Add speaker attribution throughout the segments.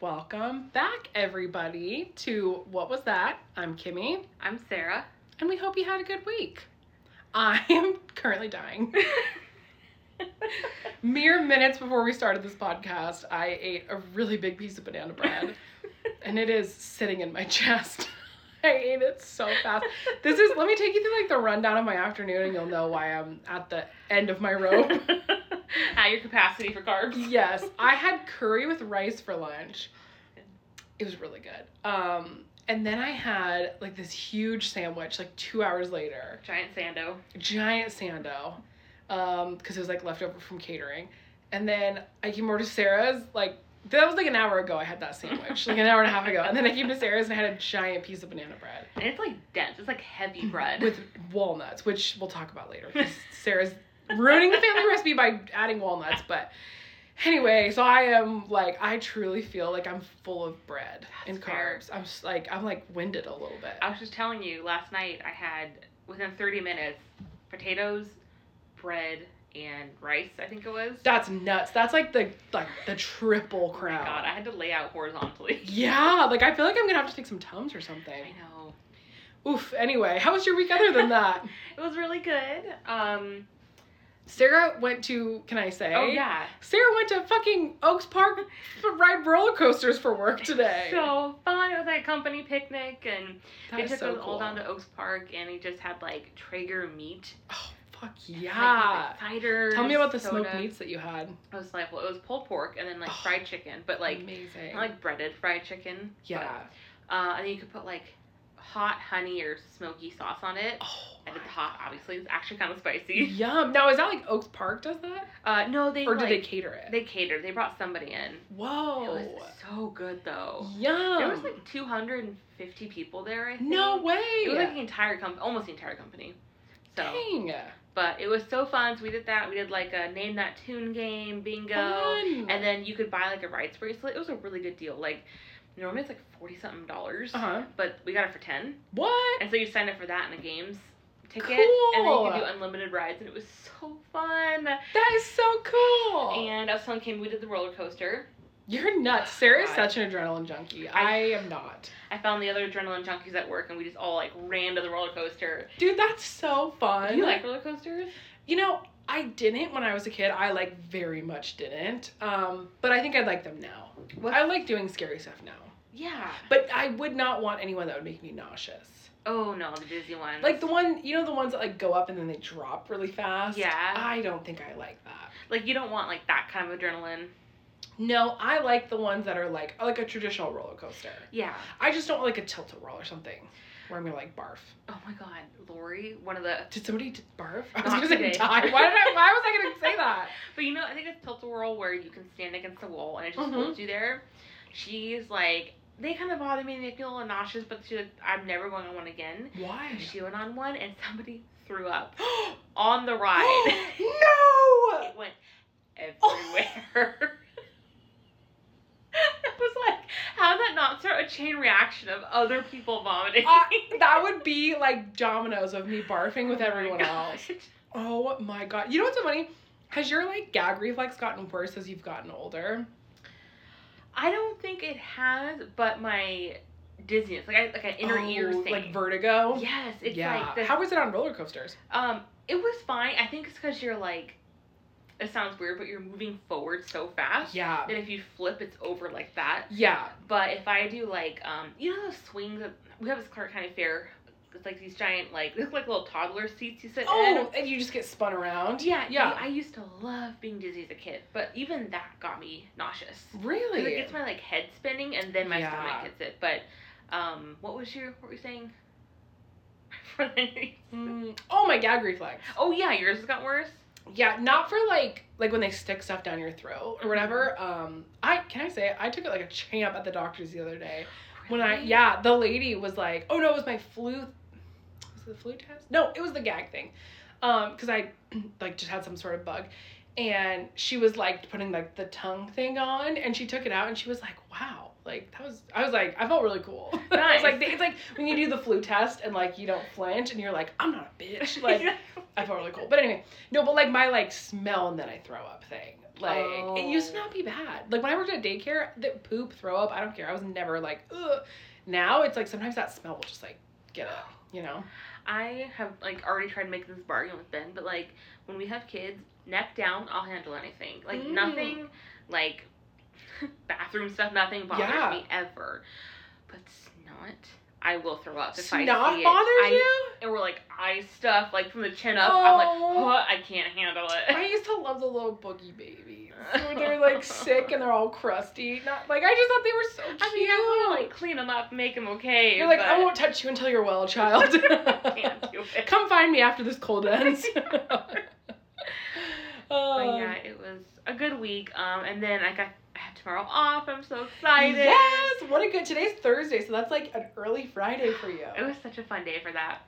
Speaker 1: Welcome back, everybody, to What Was That? I'm Kimmy,
Speaker 2: I'm Sarah.
Speaker 1: and we hope you had a good week. I am currently dying. Mere minutes before we started this podcast, I ate a really big piece of banana bread, and it is sitting in my chest. I ate it so fast. This is, let me take you through like the rundown of my afternoon, and you'll know why I'm at the end of my rope.
Speaker 2: At your capacity for carbs.
Speaker 1: yes, I had curry with rice for lunch. It was really good. Um, and then I had like this huge sandwich like two hours later,
Speaker 2: Giant Sando.
Speaker 1: giant sando, um, because it was like leftover from catering. And then I came over to Sarah's like that was like an hour ago. I had that sandwich like an hour and a half ago, and then I came to Sarah's and I had a giant piece of banana bread
Speaker 2: And it's like dense. It's like heavy bread.
Speaker 1: with walnuts, which we'll talk about later. 'cause Sarah's ruining the family recipe by adding walnuts, but anyway, so I am like I truly feel like I'm full of bread and
Speaker 2: That's fair.
Speaker 1: carbs. I'm s- like I'm like winded a little bit.
Speaker 2: I was just telling you last night I had within 30 minutes potatoes, bread, and rice, I think it was.
Speaker 1: That's nuts. That's like the like the triple
Speaker 2: Oh my
Speaker 1: crown.
Speaker 2: god, I had to lay out horizontally.
Speaker 1: yeah, like I feel like I'm gonna have to take some tums or
Speaker 2: I
Speaker 1: something.
Speaker 2: know.
Speaker 1: Oof. Anyway, how was your week other than that?
Speaker 2: It was really good. Um
Speaker 1: Sarah went to. Can I say?
Speaker 2: oh yeah.
Speaker 1: Sarah went to fucking Oaks Park to ride roller coasters for work today.
Speaker 2: So fun. It was like a company picnic and
Speaker 1: That
Speaker 2: they
Speaker 1: is
Speaker 2: took
Speaker 1: so
Speaker 2: us
Speaker 1: cool.
Speaker 2: all down to Oaks Park and we just had like Traeger meat.
Speaker 1: Oh fuck
Speaker 2: and, like,
Speaker 1: yeah!
Speaker 2: different Ciders.
Speaker 1: Tell me about the smoked
Speaker 2: soda.
Speaker 1: meats that you had.
Speaker 2: It was like well, it was pulled pork and then like
Speaker 1: Oh.
Speaker 2: fried chicken, but like
Speaker 1: amazing.
Speaker 2: not like breaded fried chicken. but,
Speaker 1: yeah.
Speaker 2: uh, and then you could put like hot honey or smoky sauce on it.
Speaker 1: Oh.
Speaker 2: I did the
Speaker 1: my-
Speaker 2: hot, obviously. It's actually kind of spicy.
Speaker 1: Yum. Now is that like Oaks Park does that,
Speaker 2: Uh, no, they
Speaker 1: or do they
Speaker 2: like,
Speaker 1: cater it?
Speaker 2: they catered. They brought somebody in. It
Speaker 1: Whoa.
Speaker 2: was so good though.
Speaker 1: Oh. Yum.
Speaker 2: There was like 250 people there. I think.
Speaker 1: no way.
Speaker 2: It was like the entire company, almost the entire company. So,
Speaker 1: Dang.
Speaker 2: but it was so fun. So we did that. We did like a name that tune game, bingo.
Speaker 1: Fun.
Speaker 2: And then you could buy like a rights bracelet. It was a really good deal. Like normally it's like forty something dollars,
Speaker 1: Uh huh.
Speaker 2: but we got it for ten.
Speaker 1: What?
Speaker 2: And so you signed up for that in a games ticket, and then
Speaker 1: Cool.
Speaker 2: you could do unlimited rides, and it was so fun.
Speaker 1: That is so cool.
Speaker 2: And I was telling Kim we did the roller coaster.
Speaker 1: You're nuts. Sarah is
Speaker 2: God.
Speaker 1: such an adrenaline junkie. I,
Speaker 2: I-
Speaker 1: am not.
Speaker 2: I found the other adrenaline junkies at work, and we just all like ran to the roller coaster.
Speaker 1: Dude, that's so fun.
Speaker 2: Do you like roller coasters?
Speaker 1: You know, I didn't when I was a kid. I like very much didn't. Um, but I think I like them now.
Speaker 2: What-
Speaker 1: I like doing scary stuff now.
Speaker 2: Yeah.
Speaker 1: But I would not want anyone that would make me nauseous.
Speaker 2: Oh no, the Disney one.
Speaker 1: Like the one, you know, the ones that like go up and then they drop really fast.
Speaker 2: Yeah.
Speaker 1: I don't think I like that.
Speaker 2: like you don't want like that kind of adrenaline.
Speaker 1: No, I like the ones that are like like a traditional roller coaster.
Speaker 2: Yeah.
Speaker 1: I just don't like a tilt a roll or something where I'm gonna like barf.
Speaker 2: Oh my God, Lori, one of the
Speaker 1: Did somebody t- barf? I was
Speaker 2: Not
Speaker 1: gonna say
Speaker 2: today.
Speaker 1: die. Why did I? Why was I gonna say that?
Speaker 2: But you know, I think it's Tilt a Whirl where you can stand against the wall and it just
Speaker 1: Mhm.
Speaker 2: holds you there. She's like, they kind of bother me, they make me a little nauseous, but she's like, I'm never going on one again.
Speaker 1: Why?
Speaker 2: She went on one and somebody threw up on the ride.
Speaker 1: no.
Speaker 2: it went everywhere. I was like, how did that not start a chain reaction of other people vomiting?
Speaker 1: I, that would be like dominoes of me barfing with
Speaker 2: Oh my
Speaker 1: everyone
Speaker 2: God.
Speaker 1: else. Oh my god. You know what's so funny? Has your like gag reflex gotten worse as you've gotten older?
Speaker 2: I don't think it has, but my dizziness, like I, like an inner
Speaker 1: Oh,
Speaker 2: ear thing.
Speaker 1: Like vertigo?
Speaker 2: Yes, it's
Speaker 1: yeah.
Speaker 2: like the
Speaker 1: How was it on roller coasters?
Speaker 2: Um, it was fine. I think it's because you're like, it sounds weird, but you're moving forward so fast
Speaker 1: Yeah.
Speaker 2: that if you flip, it's over like that.
Speaker 1: Yeah.
Speaker 2: But if I do like, um, you know those swings that we have this Clark County Fair. It's like these giant, like they look like little toddler seats you sit
Speaker 1: Oh, and you just get spun around?
Speaker 2: in. Yeah,
Speaker 1: Yeah.
Speaker 2: I used to love being dizzy as a kid, but even that got me nauseous. 'Cause
Speaker 1: Really?
Speaker 2: It gets my like head spinning, and then my
Speaker 1: Yeah.
Speaker 2: stomach hits it. But, um, what was your what were you saying? For the-
Speaker 1: Mm, oh, my gag reflex.
Speaker 2: oh yeah, yours has got worse.
Speaker 1: Yeah, not for like like when they stick stuff down your throat or whatever.
Speaker 2: Mm-hmm.
Speaker 1: Um, I can I say I took it like a champ at the doctor's the other day. When I
Speaker 2: Really?
Speaker 1: yeah, the lady was like, "Oh no, it was my flu. Was it the flu test? No, it was the gag thing, um, because I like just had some sort of bug." And she was like putting like the tongue thing on, and she took it out, and she was like, "Wow, like that was." I was like, I felt really cool. I was
Speaker 2: Nice.
Speaker 1: like, it's like when you do the flu test and like you don't flinch, and you're like, "I'm not a bitch." Like I felt really cool. But anyway, no, but like my like smell and then I throw up thing. Like it used to
Speaker 2: Oh.
Speaker 1: not be bad. Like when I worked at daycare, the poop, throw up, I don't care. I was never like, ugh. Now it's like sometimes that smell will just like get up, you know?
Speaker 2: I have like already tried to make this bargain with Ben, but like when we have kids, neck down, I'll handle anything. Like
Speaker 1: Mm.
Speaker 2: nothing, like bathroom stuff, nothing bothers
Speaker 1: Yeah.
Speaker 2: me ever. But snot, I will throw up if I
Speaker 1: Snot bothers
Speaker 2: see it. I,
Speaker 1: you?
Speaker 2: Or like eye stuff, like from the chin up. I'm like,
Speaker 1: Oh.
Speaker 2: "Ugh, I can't handle it.
Speaker 1: I used to love the little boogie babies. Where they're like sick and they're all crusty. Not like I just thought they were so cute.
Speaker 2: I mean, I want to like clean them up, make them okay.
Speaker 1: You're like,
Speaker 2: but
Speaker 1: I won't touch you until you're well, child.
Speaker 2: Can't do it.
Speaker 1: Come find me after this cold ends.
Speaker 2: But
Speaker 1: Um,
Speaker 2: yeah, it was a good week. Um, and then I got I have tomorrow off. I'm so excited.
Speaker 1: Yes, what a good. Today's Thursday, so that's like an early Friday for you.
Speaker 2: It was such a fun day for that.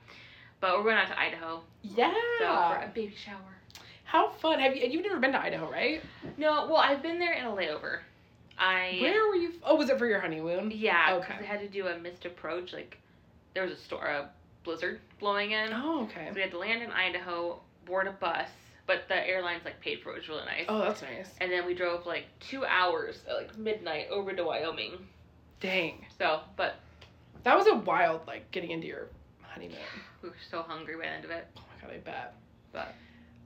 Speaker 2: But we're going out to Idaho.
Speaker 1: yeah.
Speaker 2: So for a baby shower.
Speaker 1: How fun. Have you? and You've never been to Idaho, right?
Speaker 2: No, well, I've been there in a layover. I
Speaker 1: Where were you? Oh, was it for your honeymoon?
Speaker 2: yeah, because
Speaker 1: Okay.
Speaker 2: I had to do a missed approach. Like there was a storm, a blizzard blowing in.
Speaker 1: Oh, okay.
Speaker 2: So we had to land in Idaho, board a bus, but the airlines like paid for it, which was really nice.
Speaker 1: Oh, that's nice.
Speaker 2: And then we drove like two hours at like midnight over to Wyoming.
Speaker 1: Dang,
Speaker 2: So, but
Speaker 1: that was a wild like getting into your honeymoon.
Speaker 2: we were so hungry by the end of it.
Speaker 1: Oh my god, I bet.
Speaker 2: But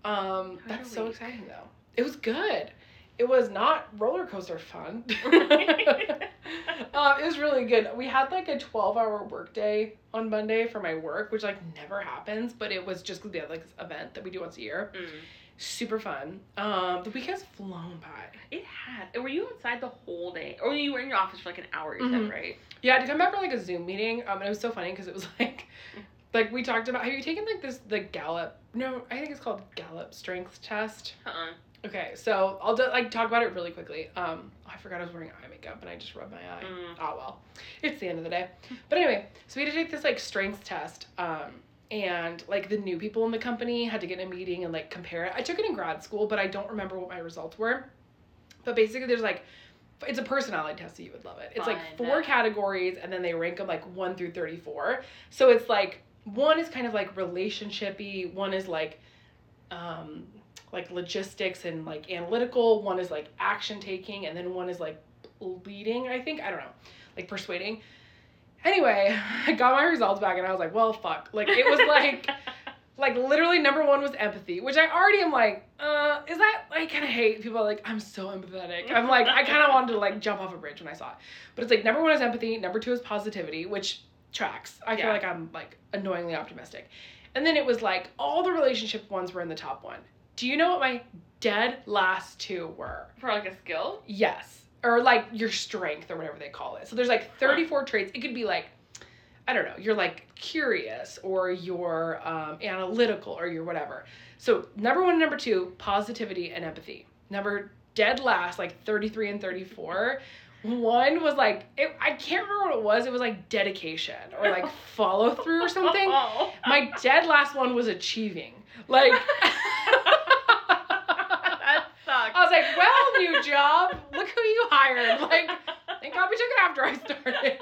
Speaker 1: Um,
Speaker 2: How
Speaker 1: that's
Speaker 2: do
Speaker 1: so
Speaker 2: we-
Speaker 1: exciting though. It was good. It was not roller coaster fun. Uh, it was really good. We had like a 12 hour workday on Monday for my work, which like never happens, but it was just because we had like this event that we do once a year.
Speaker 2: Mm.
Speaker 1: Super fun. Um, the weekend's flown by.
Speaker 2: It had. and Were you outside the whole day, or you were in your office for like an hour? You
Speaker 1: Mhm.
Speaker 2: said right.
Speaker 1: Yeah, I had to come back for like a Zoom meeting. Um, and it was so funny because it was like, like we talked about. Have you taken like this the Gallup? No, I think it's called Gallup Strength Test.
Speaker 2: Uh-uh.
Speaker 1: Okay, so I'll do, like talk about it really quickly. Um, I forgot I was wearing eye makeup and I just rubbed my eye.
Speaker 2: Mm.
Speaker 1: oh well it's the end of the day but anyway so we had to take this like strengths test um and like the new people in the company had to get in a meeting and like compare it i took it in grad school but i don't remember what my results were but basically there's like it's a personality test so you would love it it's like
Speaker 2: Fun.
Speaker 1: four categories and then they rank them like 1 through 34 so it's like one is kind of like relationshipy one is like um like logistics and like analytical one is like action taking and then one is like leading i think i don't know like persuading anyway i got my results back and i was like well fuck like it was like like literally number one was empathy which i already am like uh is that i kind of hate people are like i'm so empathetic i'm like i kind of wanted to like jump off a bridge when i saw it but it's like number one is empathy number two is positivity which tracks i feel
Speaker 2: Yeah.
Speaker 1: like i'm like annoyingly optimistic and then it was like all the relationship ones were in the top one do you know what my dead last two were
Speaker 2: for like a skill.
Speaker 1: Yes. Or like your strength or whatever they call it. So there's like 34 traits. It could be like, I don't know, you're like curious or you're um, analytical or you're whatever. So number one and number two, positivity and empathy. Number dead last, like 33 and 34. One was like, it, I can't remember what it was. It was like dedication or like follow through or something.
Speaker 2: Oh.
Speaker 1: My dead last one was achieving. Like,
Speaker 2: that sucks.
Speaker 1: I was like, well, new job. Look who you hired. Like, thank God we took it after I started.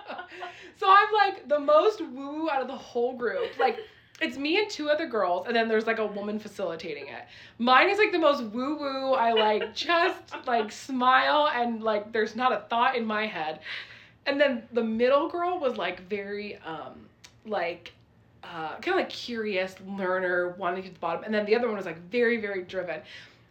Speaker 1: so I'm like the most woo woo out of the whole group. Like, it's me and two other girls, and then there's like a woman facilitating it. Mine is like the most woo woo. I like just like smile, and like there's not a thought in my head. And then the middle girl was like very, um, like, uh, kind of like curious learner, wanting to get to the bottom. And then the other one was like very, very driven.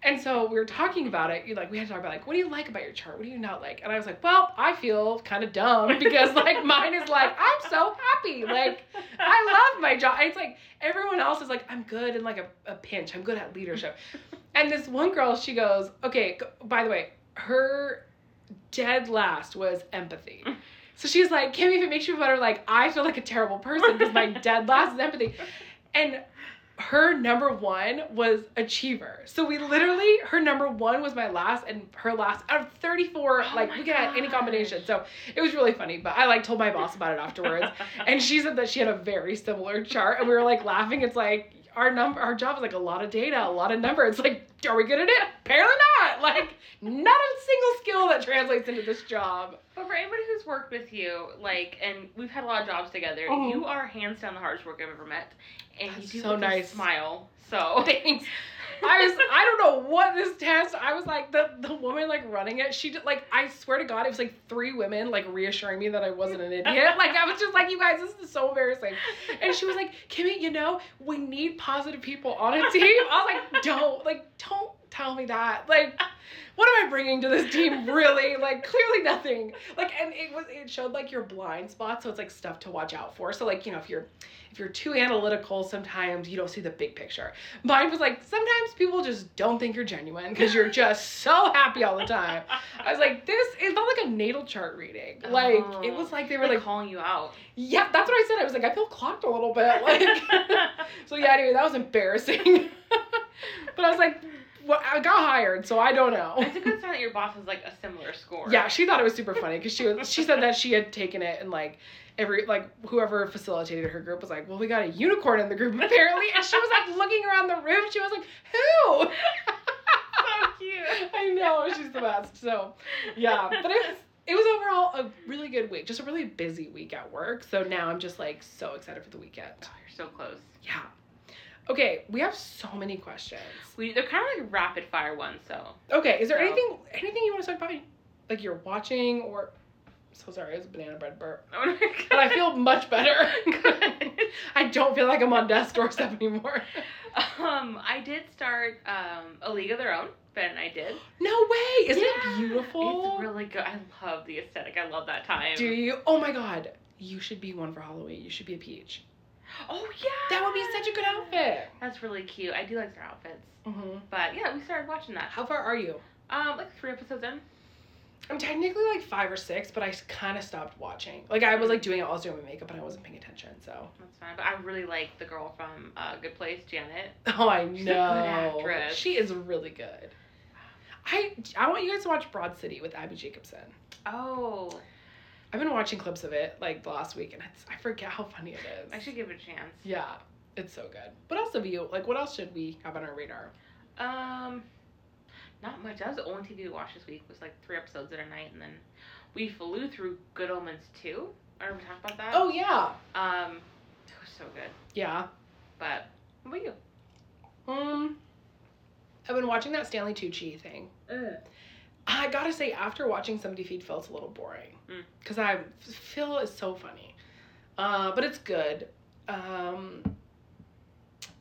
Speaker 1: And so we were talking about it. You like we had to talk about like what do you like about your chart? What do you not like? And I was like, well, I feel kind of dumb because like mine is like I'm so happy, like I love my job. And it's like everyone else is like I'm good in like a, a pinch. I'm good at leadership. And this one girl, she goes, okay. g- By the way, her dead last was empathy. So she's like, Kimmy, if it makes you feel better, like I feel like a terrible person because my dead last is empathy. And her number one was achiever. So we literally, her number one was my last, and her last out of 34,
Speaker 2: Oh
Speaker 1: like
Speaker 2: my
Speaker 1: we could have any
Speaker 2: gosh.
Speaker 1: combination. So it was really funny. But I like told my boss about it afterwards. and she said that she had a very similar chart. And we were like laughing. It's like our number our job is like a lot of data, a lot of numbers. It's like, are we good at it? Apparently not. Like, not a single skill that translates into this job.
Speaker 2: But for anybody who's worked with you, like, and we've had a lot of jobs together,
Speaker 1: Mhm.
Speaker 2: you are hands down the hardest worker I've ever met, and
Speaker 1: That's
Speaker 2: you do
Speaker 1: so
Speaker 2: with a
Speaker 1: nice.
Speaker 2: smile. So
Speaker 1: Thanks. I was I don't know what this test. I was like the the woman like running it. She did like I swear to God it was like three women like reassuring me that I wasn't an idiot. Like I was just like you guys this is so embarrassing. And she was like Kimmy you know we need positive people on a team. I was like don't like don't tell me that like what am I bringing to this team really like clearly nothing like and it was it showed like your blind spots so it's like stuff to watch out for so like you know if you're if you're too analytical sometimes you don't see the big picture mine was like sometimes people just don't think you're genuine because you're just so happy all the time i was like this it felt like a natal chart reading like
Speaker 2: Oh.
Speaker 1: it was like they
Speaker 2: They
Speaker 1: were like
Speaker 2: calling you out.
Speaker 1: yeah that's what i said i was like i feel clocked a little bit like so yeah anyway that was embarrassing but i was like well, i got hired so i don't know
Speaker 2: it's a good sign that your boss has like a similar score.
Speaker 1: yeah, she thought it was super funny because she was. She said that she had taken it and like every like whoever facilitated her group was like, well, we got a unicorn in the group apparently, and she was like looking around the room. She was like, who?
Speaker 2: so cute.
Speaker 1: I know she's the best. So yeah, but it was it was overall a really good week, just a really busy week at work. So now I'm just like so excited for the weekend.
Speaker 2: Oh, you're so close.
Speaker 1: Yeah. Okay, we have so many questions.
Speaker 2: We they're kind of like rapid fire ones, so
Speaker 1: Okay, is there
Speaker 2: So-
Speaker 1: anything anything you want to talk about? Like you're watching or so sorry, it was a banana bread burp.
Speaker 2: Oh
Speaker 1: but I feel much better. I don't feel like I'm on death's doorstep anymore.
Speaker 2: um, I did start um, a league of their own. Ben and I did.
Speaker 1: No way! Isn't
Speaker 2: Yeah,
Speaker 1: it beautiful?
Speaker 2: It's really good. I love the aesthetic. I love that time.
Speaker 1: Do you? Oh my god! You should be one for Halloween. You should be a peach.
Speaker 2: Oh yeah.
Speaker 1: That would be such a good outfit.
Speaker 2: That's really cute. I do like their outfits.
Speaker 1: hmm
Speaker 2: But yeah, we started watching that.
Speaker 1: How far are you?
Speaker 2: Um, like three episodes in.
Speaker 1: I'm technically like five or six, but I kind of stopped watching. Like I was like doing it all doing my makeup, and I wasn't paying attention. So.
Speaker 2: That's fine. But I really like the girl from uh, Good Place, Janet.
Speaker 1: Oh, I
Speaker 2: She's a good
Speaker 1: know.
Speaker 2: actress.
Speaker 1: She is really good. I I want you guys to watch Broad City with Abby Jacobson.
Speaker 2: Oh,
Speaker 1: I've been watching clips of it like the last week, and it's, I forget how funny it is.
Speaker 2: I should give it a chance.
Speaker 1: Yeah, it's so good. What else have you like? What else should we have on our radar?
Speaker 2: Um, not much. That was the only TV we watched this week was like three episodes in a night, and then we flew through Good Omens two. I don't know if we talked about that.
Speaker 1: Oh yeah,
Speaker 2: Um, it was so good.
Speaker 1: yeah.
Speaker 2: But what about you?
Speaker 1: Um, I've been watching that Stanley Tucci thing.
Speaker 2: Mm.
Speaker 1: I gotta say, after watching Somebody Feed Phil, it's a little boring
Speaker 2: Mm.
Speaker 1: because I Phil is so funny, uh, but it's good. Um,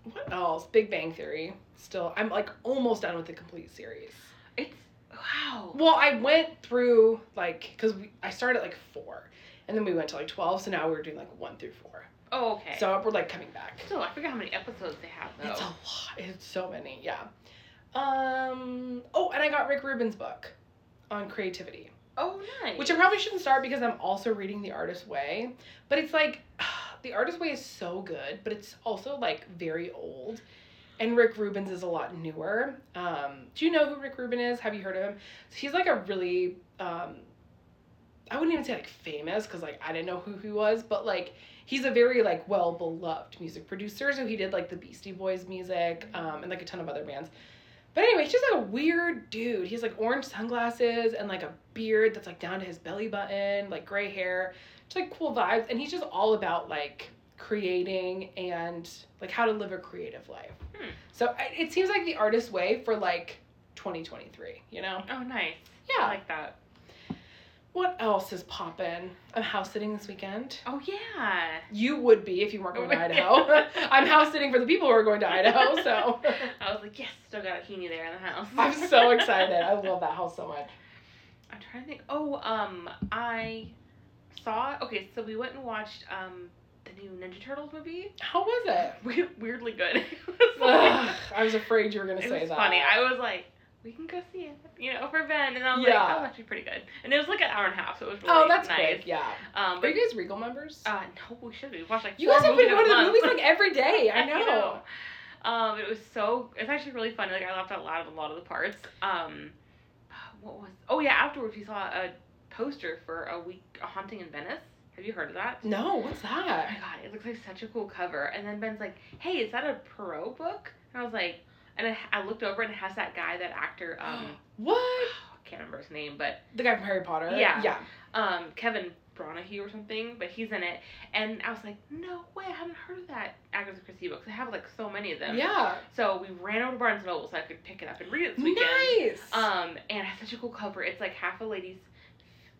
Speaker 1: what else? Big Bang Theory. Still, I'm like almost done with the complete series.
Speaker 2: It's wow.
Speaker 1: Well, I went through like because I started at like four, and then we went to like twelve. So now we're doing like one through four.
Speaker 2: Oh, okay.
Speaker 1: So we're like coming back.
Speaker 2: Still, I forget how many episodes they have though.
Speaker 1: It's a lot. It's so many. Yeah. Um. Oh, and I got Rick Rubin's book on creativity,
Speaker 2: oh, nice.
Speaker 1: which I probably shouldn't start because I'm also reading The Artist's Way, but it's like The Artist's Way is so good, but it's also like very old. And Rick Rubin's is a lot newer. Um, do you know who Rick Rubin is? Have you heard of him? So he's like a really, um, I wouldn't even say like famous because like I didn't know who he was, but like he's a very like well beloved music producer. So he did like the Beastie Boys music um, and like a ton of other bands. But anyway, he's just like a weird dude. He has like orange sunglasses and like a beard that's like down to his belly button, like gray hair. It's like cool vibes. And he's just all about like creating and like how to live a creative life.
Speaker 2: Hmm.
Speaker 1: So I- it seems like the artist's way for like 2023, you know?
Speaker 2: oh, nice. I
Speaker 1: Yeah.
Speaker 2: like that.
Speaker 1: What else is poppin'? I'm house sitting this weekend.
Speaker 2: Oh yeah.
Speaker 1: You would be if you weren't going to
Speaker 2: Oh,
Speaker 1: Idaho. I'm house sitting for the people who are going to Idaho, so
Speaker 2: I was like, yes, still got a Heaney there in the house.
Speaker 1: I'm so excited. I love that house so much.
Speaker 2: I'm trying to think. Oh, um, I saw. Okay, so we went and watched um the new Ninja Turtles movie.
Speaker 1: How was it?
Speaker 2: We- Weirdly good. It was,
Speaker 1: Ugh,
Speaker 2: like,
Speaker 1: I was afraid you were gonna
Speaker 2: it
Speaker 1: say
Speaker 2: was
Speaker 1: that.
Speaker 2: funny. I was like, we can go see it, you know, for Ben, and I was like,
Speaker 1: Yeah.
Speaker 2: that was actually pretty good. And it was like an hour and a half, so it was really
Speaker 1: oh, that's
Speaker 2: nice.
Speaker 1: quick. Yeah.
Speaker 2: Um,
Speaker 1: Are
Speaker 2: but
Speaker 1: you guys Regal members?
Speaker 2: uh, no, we should. We watched like
Speaker 1: you
Speaker 2: four
Speaker 1: guys have been
Speaker 2: movies
Speaker 1: going
Speaker 2: in
Speaker 1: to
Speaker 2: a
Speaker 1: the
Speaker 2: month.
Speaker 1: movies like every day. I know.
Speaker 2: Um, it was so. It's actually really funny. Like I laughed out loud at a lot of the parts. Um, what was? Oh yeah. Afterwards, we saw a poster for a week a haunting in Venice. Have you heard of that?
Speaker 1: No, what's
Speaker 2: Oh my
Speaker 1: that?
Speaker 2: god, it looks like such a cool cover. And then Ben's like, "Hey, is that a Perot book?" And I was like, and I, I looked over and it has that guy, that actor. Um,
Speaker 1: what?
Speaker 2: I can't remember his name, but
Speaker 1: The guy from Harry Potter.
Speaker 2: Yeah.
Speaker 1: Yeah.
Speaker 2: um, Kevin Donahue or something, but he's in it. And I was like, no way, I haven't heard of that Agatha Christie book. 'cause I have like so many of them.
Speaker 1: Yeah.
Speaker 2: So we ran over to Barnes and Noble so I could pick it up and read it this weekend.
Speaker 1: Nice.
Speaker 2: Um, and it has such a cool cover. It's like half a lady's,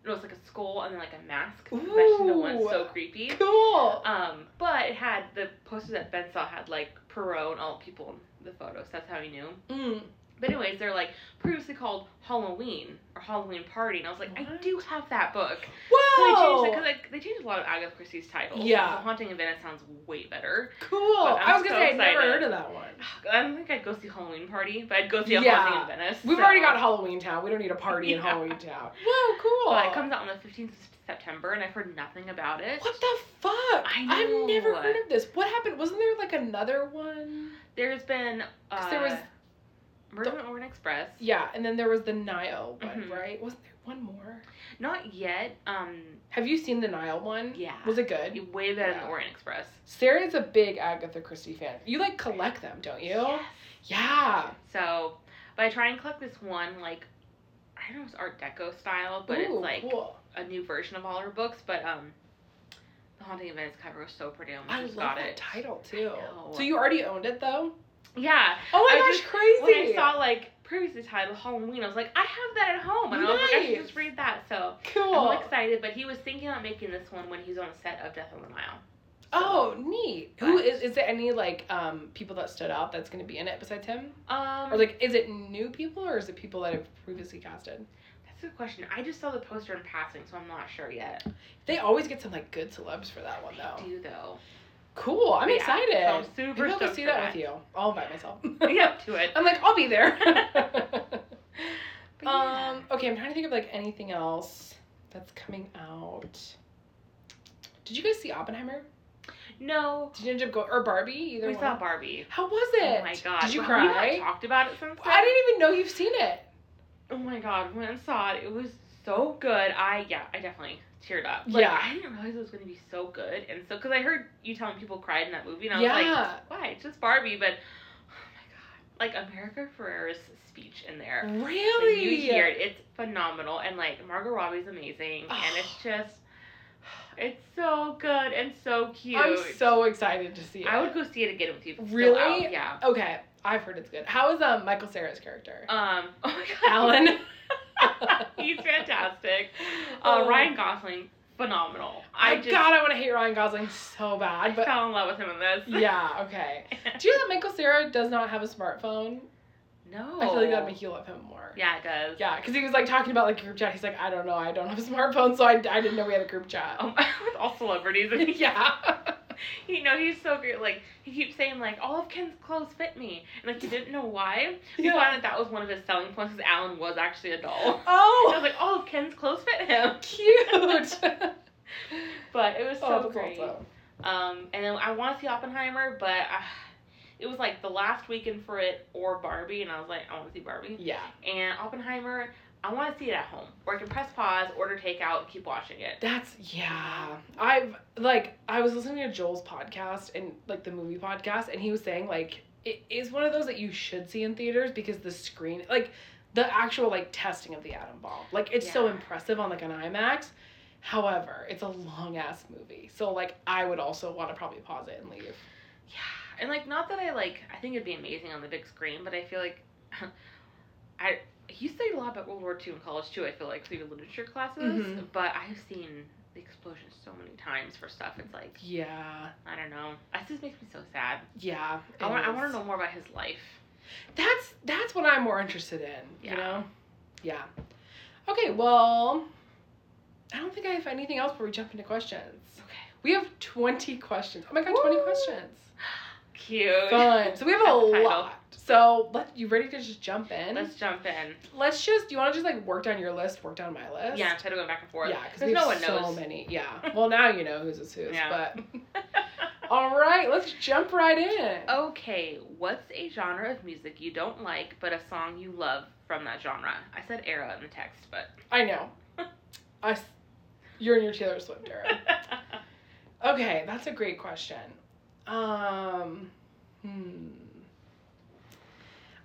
Speaker 2: no, it's like a skull and then like a mask.
Speaker 1: Ooh.
Speaker 2: Especially the one's so creepy.
Speaker 1: cool.
Speaker 2: Um, but it had the poster that Ben saw had like Perot and all the people in the photos. That's how he knew.
Speaker 1: Mm.
Speaker 2: But anyways, they're like previously called Halloween or Halloween Party, and I was like, I
Speaker 1: What?
Speaker 2: do have that book. So they
Speaker 1: Whoa.
Speaker 2: changed it because like, they changed a lot of Agatha Christie's titles.
Speaker 1: Yeah.
Speaker 2: The Haunting of Venice sounds way better.
Speaker 1: cool.
Speaker 2: But I'm
Speaker 1: I was gonna
Speaker 2: so
Speaker 1: say I'd never
Speaker 2: excited.
Speaker 1: heard of that one.
Speaker 2: I don't think I'd go see Halloween Party, but I'd go see a
Speaker 1: Yeah.
Speaker 2: Haunting of Venice.
Speaker 1: We've
Speaker 2: so-
Speaker 1: already got Halloween Town. We don't need a party in
Speaker 2: Yeah.
Speaker 1: Halloween Town. Whoa, cool.
Speaker 2: But it comes out on the fifteenth of September, and I've heard nothing about it.
Speaker 1: what the fuck?
Speaker 2: I
Speaker 1: have never
Speaker 2: know.
Speaker 1: heard of this. What happened? Wasn't there like another one?
Speaker 2: There's been.
Speaker 1: 'Cause
Speaker 2: Uh,
Speaker 1: there was-
Speaker 2: Murder on the Orient Express.
Speaker 1: Yeah, and then there was the Nile one,
Speaker 2: Mhm.
Speaker 1: right? Wasn't there one more?
Speaker 2: Not yet. Um.
Speaker 1: Have you seen the Nile one?
Speaker 2: Yeah.
Speaker 1: Was it good?
Speaker 2: Way better than
Speaker 1: Yeah.
Speaker 2: the Orient Express.
Speaker 1: Sarah is a big Agatha Christie fan. You like collect them, don't you?
Speaker 2: Yes.
Speaker 1: Yeah.
Speaker 2: So, but I try and collect this one like I don't know, it's Art Deco style, but
Speaker 1: Ooh,
Speaker 2: it's like
Speaker 1: cool.
Speaker 2: a new version of all her books. But um, the Haunting of Venice cover was so pretty. I almost
Speaker 1: I love
Speaker 2: just got
Speaker 1: that
Speaker 2: it.
Speaker 1: title too.
Speaker 2: know.
Speaker 1: So you already owned it though?
Speaker 2: Yeah.
Speaker 1: Oh my
Speaker 2: I
Speaker 1: gosh,
Speaker 2: just-
Speaker 1: crazy.
Speaker 2: When I saw like previously titled Halloween, I was like, I have that at home, and I was like, I should
Speaker 1: Nice.
Speaker 2: just read that. So
Speaker 1: cool.
Speaker 2: I'm all excited. But he was thinking about making this one when he's on a set of Death on the Nile. So,
Speaker 1: Oh, neat. Who
Speaker 2: But-
Speaker 1: is is there any like um people that stood out that's gonna be in it besides him?
Speaker 2: Um,
Speaker 1: Or like is it new people or is it people that have previously casted?
Speaker 2: that's a good question. I just saw the poster in passing, so I'm not sure yet.
Speaker 1: They always get some like good celebs for that one though.
Speaker 2: I do though.
Speaker 1: Cool. I'm
Speaker 2: Yeah,
Speaker 1: excited.
Speaker 2: so I'm super
Speaker 1: Maybe I'll go
Speaker 2: stoked
Speaker 1: see
Speaker 2: for
Speaker 1: that,
Speaker 2: that.
Speaker 1: with you. All by myself.
Speaker 2: Yeah, to it.
Speaker 1: I'm like, I'll be there.
Speaker 2: But yeah.
Speaker 1: um, okay, I'm trying to think of like anything else that's coming out. Did you guys see Oppenheimer?
Speaker 2: no,
Speaker 1: Did you end up going or Barbie? Either
Speaker 2: we
Speaker 1: one.
Speaker 2: saw Barbie.
Speaker 1: How was it?
Speaker 2: Oh my god!
Speaker 1: Did you
Speaker 2: We
Speaker 1: cry?
Speaker 2: haven't talked about it since.
Speaker 1: I
Speaker 2: then.
Speaker 1: didn't even know you've seen it.
Speaker 2: Oh my god! When I saw it, it was so good. I yeah, I definitely teared up. Like,
Speaker 1: Yeah.
Speaker 2: I didn't realize it was gonna be so good, and so because I heard you telling people cried in that movie, and I was like,
Speaker 1: yeah.
Speaker 2: why? It's just Barbie, but oh my god! Like America Ferrera's speech in there. Like,
Speaker 1: really?
Speaker 2: you hear it. It's phenomenal, and like Margot Robbie's amazing, and it's just. It's so good and so cute.
Speaker 1: I'm so excited to see it.
Speaker 2: I would go see it again with you. if it's still
Speaker 1: Really?
Speaker 2: out, Yeah.
Speaker 1: Okay, I've heard it's good. How is um Michael Sarah's character?
Speaker 2: Um. Oh my god.
Speaker 1: Alan.
Speaker 2: He's fantastic. Uh,
Speaker 1: Oh.
Speaker 2: Ryan Gosling, phenomenal. I
Speaker 1: I
Speaker 2: just
Speaker 1: Oh, God, I want to hate Ryan Gosling so bad, but
Speaker 2: fell in love with him in this.
Speaker 1: yeah, okay. Do you know that Michael Sarah does not have a smartphone?
Speaker 2: no.
Speaker 1: I feel like that'd make you love him more.
Speaker 2: Yeah, it does.
Speaker 1: Yeah, because he was like talking about like group chat. He's like, I don't know, I don't have a smartphone, so I, I didn't know we had a group chat.
Speaker 2: Um, with all celebrities, and he,
Speaker 1: yeah.
Speaker 2: you know he's so great. Like he keeps saying, like all of Ken's clothes fit me, and like he didn't know why. We
Speaker 1: Yeah.
Speaker 2: found that that was one of his selling points. Is Alan was actually a doll. I
Speaker 1: Oh,
Speaker 2: was like, all of Ken's clothes fit him,
Speaker 1: cute.
Speaker 2: but it was so
Speaker 1: oh, that's
Speaker 2: great.
Speaker 1: awesome.
Speaker 2: Um, and then I want to see Oppenheimer, but I, it was like the last weekend for it or Barbie, and I was like, I want to see Barbie.
Speaker 1: Yeah,
Speaker 2: And Oppenheimer, I want to see it at home, or I can press pause, order takeout, keep watching it.
Speaker 1: that's yeah. I've like I was listening to Joel's podcast and like the movie podcast, and he was saying like it is one of those that you should see in theaters because the screen like the actual like testing of the atom bomb like it's so
Speaker 2: Yeah.
Speaker 1: impressive on like an IMAX. However, it's a long ass movie, so like I would also want to probably pause it and leave.
Speaker 2: Yeah, and like not that I like, I think it'd be amazing on the big screen, but I feel like I he studied a lot about World War II in college too. I feel like through your literature classes,
Speaker 1: Mhm.
Speaker 2: but I've seen the explosion so many times for stuff. It's like
Speaker 1: Yeah,
Speaker 2: I don't know. That just makes me so sad.
Speaker 1: yeah.
Speaker 2: I want I
Speaker 1: it
Speaker 2: want
Speaker 1: is.
Speaker 2: to know more about his life.
Speaker 1: That's that's what I'm more interested in.
Speaker 2: Yeah.
Speaker 1: You know? Yeah. Okay, well I don't think I have anything else before we jump into questions.
Speaker 2: Okay.
Speaker 1: We have twenty questions. Oh my god, twenty
Speaker 2: Woo!
Speaker 1: questions.
Speaker 2: Cute.
Speaker 1: Fun. So we have a
Speaker 2: That's the title.
Speaker 1: lot. So let you ready to just jump in?
Speaker 2: Let's jump in.
Speaker 1: Let's just do you wanna just like work down your list, work down my list?
Speaker 2: Yeah, instead of going back and forth.
Speaker 1: Yeah, because
Speaker 2: There's
Speaker 1: we have
Speaker 2: no
Speaker 1: so
Speaker 2: one knows.
Speaker 1: many. Yeah. Well now you know who's is who's,
Speaker 2: Yeah.
Speaker 1: but all right, let's jump right in.
Speaker 2: Oh. okay, what's a genre of music you don't like but a song you love from that genre? I said era in the text, but
Speaker 1: I know. I s- you're in your Taylor Swift era. Okay, that's a great question. Um, hmm.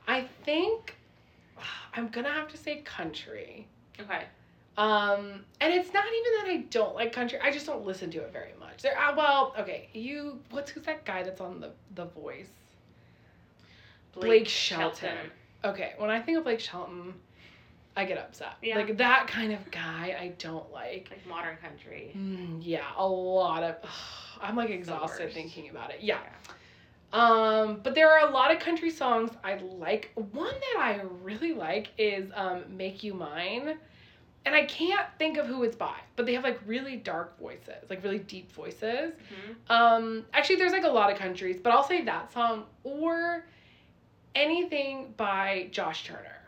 Speaker 1: I think I'm gonna have to say country.
Speaker 2: okay.
Speaker 1: Um, and it's not even that I don't like country. I just don't listen to it very much. There, uh, well, okay, you. What's who's that guy that's on the The Voice? Blake, Shelton. Okay, when I think of Blake Shelton, I get upset.
Speaker 2: Yeah.
Speaker 1: Like that kind of guy, I don't like.
Speaker 2: Like modern country.
Speaker 1: Mm, yeah, a lot of. I'm like exhausted
Speaker 2: worst.
Speaker 1: thinking about it. Yeah. Um, but there are a lot of country songs I like. One that I really like is um, "Make You Mine," and I can't think of who it's by, but they have like really dark voices, like really deep voices.
Speaker 2: Mhm.
Speaker 1: Um, actually, there's like a lot of countries, but I'll say that song or anything by Josh Turner.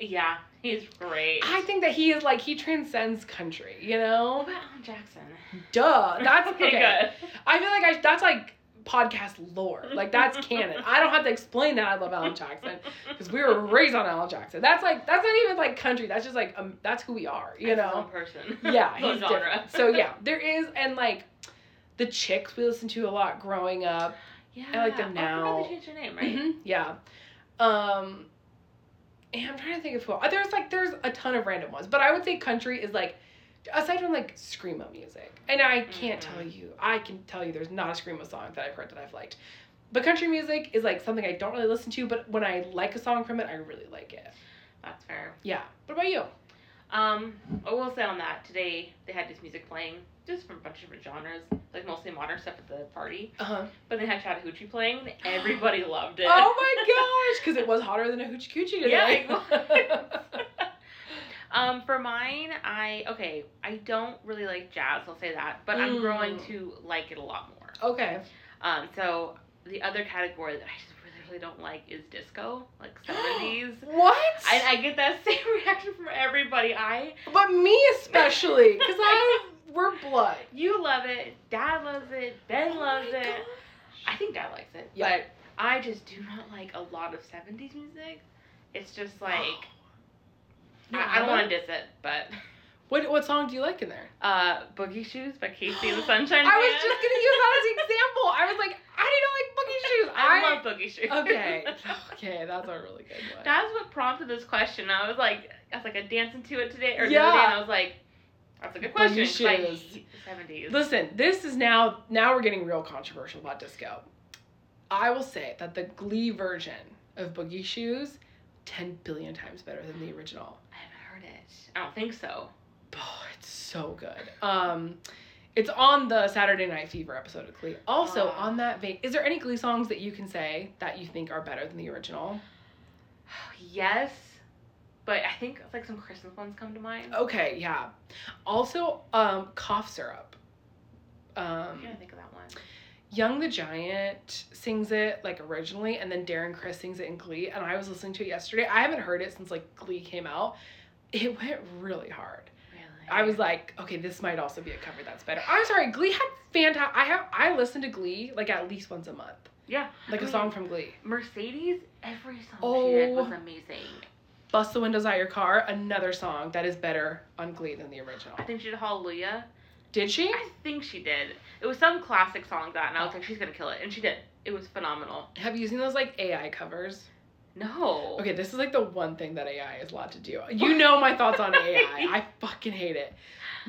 Speaker 2: Yeah, he's great.
Speaker 1: I think that he is like he transcends country, you know?
Speaker 2: What about Alan Jackson?
Speaker 1: Duh, that's okay.
Speaker 2: good.
Speaker 1: I feel like I that's like podcast lore, like that's canon. I don't have to explain that I love Alan Jackson because we were raised on Alan Jackson. That's like that's not even like country. That's just like um, that's who we are, you
Speaker 2: That's his
Speaker 1: know?
Speaker 2: own person.
Speaker 1: yeah,
Speaker 2: His own
Speaker 1: he's different. So yeah, there is and like the chicks we listened to a lot growing up.
Speaker 2: yeah.
Speaker 1: I like them
Speaker 2: Oh, I
Speaker 1: now.
Speaker 2: forgot they changed their name, right?
Speaker 1: Mhm, yeah. Um and I'm trying to think of who. uh, There's like there's a ton of random ones, but I would say country is like aside from like screamo music. And I can't
Speaker 2: Mhm.
Speaker 1: tell you. I can tell you there's not a screamo song that I've heard that I've liked. But country music is like something I don't really listen to, but when I like a song from it, I really like it.
Speaker 2: That's fair.
Speaker 1: Yeah. What about you?
Speaker 2: Um, I will say on that today they had this music playing just from a bunch of different genres, like mostly modern stuff at the party.
Speaker 1: Uh-huh.
Speaker 2: But they had Chattahoochee playing. and Everybody loved it.
Speaker 1: Oh my gosh, because it was hotter than a hoochie coochie today.
Speaker 2: Yeah, Um, for mine, I okay, I don't really like jazz. I'll say that, but I'm
Speaker 1: Mm.
Speaker 2: growing to like it a lot more.
Speaker 1: okay.
Speaker 2: Um, so the other category that I just really, really don't like is disco, like 70s.
Speaker 1: What?
Speaker 2: I, I get that same reaction from everybody. I
Speaker 1: But me especially, because I we're blood.
Speaker 2: you love it, Dad loves it, Ben
Speaker 1: Oh
Speaker 2: loves
Speaker 1: my
Speaker 2: it.
Speaker 1: gosh.
Speaker 2: I think Dad likes it,
Speaker 1: Yeah.
Speaker 2: but I just do not like a lot of 70s music. It's just like
Speaker 1: No,
Speaker 2: I, I don't
Speaker 1: but-
Speaker 2: want to diss it, but
Speaker 1: What what song do you like in there?
Speaker 2: uh, Boogie Shoes by Casey and the Sunshine
Speaker 1: I was
Speaker 2: Band.
Speaker 1: just gonna use that as an example. I was like,
Speaker 2: I,
Speaker 1: I
Speaker 2: love boogie shoes.
Speaker 1: didn't like boogie shoes. I okay, okay, that's a really good one.
Speaker 2: That's what prompted this question. I was like, I was like, I dancing to it today or the
Speaker 1: Yeah.
Speaker 2: other day, and I was like, that's a good question.
Speaker 1: Boogie
Speaker 2: 'cause I
Speaker 1: shoes.
Speaker 2: hate the 70s.
Speaker 1: Listen, this is now now we're getting real controversial about disco. I will say that the Glee version of Boogie Shoes, ten billion times better than the original.
Speaker 2: I haven't heard it. I don't think so.
Speaker 1: Oh, it's so good. Um, it's on the Saturday Night Fever episode of Glee. Also,
Speaker 2: Ah.
Speaker 1: on that vein, is there any Glee songs that you can say that you think are better than the original?
Speaker 2: yes, but I think like some Christmas ones come to mind.
Speaker 1: Okay, yeah. Also, um, cough syrup.
Speaker 2: I'm
Speaker 1: Um,
Speaker 2: trying to think of that one.
Speaker 1: Young the Giant sings it like originally, and then Darren Chris sings it in Glee. And I was listening to it yesterday. I haven't heard it since like Glee came out. It went really hard.
Speaker 2: Really?
Speaker 1: I was like, okay, this might also be a cover that's better. I'm sorry, Glee had fantastic. I have I listen to Glee like at least once a month,
Speaker 2: yeah,
Speaker 1: like a
Speaker 2: I mean,
Speaker 1: song from Glee.
Speaker 2: Mercedes. Every song she did was
Speaker 1: Oh.
Speaker 2: amazing.
Speaker 1: Bust the windows out your car, another song that is better on Glee than the original.
Speaker 2: I think she did Hallelujah.
Speaker 1: Did she?
Speaker 2: I think she did. It was some classic song like that, and I was like, she's gonna kill it, and she did. It was phenomenal.
Speaker 1: Have you seen those like AI covers?
Speaker 2: No.
Speaker 1: Okay, this is like the one thing that AI is allowed to do. You know my thoughts on AI. I fucking hate it.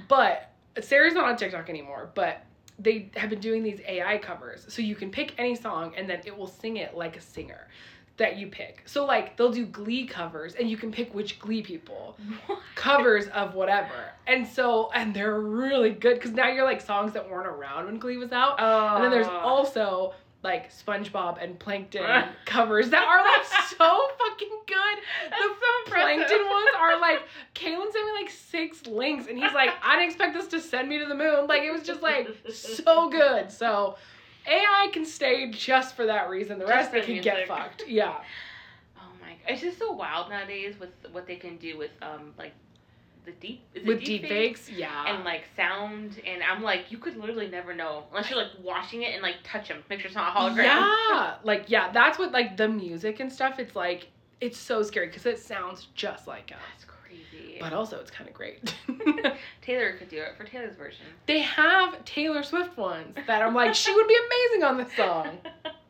Speaker 1: But Sarah's not on TikTok anymore, but they have been doing these AI covers. So you can pick any song and then it will sing it like a singer that you pick. So like they'll do glee covers and you can pick which glee people
Speaker 2: What?
Speaker 1: covers of whatever. And so and they're really good cuz now you're like songs that weren't around when glee was out.
Speaker 2: Oh.
Speaker 1: And then there's also like SpongeBob and Plankton covers that are like so fucking good.
Speaker 2: That's so impressive.
Speaker 1: Plankton ones are like Kalen sent me like six links and he's like, I didn't expect this to send me to the moon. Like it was just like so good. So AI can stay just for that reason. The
Speaker 2: Just
Speaker 1: rest
Speaker 2: for
Speaker 1: they can
Speaker 2: music.
Speaker 1: get fucked. Yeah.
Speaker 2: Oh my! g- It's just so wild nowadays with what they can do with um like the deep is it
Speaker 1: With deep
Speaker 2: fakes?
Speaker 1: fakes, yeah.
Speaker 2: and like sound and I'm like you could literally never know unless you're like watching it and like touch them make sure it's not a hologram.
Speaker 1: Yeah, like yeah, that's what like the music and stuff. It's like it's so scary because it sounds just like us,
Speaker 2: That's crazy.
Speaker 1: but uh, also it's kind of great.
Speaker 2: Taylor could do it for Taylor's version.
Speaker 1: they have Taylor Swift ones that I'm like, she would be amazing on this song.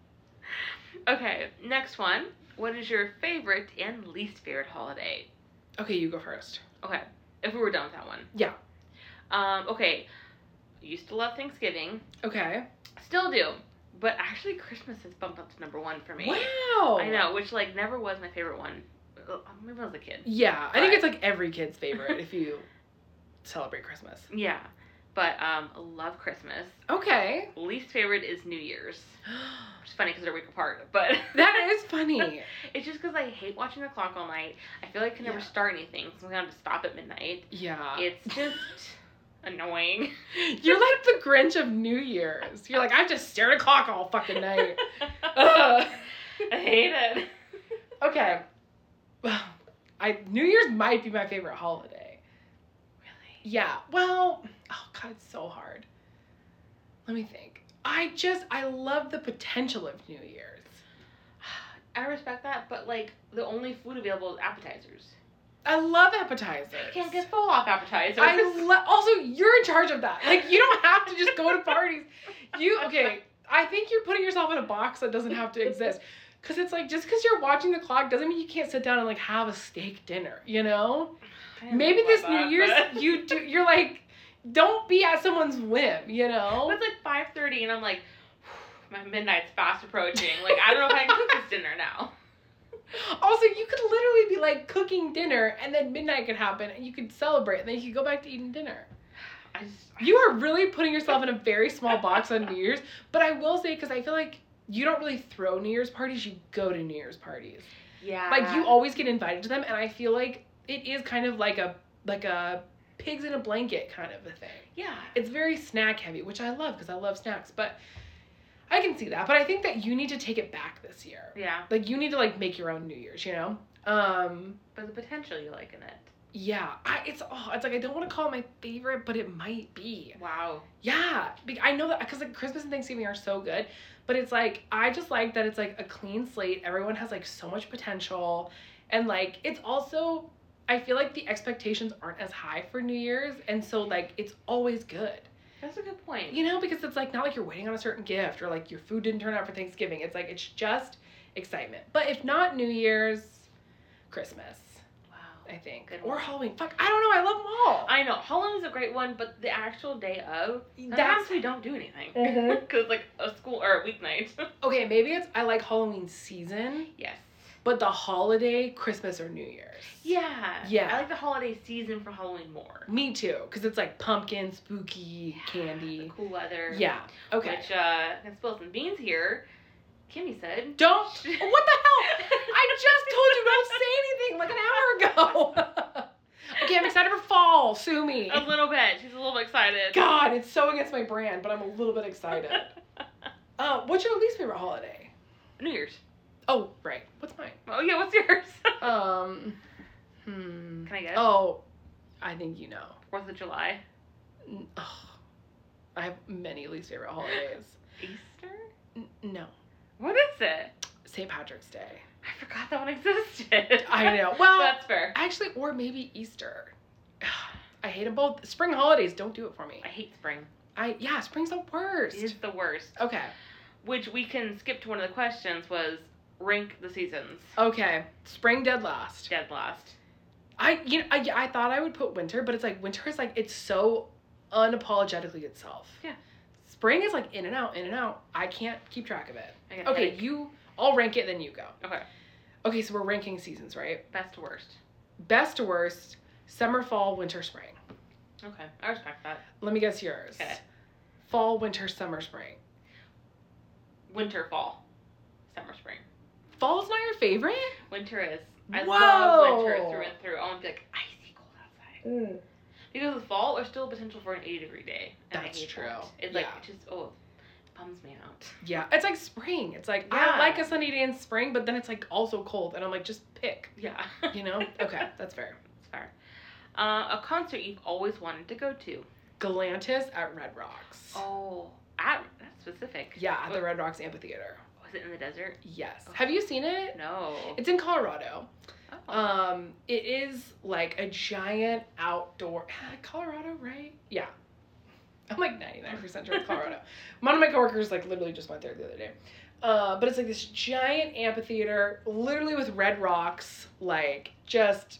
Speaker 2: okay, next one. What is your favorite and least favorite holiday?
Speaker 1: Okay, you go first.
Speaker 2: Okay. If we were done with that one.
Speaker 1: Yeah.
Speaker 2: Um, okay. Used to love Thanksgiving.
Speaker 1: Okay.
Speaker 2: Still do. But actually, Christmas has bumped up to number one for me.
Speaker 1: Wow.
Speaker 2: I know, which like never was my favorite one. Uh, Maybe when I was a kid.
Speaker 1: Yeah, I think
Speaker 2: But-
Speaker 1: it's like every kid's favorite if you celebrate Christmas.
Speaker 2: Yeah. But um, love Christmas.
Speaker 1: Okay.
Speaker 2: Least favorite is New Year's, which is funny because they're a week apart. But
Speaker 1: That is funny.
Speaker 2: it's just because I hate watching the clock all night. I feel like I can never
Speaker 1: Yeah.
Speaker 2: start anything, so I'm gonna have to stop at midnight.
Speaker 1: Yeah.
Speaker 2: It's just annoying.
Speaker 1: You're like the Grinch of New Year's. You're like, I've just stared at a clock all fucking night. Ugh.
Speaker 2: I hate it.
Speaker 1: Okay. Well, I New Year's might be my favorite holiday.
Speaker 2: Really?
Speaker 1: Yeah. Well, oh god, it's so hard. Let me think. I just I love the potential of New Year's.
Speaker 2: I respect that, but like the only food available is appetizers.
Speaker 1: I love appetizers.
Speaker 2: I can't get full off appetizers.
Speaker 1: I lo- also you're in charge of that. Like you don't have to just go to parties. You okay? I think you're putting yourself in a box that doesn't have to exist. Cause it's like just because you're watching the clock doesn't mean you can't sit down and like have a steak dinner. You know?
Speaker 2: I don't
Speaker 1: Maybe
Speaker 2: know
Speaker 1: this
Speaker 2: about
Speaker 1: New
Speaker 2: that,
Speaker 1: Year's
Speaker 2: but-
Speaker 1: you do. You're like, don't be at someone's whim. You
Speaker 2: Well,
Speaker 1: know?
Speaker 2: It's like five thirty, and I'm like, my midnight's fast approaching. Like I don't know if I can cook this dinner now.
Speaker 1: Also, you could literally be like cooking dinner, and then midnight could happen, and you could celebrate, and then you could go back to eating dinner.
Speaker 2: I just
Speaker 1: You are really putting yourself in a very small box on New Year's. But I will say, because I feel like you don't really throw New Year's parties, you go to New Year's parties.
Speaker 2: yeah.
Speaker 1: Like you always get invited to them, and I feel like it is kind of like a like a pigs in a blanket kind of a thing.
Speaker 2: yeah.
Speaker 1: It's very snack heavy, which I love because I love snacks. But I can see that. But I think that you need to take it back this year.
Speaker 2: Yeah,
Speaker 1: Like you need to like make your own New Year's. You know. Um.
Speaker 2: but the potential you like in it.
Speaker 1: Yeah. I, it's oh, it's like I don't want to call it my favorite, but it might be.
Speaker 2: Wow.
Speaker 1: Yeah, be- I know that because like Christmas and Thanksgiving are so good, but it's like I just like that it's like a clean slate. Everyone has like so much potential, and like it's also I feel like the expectations aren't as high for New Year's, and so like it's always good,
Speaker 2: That's a good point.
Speaker 1: you know, because it's like not like you're waiting on a certain gift or like your food didn't turn out for Thanksgiving. It's like it's just excitement. But if not New Year's, Christmas,
Speaker 2: Wow.
Speaker 1: I think,
Speaker 2: Good
Speaker 1: or
Speaker 2: one.
Speaker 1: Halloween. Fuck, I don't know. I love them all.
Speaker 2: I know Halloween's a great one, but the actual day of, sometimes
Speaker 1: That's
Speaker 2: we don't do anything
Speaker 1: Mhm.
Speaker 2: because like a school or a weeknight.
Speaker 1: okay. Maybe it's I like Halloween season.
Speaker 2: yes.
Speaker 1: But the holiday, Christmas or New Year's.
Speaker 2: Yeah.
Speaker 1: Yeah.
Speaker 2: I like the holiday season for Halloween more.
Speaker 1: Me too, because it's like pumpkin, spooky,
Speaker 2: The
Speaker 1: candy.
Speaker 2: cool weather.
Speaker 1: Yeah. Okay.
Speaker 2: Which uh, I can spill some beans here. Kimmy said.
Speaker 1: Don't. What the hell? I just told you don't say anything like an hour ago. okay, I'm excited for fall. Sue me.
Speaker 2: A little bit. She's a little excited.
Speaker 1: God, it's so against my brand, but I'm a little bit excited. Uh, what's your least favorite holiday?
Speaker 2: New Year's.
Speaker 1: Oh, right. What's mine?
Speaker 2: Oh yeah. What's yours?
Speaker 1: Um. Hmm.
Speaker 2: Can I guess?
Speaker 1: Oh, I think you know.
Speaker 2: Fourth of July.
Speaker 1: N- ugh. I have many least favorite holidays.
Speaker 2: Easter.
Speaker 1: N- no.
Speaker 2: What is it?
Speaker 1: St. Patrick's Day.
Speaker 2: I forgot that one existed.
Speaker 1: I know. Well,
Speaker 2: That's fair.
Speaker 1: actually, or maybe Easter. I hate them both. Spring holidays don't do it for me.
Speaker 2: I hate spring.
Speaker 1: I yeah, spring's the worst.
Speaker 2: It's the worst.
Speaker 1: Okay.
Speaker 2: Which we can skip to one of the questions was rank the seasons.
Speaker 1: Okay. Spring dead last.
Speaker 2: Dead last.
Speaker 1: I you know, I, I thought I would put winter, but it's like winter is like it's so unapologetically itself.
Speaker 2: Yeah.
Speaker 1: Spring is like in and out, in and out. I can't keep track of it.
Speaker 2: I got
Speaker 1: Okay,
Speaker 2: like,
Speaker 1: you I'll rank it, then you go.
Speaker 2: Okay.
Speaker 1: Okay, so we're ranking seasons, right?
Speaker 2: Best to worst.
Speaker 1: Best to worst, summer, fall, winter, spring.
Speaker 2: Okay. I respect that.
Speaker 1: Let me guess yours.
Speaker 2: Okay.
Speaker 1: Fall, winter, summer, spring.
Speaker 2: Winter, fall, summer, spring.
Speaker 1: Fall's not your favorite?
Speaker 2: Winter is. I
Speaker 1: Whoa.
Speaker 2: love winter through and through. I want to be like icy cold outside. Because with fall, there's still a potential for an 80 degree day. And I
Speaker 1: That's
Speaker 2: hate
Speaker 1: true.
Speaker 2: That. It's like,
Speaker 1: Yeah.
Speaker 2: it just, oh, it bums me out.
Speaker 1: Yeah, it's like spring. It's like
Speaker 2: Yeah.
Speaker 1: I like a sunny day in spring, but then it's like also cold, and I'm like, just pick.
Speaker 2: Yeah.
Speaker 1: You know? okay, that's fair.
Speaker 2: It's fair. Uh, a concert you've always wanted to go to.
Speaker 1: Galantis at Red Rocks.
Speaker 2: Oh, at, that's specific.
Speaker 1: Yeah, at the Red Rocks Amphitheater.
Speaker 2: Was it in the desert?
Speaker 1: Yes.
Speaker 2: Oh.
Speaker 1: Have you seen it?
Speaker 2: No.
Speaker 1: It's in Colorado.
Speaker 2: Oh.
Speaker 1: Um, it is like a giant outdoor Colorado, right? Yeah. I'm like 99% sure it's Colorado. One of my coworkers like literally just went there the other day. Uh, but it's like this giant amphitheater, literally with red rocks, like just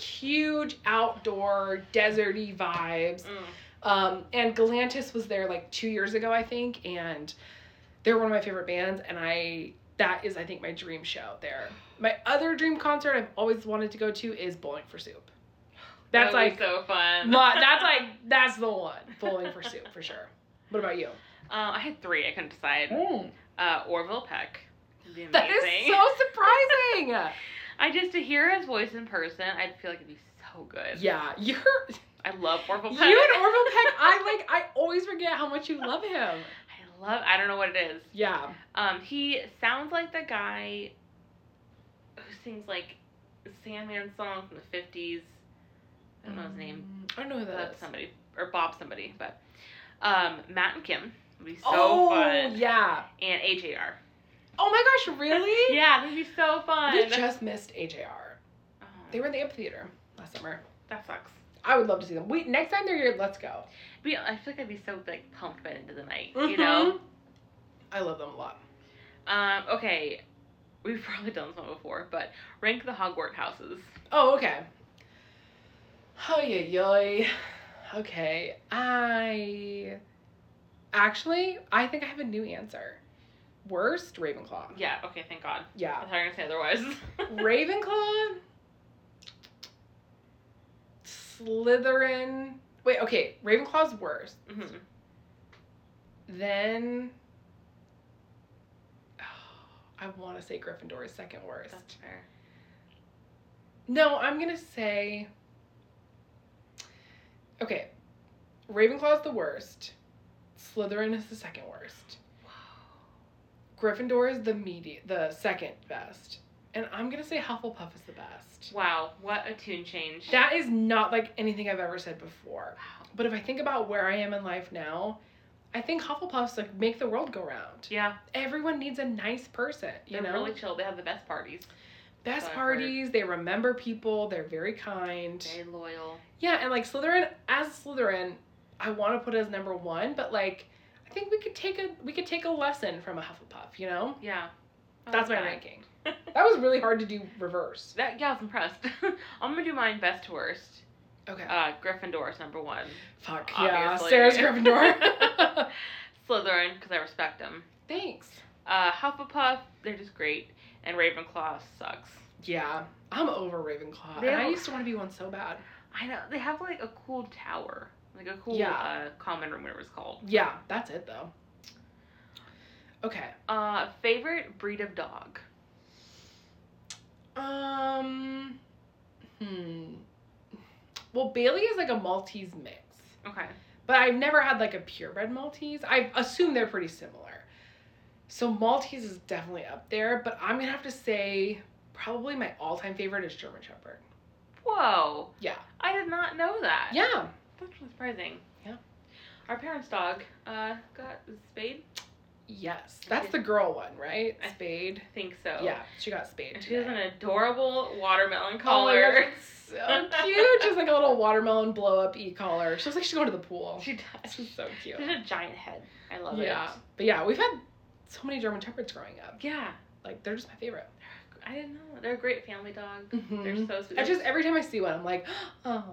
Speaker 1: huge outdoor deserty vibes.
Speaker 2: Mm.
Speaker 1: Um, and Galantis was there like two years ago, I think, and they're one of my favorite bands, and I that is I think my dream show there. My other dream concert I've always wanted to go to is Bowling for Soup. That's
Speaker 2: That would
Speaker 1: like
Speaker 2: be so fun.
Speaker 1: my, that's like that's the one. Bowling for Soup for sure. What about you?
Speaker 2: Uh, I had three. I couldn't decide. Uh, Orville Peck. Would be
Speaker 1: That is
Speaker 2: amazing.
Speaker 1: so surprising.
Speaker 2: I just to hear his voice in person, I feel like it'd be so good.
Speaker 1: yeah, you're
Speaker 2: I love Orville
Speaker 1: you and Orville
Speaker 2: Peck.
Speaker 1: Peck. I like. I always forget how much you love him.
Speaker 2: I love. I don't know what it is.
Speaker 1: Yeah.
Speaker 2: Um, he sounds like the guy who sings like Sandman song from the fifties. I don't know his name.
Speaker 1: Mm, I don't know who that
Speaker 2: Bob
Speaker 1: is.
Speaker 2: somebody or Bob somebody, but um, Matt and Kim would be so
Speaker 1: oh
Speaker 2: fun.
Speaker 1: yeah.
Speaker 2: And AJR.
Speaker 1: Oh my gosh, really?
Speaker 2: Yeah, that'd be so fun.
Speaker 1: We just missed AJR.
Speaker 2: Oh,
Speaker 1: They were in the amphitheater last summer.
Speaker 2: that sucks.
Speaker 1: I would love to see them. We next time they're here, let's go.
Speaker 2: But yeah, I feel like I'd be so like pumped by the end of the night,
Speaker 1: Mm-hmm.
Speaker 2: you know?
Speaker 1: I love them a lot.
Speaker 2: Um, okay. We've probably done this one before, but rank the Hogwarts houses.
Speaker 1: Oh, okay. Oh yeah, yoy. Okay, I actually I think I have a new answer. Worst Ravenclaw.
Speaker 2: Yeah, okay, thank God. I
Speaker 1: Yeah,
Speaker 2: thought you were gonna say otherwise.
Speaker 1: Ravenclaw, Slytherin. Wait, okay, Ravenclaw's worst.
Speaker 2: Mhm.
Speaker 1: Then I want to say Gryffindor is second worst.
Speaker 2: That's fair.
Speaker 1: No, I'm gonna say. Okay, Ravenclaw's the worst. Slytherin is the second worst. Gryffindor is the medi- the second best, and I'm gonna say Hufflepuff is the best.
Speaker 2: Wow, what a tune change.
Speaker 1: That is not like anything I've ever said before.
Speaker 2: wow.
Speaker 1: But if I think about where I am in life now, I think Hufflepuffs like make the world go round.
Speaker 2: Yeah,
Speaker 1: Everyone needs a nice person, you
Speaker 2: they're
Speaker 1: know.
Speaker 2: really chill. They have the best parties.
Speaker 1: Best
Speaker 2: I've heard.
Speaker 1: parties, they remember people, they're very kind.
Speaker 2: Very loyal.
Speaker 1: Yeah, and like Slytherin, as Slytherin, I want to put it as number one, but like, I think we could take a we could take a lesson from a Hufflepuff. You know,
Speaker 2: Yeah. I
Speaker 1: that's my
Speaker 2: like
Speaker 1: ranking.
Speaker 2: that.
Speaker 1: That was really hard to do reverse.
Speaker 2: That yeah, I was impressed. I'm gonna do mine best to worst.
Speaker 1: Okay.
Speaker 2: Uh, Gryffindor is number one.
Speaker 1: Fuck
Speaker 2: obviously.
Speaker 1: yeah, Sarah's Gryffindor.
Speaker 2: Slytherin because I respect them.
Speaker 1: Thanks.
Speaker 2: Uh, Hufflepuff, they're just great, and Ravenclaw sucks.
Speaker 1: Yeah, I'm over Ravenclaw.
Speaker 2: They
Speaker 1: and I
Speaker 2: don't-
Speaker 1: used to want to be one so bad.
Speaker 2: I know they have like a cool tower, like a cool
Speaker 1: Yeah.
Speaker 2: uh, common room, whatever it's called.
Speaker 1: Yeah, that's it though. Okay.
Speaker 2: Uh, favorite breed of dog.
Speaker 1: Um. Hmm. Well, Bailey is like a Maltese mix.
Speaker 2: Okay.
Speaker 1: But I've never had like a purebred Maltese. I assume they're pretty similar. So Maltese is definitely up there, but I'm gonna have to say probably my all-time favorite is German Shepherd.
Speaker 2: Whoa.
Speaker 1: Yeah.
Speaker 2: I did not know that.
Speaker 1: Yeah.
Speaker 2: That's really surprising.
Speaker 1: Yeah.
Speaker 2: Our parents' dog uh got is it spayed.
Speaker 1: Yes. That's the girl one, right? Spade.
Speaker 2: I think so.
Speaker 1: Yeah, she got spade.
Speaker 2: And she has an
Speaker 1: today.
Speaker 2: adorable watermelon
Speaker 1: Oh my gosh,
Speaker 2: collar.
Speaker 1: it's so cute. She's like a little watermelon blow up e collar. She looks like she's going to the pool.
Speaker 2: She does.
Speaker 1: She's so cute.
Speaker 2: She's a giant head. I love
Speaker 1: Yeah.
Speaker 2: it.
Speaker 1: But yeah, we've had so many German Shepherds growing up.
Speaker 2: Yeah.
Speaker 1: Like they're just my favorite.
Speaker 2: I didn't know. They're a great family dog. They're
Speaker 1: Mhm.
Speaker 2: so sweet.
Speaker 1: I just every time I see one, I'm like, oh.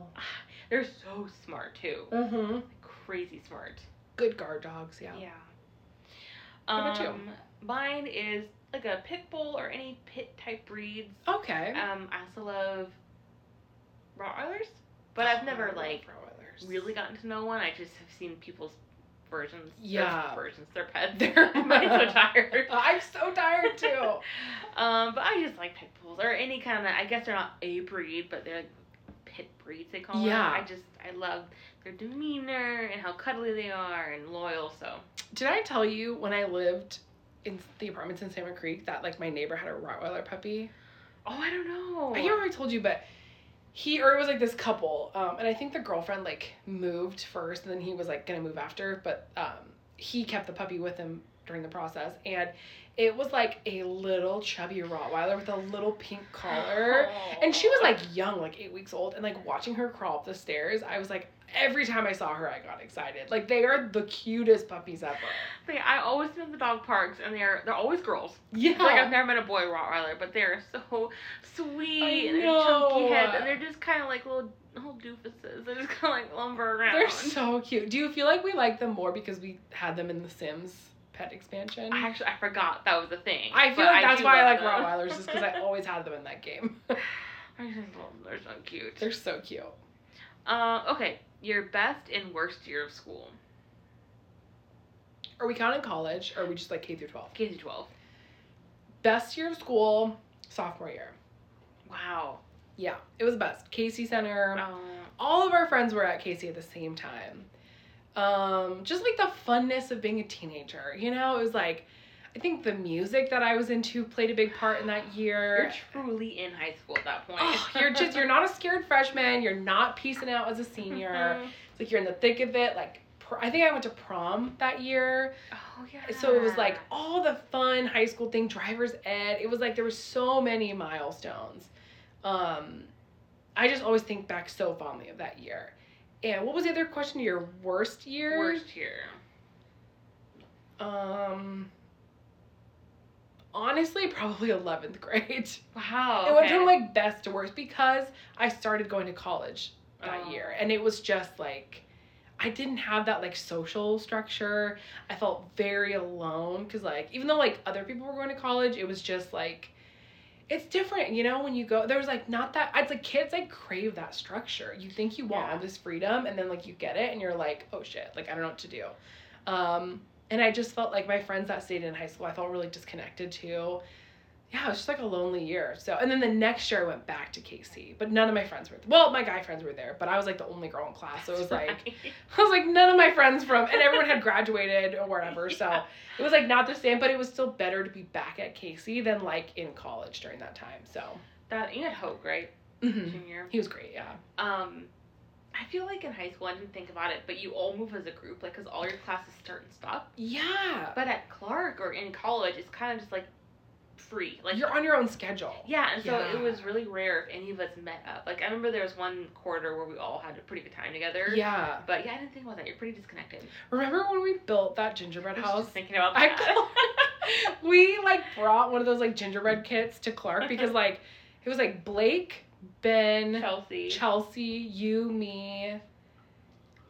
Speaker 2: They're so smart too.
Speaker 1: Mm-hmm.
Speaker 2: Crazy smart.
Speaker 1: good guard dogs. Yeah.
Speaker 2: Um,
Speaker 1: What about you?
Speaker 2: Mine is like a pit bull or any pit type breeds.
Speaker 1: Oh, Okay.
Speaker 2: Um, I also love Rottweilers, but I've never
Speaker 1: Oh,
Speaker 2: like
Speaker 1: Rottweilers.
Speaker 2: really gotten to know one. I just have seen people's versions. their
Speaker 1: Yeah.
Speaker 2: versions. Their pets.
Speaker 1: They're-
Speaker 2: I'm so tired.
Speaker 1: Oh, I'm so tired too.
Speaker 2: Um, but I just like pit bulls or any kind of. I guess they're not a breed, but they're like pit breeds. They call
Speaker 1: Yeah.
Speaker 2: them. I just I love their demeanor and how cuddly they are and loyal. So
Speaker 1: Did I tell you when I lived in the apartments in Salmon Creek that like my neighbor had a Rottweiler puppy?
Speaker 2: oh, I don't know.
Speaker 1: I can't remember if I told you, but he or it was like this couple, um, and I think the girlfriend like moved first, and then he was like gonna move after, but um, he kept the puppy with him during the process, and it was like a little chubby Rottweiler with a little pink collar. Oh. And she was like young, like eight weeks old, and like watching her crawl up the stairs, I was like, every time I saw her, I got excited. Like they are the cutest puppies ever.
Speaker 2: They, I always been to the dog parks, and they're they're always girls.
Speaker 1: Yeah.
Speaker 2: Like I've never met a boy Rottweiler, but they're so sweet
Speaker 1: I
Speaker 2: and they're
Speaker 1: know.
Speaker 2: chunky heads, and they're just kind of like little little doofuses. They just kind of like lumber around.
Speaker 1: They're so cute. Do you feel like we like them more because we had them in the Sims pet expansion?
Speaker 2: I actually I forgot that was a thing.
Speaker 1: I feel
Speaker 2: but
Speaker 1: like that's
Speaker 2: do
Speaker 1: why I like
Speaker 2: love them.
Speaker 1: Rottweilers, is because I always had them in that game.
Speaker 2: I just love them. They're so cute.
Speaker 1: They're so cute.
Speaker 2: Uh, okay, your best and worst year of school,
Speaker 1: Are we counting college, or are we just like K through 12?
Speaker 2: K through twelve.
Speaker 1: Best year of school, sophomore year.
Speaker 2: Wow.
Speaker 1: Yeah, it was best. Casey Center.
Speaker 2: Um,
Speaker 1: all of our friends were at Casey at the same time. Um, just like the funness of being a teenager, you know, it was like I think the music that I was into played a big part in that
Speaker 2: Uh, you're
Speaker 1: year.
Speaker 2: truly in high school at that point.
Speaker 1: Oh, you're just you're not a scared freshman. You're not piecing out as a senior.
Speaker 2: Mhm.
Speaker 1: It's like you're in the thick of it. Like pr- I think I went to prom that year,
Speaker 2: Oh yeah.
Speaker 1: so it was like all the fun high school thing, driver's ed. It was like there were so many milestones. Um, I just always think back so fondly of that year. And what was the other question? Your worst year?
Speaker 2: worst year.
Speaker 1: Um, honestly, probably eleventh grade.
Speaker 2: Wow.
Speaker 1: It went
Speaker 2: Oh, okay.
Speaker 1: from like best to worst because I started going to college that
Speaker 2: Oh.
Speaker 1: year, and it was just like I didn't have that like social structure. I felt very alone because like even though like other people were going to college, it was just like it's different, you know. When you go, there was like not that. As a kids, like crave that structure. You think you want
Speaker 2: Yeah.
Speaker 1: all this freedom, and then like you get it, and you're like, oh shit, like I don't know what to do. Um, and I just felt like my friends that stayed in high school, I felt really disconnected to. Yeah, it was just like a lonely year. So, and then the next year I went back to KC, but none of my friends were. Well, my guy friends were there, but I was like the only girl in class. So it was like I was like none of my friends from, and everyone had graduated or whatever. So
Speaker 2: Yeah.
Speaker 1: it was like not the same, but it was still better to be back at KC than like in college during that time. So
Speaker 2: that you had hope, right?
Speaker 1: mhm.
Speaker 2: Junior.
Speaker 1: he was great. Yeah.
Speaker 2: Um, I feel like in high school I didn't think about it, but you all move as a group, like because all your classes start and stop.
Speaker 1: Yeah.
Speaker 2: But at Clark or in college, it's kind of just like free, like
Speaker 1: You're on your own schedule.
Speaker 2: Yeah, and so
Speaker 1: Yeah.
Speaker 2: it was really rare if any of us met up. Like I remember there was one quarter where we all had a pretty good time together.
Speaker 1: Yeah.
Speaker 2: But yeah, I didn't think about that. You're pretty disconnected.
Speaker 1: Remember when we built that gingerbread
Speaker 2: I was
Speaker 1: house?
Speaker 2: just thinking about
Speaker 1: I
Speaker 2: that.
Speaker 1: we like brought one of those like gingerbread kits to Clark because like it was like Blake, Ben,
Speaker 2: Chelsea.
Speaker 1: Chelsea, you, me,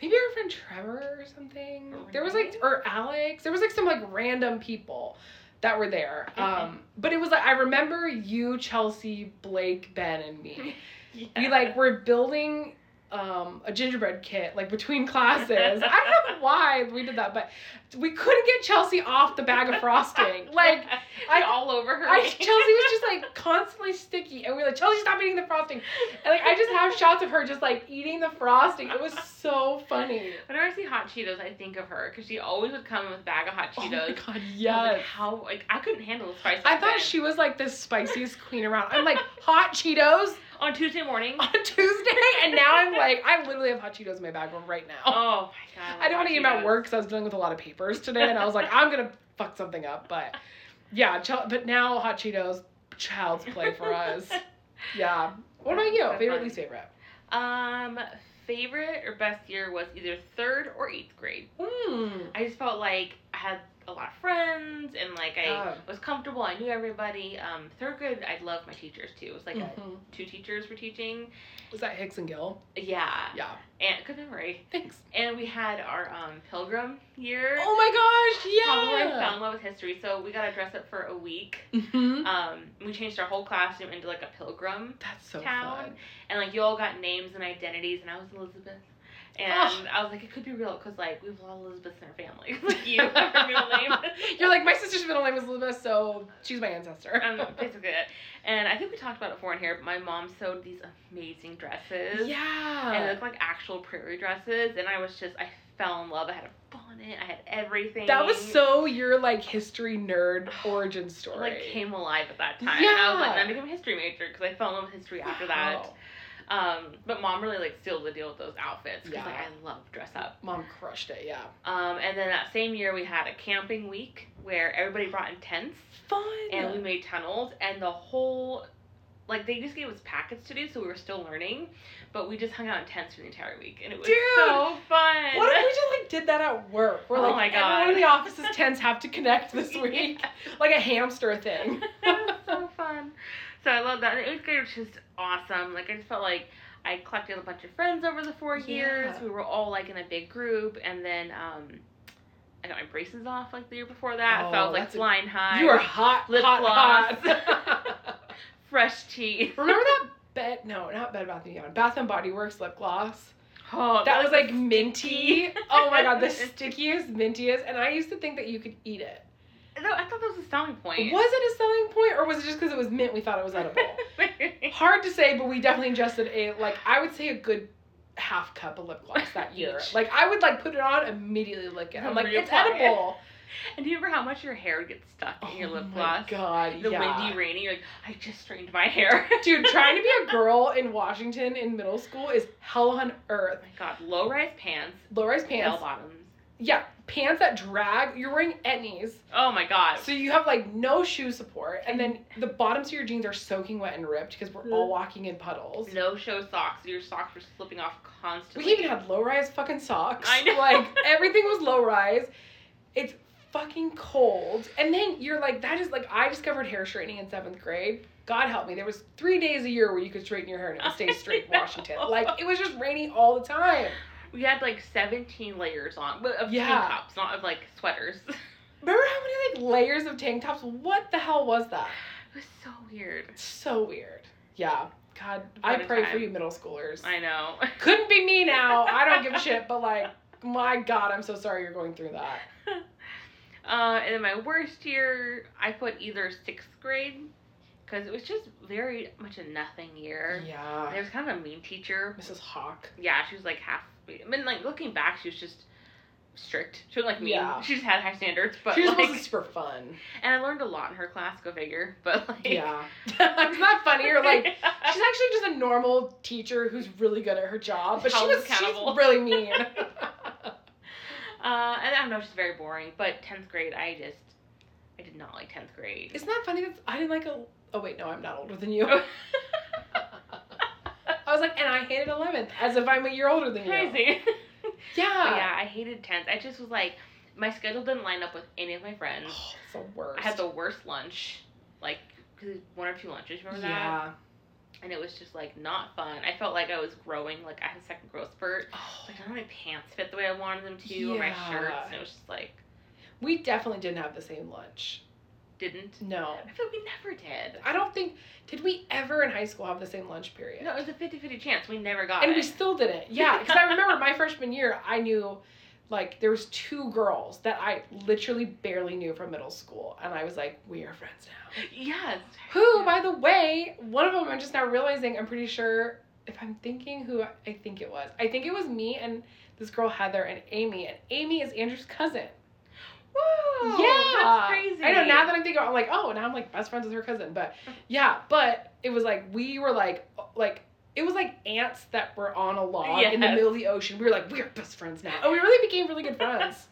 Speaker 1: maybe our friend Trevor or something. There was like or Alex. There was like some like random people that were there. Um, but it was like I remember you, Chelsea, Blake, Ben, and me.
Speaker 2: Yeah.
Speaker 1: We like were building um, a gingerbread kit like between classes. I don't know why we did that, but we couldn't get Chelsea off the bag of frosting. Like I-
Speaker 2: I all over her.
Speaker 1: I, Chelsea was just like constantly sticky, and we were like, Chelsea, stop eating the frosting. And like I just have shots of her just like eating the frosting. It was so funny.
Speaker 2: Whenever I see hot Cheetos, I think of her because she always would come with a bag of hot
Speaker 1: Oh my
Speaker 2: Cheetos.
Speaker 1: god,
Speaker 2: I was
Speaker 1: yes.
Speaker 2: like, how like I couldn't handle the spice.
Speaker 1: I
Speaker 2: back
Speaker 1: thought
Speaker 2: then.
Speaker 1: she was like the spiciest queen around. I'm like hot Cheetos
Speaker 2: on Tuesday morning.
Speaker 1: on Tuesday, and now I'm like I literally have hot Cheetos in my bag right now.
Speaker 2: Oh my god.
Speaker 1: I didn't want to eat
Speaker 2: hot
Speaker 1: about work because I was dealing with a lot of papers today, and I was like, I'm gonna fuck something up. But yeah, ch- but now hot Cheetos, child's play for us. Yeah. What about you?
Speaker 2: That's
Speaker 1: Favorite,
Speaker 2: fun.
Speaker 1: least favorite?
Speaker 2: Cheetos. Um, favorite or best year was either third or eighth grade.
Speaker 1: Mm.
Speaker 2: I just felt like I had a lot of friends and like I
Speaker 1: Yeah.
Speaker 2: was comfortable. I knew everybody. Um, third grade, I loved my teachers too. It was like uh
Speaker 1: Mhm.
Speaker 2: two teachers were teaching.
Speaker 1: Was that Hicks and Gill?
Speaker 2: Yeah.
Speaker 1: Yeah.
Speaker 2: And good memory.
Speaker 1: Thanks.
Speaker 2: And we had our um, pilgrim year.
Speaker 1: Oh my
Speaker 2: Probably
Speaker 1: gosh! Yeah.
Speaker 2: fell in love with history, so we got to dress up for a week.
Speaker 1: Mhm.
Speaker 2: Um, we changed our whole classroom into like a pilgrim
Speaker 1: That's so
Speaker 2: town,
Speaker 1: fun.
Speaker 2: and like you all got names and identities, and I was Elizabeth. And
Speaker 1: Oh.
Speaker 2: I was like, it could be real, cause like we've all Elizabeths in our family. like you, have your middle name.
Speaker 1: You're like my sister's middle name is Elizabeth, so she's my ancestor.
Speaker 2: um, basically it. And I think we talked about it before in here, but my mom sewed these amazing dresses.
Speaker 1: yeah.
Speaker 2: And they looked like actual prairie dresses. And I was just, I fell in love. I had a bonnet, I had everything.
Speaker 1: that was so your like history nerd origin
Speaker 2: It,
Speaker 1: story.
Speaker 2: like came alive at that time. And I was like,
Speaker 1: Yeah.
Speaker 2: I became a history major because I fell in love with history after that.
Speaker 1: Wow.
Speaker 2: Um, but mom really like sealed the deal with those outfits because
Speaker 1: Yeah.
Speaker 2: like I love dress up.
Speaker 1: Mom crushed it. Yeah.
Speaker 2: Um, and then that same year we had a camping week where everybody brought in tents
Speaker 1: Fun.
Speaker 2: and we made tunnels and the whole like they just gave us packets to do so we were still learning, but we just hung out in tents for the entire week and it was
Speaker 1: Dude!
Speaker 2: so fun.
Speaker 1: what if we just like did that at work? We're
Speaker 2: Oh
Speaker 1: like,
Speaker 2: my
Speaker 1: everyone
Speaker 2: God.
Speaker 1: in the office's tents have to connect this week, like a hamster thing.
Speaker 2: so fun. So I love that. And eighth grade was just awesome. Like I just felt like I collected a bunch of friends over the four
Speaker 1: Yeah.
Speaker 2: years. We were all like in a big group, and then um, I got my braces off like the year before that, so I
Speaker 1: Oh,
Speaker 2: was like
Speaker 1: that's a-
Speaker 2: flying high.
Speaker 1: You were hot,
Speaker 2: Lip
Speaker 1: hot,
Speaker 2: gloss.
Speaker 1: hot.
Speaker 2: fresh teeth.
Speaker 1: Remember that bed? No, not Bed Bath and Beyond. Bath and Body Works lip gloss.
Speaker 2: Oh,
Speaker 1: That was like minty.
Speaker 2: sticky.
Speaker 1: Oh my god, the stickiest, mintiest. And I used to think that you could eat it.
Speaker 2: No, I thought that was a selling point.
Speaker 1: Was it a selling point, or was it just because it was mint? We thought it was edible.
Speaker 2: edible.
Speaker 1: Hard to say, but we definitely ingested a like I would say a good half cup of lip gloss that year.
Speaker 2: Each.
Speaker 1: Like I would like put it on immediately lick it. I'm like it's
Speaker 2: Reapply it.
Speaker 1: edible. Oh
Speaker 2: and do you remember how much your hair would get stuck in your lip gloss?
Speaker 1: my god,
Speaker 2: The
Speaker 1: yeah.
Speaker 2: windy, rainy. You're like, I just strained my hair. Oh
Speaker 1: Dude, trying to be a girl in Washington in middle school is hell on
Speaker 2: Oh
Speaker 1: earth.
Speaker 2: my god, low rise pants,
Speaker 1: Low rise
Speaker 2: bell
Speaker 1: pants.
Speaker 2: bottoms.
Speaker 1: Yeah, pants that drag. You're wearing etnies.
Speaker 2: Oh my god.
Speaker 1: So you have like no shoe support, and then the bottoms of your jeans are soaking wet and ripped because we're
Speaker 2: Mm.
Speaker 1: all walking in puddles.
Speaker 2: No show socks. Your socks were slipping off
Speaker 1: We
Speaker 2: constantly.
Speaker 1: even had low rise fucking socks.
Speaker 2: I know.
Speaker 1: Like everything was low rise. It's fucking cold. And then you're like, that is like, I discovered hair straightening in seventh grade. God help me. There was three days a year where you could straighten your hair and it would stay straight in
Speaker 2: I know.
Speaker 1: Washington. Like it was just rainy all the time.
Speaker 2: We had like 17 layers on, but of
Speaker 1: Yeah.
Speaker 2: tank tops, not of like sweaters. it
Speaker 1: Remember how many like layers of tank tops? What the hell was that?
Speaker 2: was so weird.
Speaker 1: So weird. Yeah. God, I
Speaker 2: What a
Speaker 1: pray for
Speaker 2: time.
Speaker 1: you middle schoolers.
Speaker 2: I know.
Speaker 1: Couldn't be me now. I don't give a shit, but like, my God, I'm so sorry you're going through that.
Speaker 2: Uh, and then my worst year, I put either sixth grade, because it was just very much a nothing year.
Speaker 1: Yeah.
Speaker 2: There was kind of a mean teacher.
Speaker 1: Mrs. Hawk.
Speaker 2: Yeah, she was like half. I mean, like looking back, she was just strict. She was like mean.
Speaker 1: Yeah.
Speaker 2: She just had high standards, but
Speaker 1: she was
Speaker 2: like,
Speaker 1: supposed to be super fun.
Speaker 2: and I learned a lot in her class. Go figure. But like,
Speaker 1: Yeah. it's not funny or like she's actually just a normal teacher who's really good at her job, but she
Speaker 2: Held
Speaker 1: was
Speaker 2: accountable.
Speaker 1: she's really mean.
Speaker 2: Uh, and I don't know, she's very boring. But tenth grade, I just, I did not like tenth grade.
Speaker 1: Isn't that funny? That's I didn't like a. Oh wait, no, I'm not older than you. I was like, and I hated eleventh, as if I'm a year older than you.
Speaker 2: Crazy. But
Speaker 1: Yeah.
Speaker 2: yeah, I hated tenth. I just was like, my schedule didn't line up with any of my friends.
Speaker 1: Oh, it's the worst.
Speaker 2: I had the worst lunch, like 'cause one or two lunches. Remember that?
Speaker 1: yeah.
Speaker 2: And it was just like not fun. I felt like I was growing. Like I had a second growth spurt.
Speaker 1: Oh,
Speaker 2: Like none of my pants fit the way I wanted them to, or my
Speaker 1: Yeah.
Speaker 2: shirts. And it was just like
Speaker 1: we definitely didn't have the same lunch.
Speaker 2: didn't.
Speaker 1: No.
Speaker 2: I feel we never did.
Speaker 1: I don't think did we ever in high school have the same lunch period?
Speaker 2: No, it was a 50-50 chance. We never got
Speaker 1: and
Speaker 2: it.
Speaker 1: we still didn't. Yeah, because I remember my freshman year, I knew like there was two girls that I literally barely knew from middle school, and I was like, we are friends now.
Speaker 2: Yes.
Speaker 1: Who, by the way, one of them I'm just now realizing I'm pretty sure if I'm thinking who I I think it was, I think it was me and this girl Heather and Amy, and Amy is Andrew's cousin.
Speaker 2: Whoa.
Speaker 1: yeah,
Speaker 2: That's crazy.
Speaker 1: I know. Now that I'm thinking, I'm like, oh, now I'm like best friends with her cousin. But
Speaker 2: Uh-huh.
Speaker 1: yeah, but it was like we were like like it was like ants that were on a log in the
Speaker 2: Yes.
Speaker 1: middle of the ocean. We were like, we are best friends now, and we really became really good friends.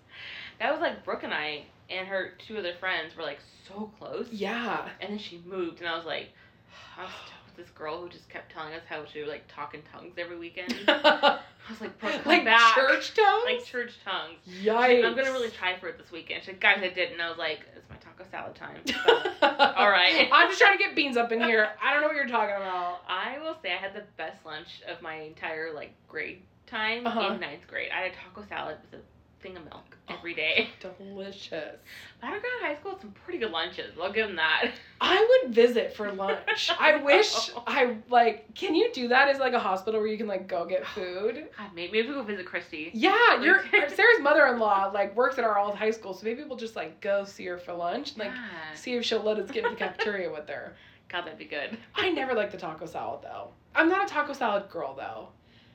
Speaker 2: that was like Brooke and I and her two other friends were like so close.
Speaker 1: yeah,
Speaker 2: And then she moved, and I was like, I was stuck with this girl who just kept telling us how she would like talk in tongues every weekend. I was like, Brooke, come
Speaker 1: like
Speaker 2: back.
Speaker 1: church tones.
Speaker 2: Like church tongues.
Speaker 1: Yikes!
Speaker 2: I'm gonna really try for it this weekend. She's like, guys, I did, and I was like, it's my taco salad time. So
Speaker 1: All
Speaker 2: right.
Speaker 1: I'm just trying to get beans up in here. I don't know what you're talking about.
Speaker 2: I will say I had the best lunch of my entire like grade time
Speaker 1: Uh-huh. Oh.
Speaker 2: in ninth grade. I had a taco salad with a thing of milk every day.
Speaker 1: Delicious.
Speaker 2: But I got in high school had some pretty good lunches. I'll give them that.
Speaker 1: I would visit for lunch. I wish
Speaker 2: No.
Speaker 1: I like. Can you do that as like a hospital where you can like go get food?
Speaker 2: God, maybe, maybe we'll go visit Christy.
Speaker 1: Yeah, your
Speaker 2: Like-
Speaker 1: Sarah's mother-in-law like works at our old high school, so maybe we'll just like go see her for lunch, and, like
Speaker 2: Yeah.
Speaker 1: see if she'll let us get in the cafeteria with her.
Speaker 2: God, that'd be good.
Speaker 1: I never liked the taco salad though. I'm not a taco salad girl though.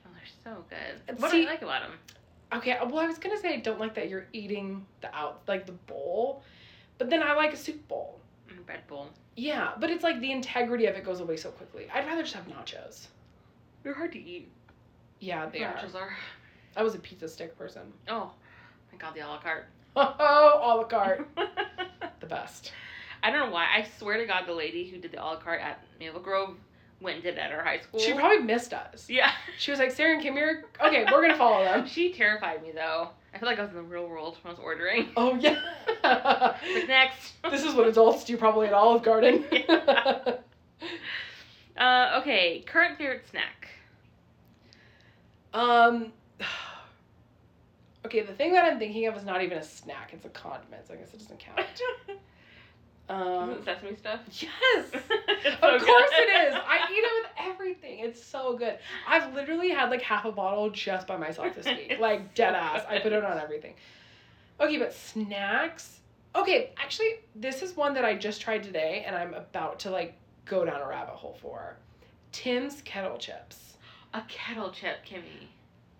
Speaker 2: Oh, they're so good.
Speaker 1: And
Speaker 2: What do you
Speaker 1: see-
Speaker 2: like about them?
Speaker 1: Okay, uh, well I was gonna say I don't like that you're eating the out like the bowl, but then I like a soup bowl.
Speaker 2: Mm, Red Bull.
Speaker 1: Yeah, but it's like the integrity of it goes away so quickly. I'd rather just have nachos.
Speaker 2: They're hard to eat.
Speaker 1: Yeah, they are.
Speaker 2: Nachos are.
Speaker 1: I was a pizza stick person.
Speaker 2: Oh, my God, the a la carte.
Speaker 1: Oh, a la carte. the best.
Speaker 2: I don't know why. I swear to God, the lady who did the a la carte at Maple Grove went and did it at her high school.
Speaker 1: She probably missed us.
Speaker 2: Yeah.
Speaker 1: She was like, Sarah and Kim, you're okay, we're gonna follow them.
Speaker 2: She terrified me though. I feel like I was in the real world when I was ordering.
Speaker 1: Oh yeah.
Speaker 2: Like next.
Speaker 1: this is what adults do probably at Olive Garden.
Speaker 2: Uh, okay, current favorite snack.
Speaker 1: um Okay, the thing that I'm thinking of is not even a snack, it's a condiment, so I guess it doesn't count.
Speaker 2: Isn't
Speaker 1: Um
Speaker 2: it sesame stuff.
Speaker 1: Yes!
Speaker 2: It's so
Speaker 1: Of course
Speaker 2: good.
Speaker 1: it is. I eat it with everything. It's so good. I've literally had like half a bottle just by myself this week.
Speaker 2: It's
Speaker 1: Like dead
Speaker 2: so
Speaker 1: ass. I
Speaker 2: good.
Speaker 1: put it on everything. Okay, but snacks. Okay, actually, this is one that I just tried today and I'm about to like go down a rabbit hole for. Tim's kettle chips.
Speaker 2: A kettle chip, Kimmy.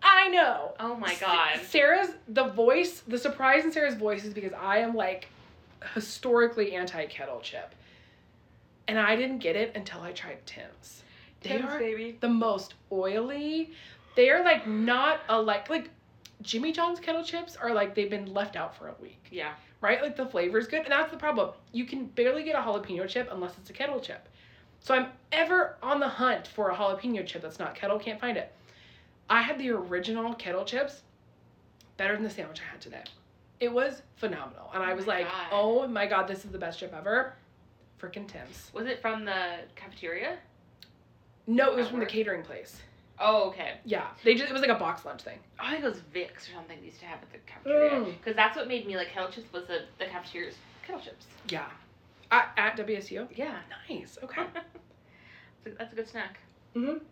Speaker 1: I know.
Speaker 2: Oh my God.
Speaker 1: S- Sarah's the voice, the surprise in Sarah's voice is because I am like historically anti kettle chip. And I didn't get it until I tried Tim's. They
Speaker 2: Tim's,
Speaker 1: are
Speaker 2: baby.
Speaker 1: the most oily. They are like not a like like Jimmy John's kettle chips are like they've been left out for a week,
Speaker 2: Yeah.
Speaker 1: right? Like the flavor's good, and that's the problem. You can barely get a jalapeno chip unless it's a kettle chip. So I'm ever on the hunt for a jalapeno chip that's not kettle. Can't find it. I had the original kettle chips, better than the sandwich I had today. It was phenomenal, and I
Speaker 2: Oh
Speaker 1: was
Speaker 2: my
Speaker 1: like,
Speaker 2: God.
Speaker 1: "Oh my god, this is the best chip ever!" Freaking Tim's.
Speaker 2: Was it from the cafeteria?
Speaker 1: No, it was
Speaker 2: At
Speaker 1: from the
Speaker 2: work?
Speaker 1: catering place.
Speaker 2: Oh, okay.
Speaker 1: Yeah, they just it was like a box lunch thing.
Speaker 2: I think it was Vicks or something they used to have at the cafeteria.
Speaker 1: Mm.
Speaker 2: Because that's what made me like kettle chips was the, the cafeteria's kettle chips.
Speaker 1: Yeah. At, at WSU?
Speaker 2: Yeah.
Speaker 1: Nice. Okay.
Speaker 2: that's a good snack. Mm-hmm.
Speaker 1: hmm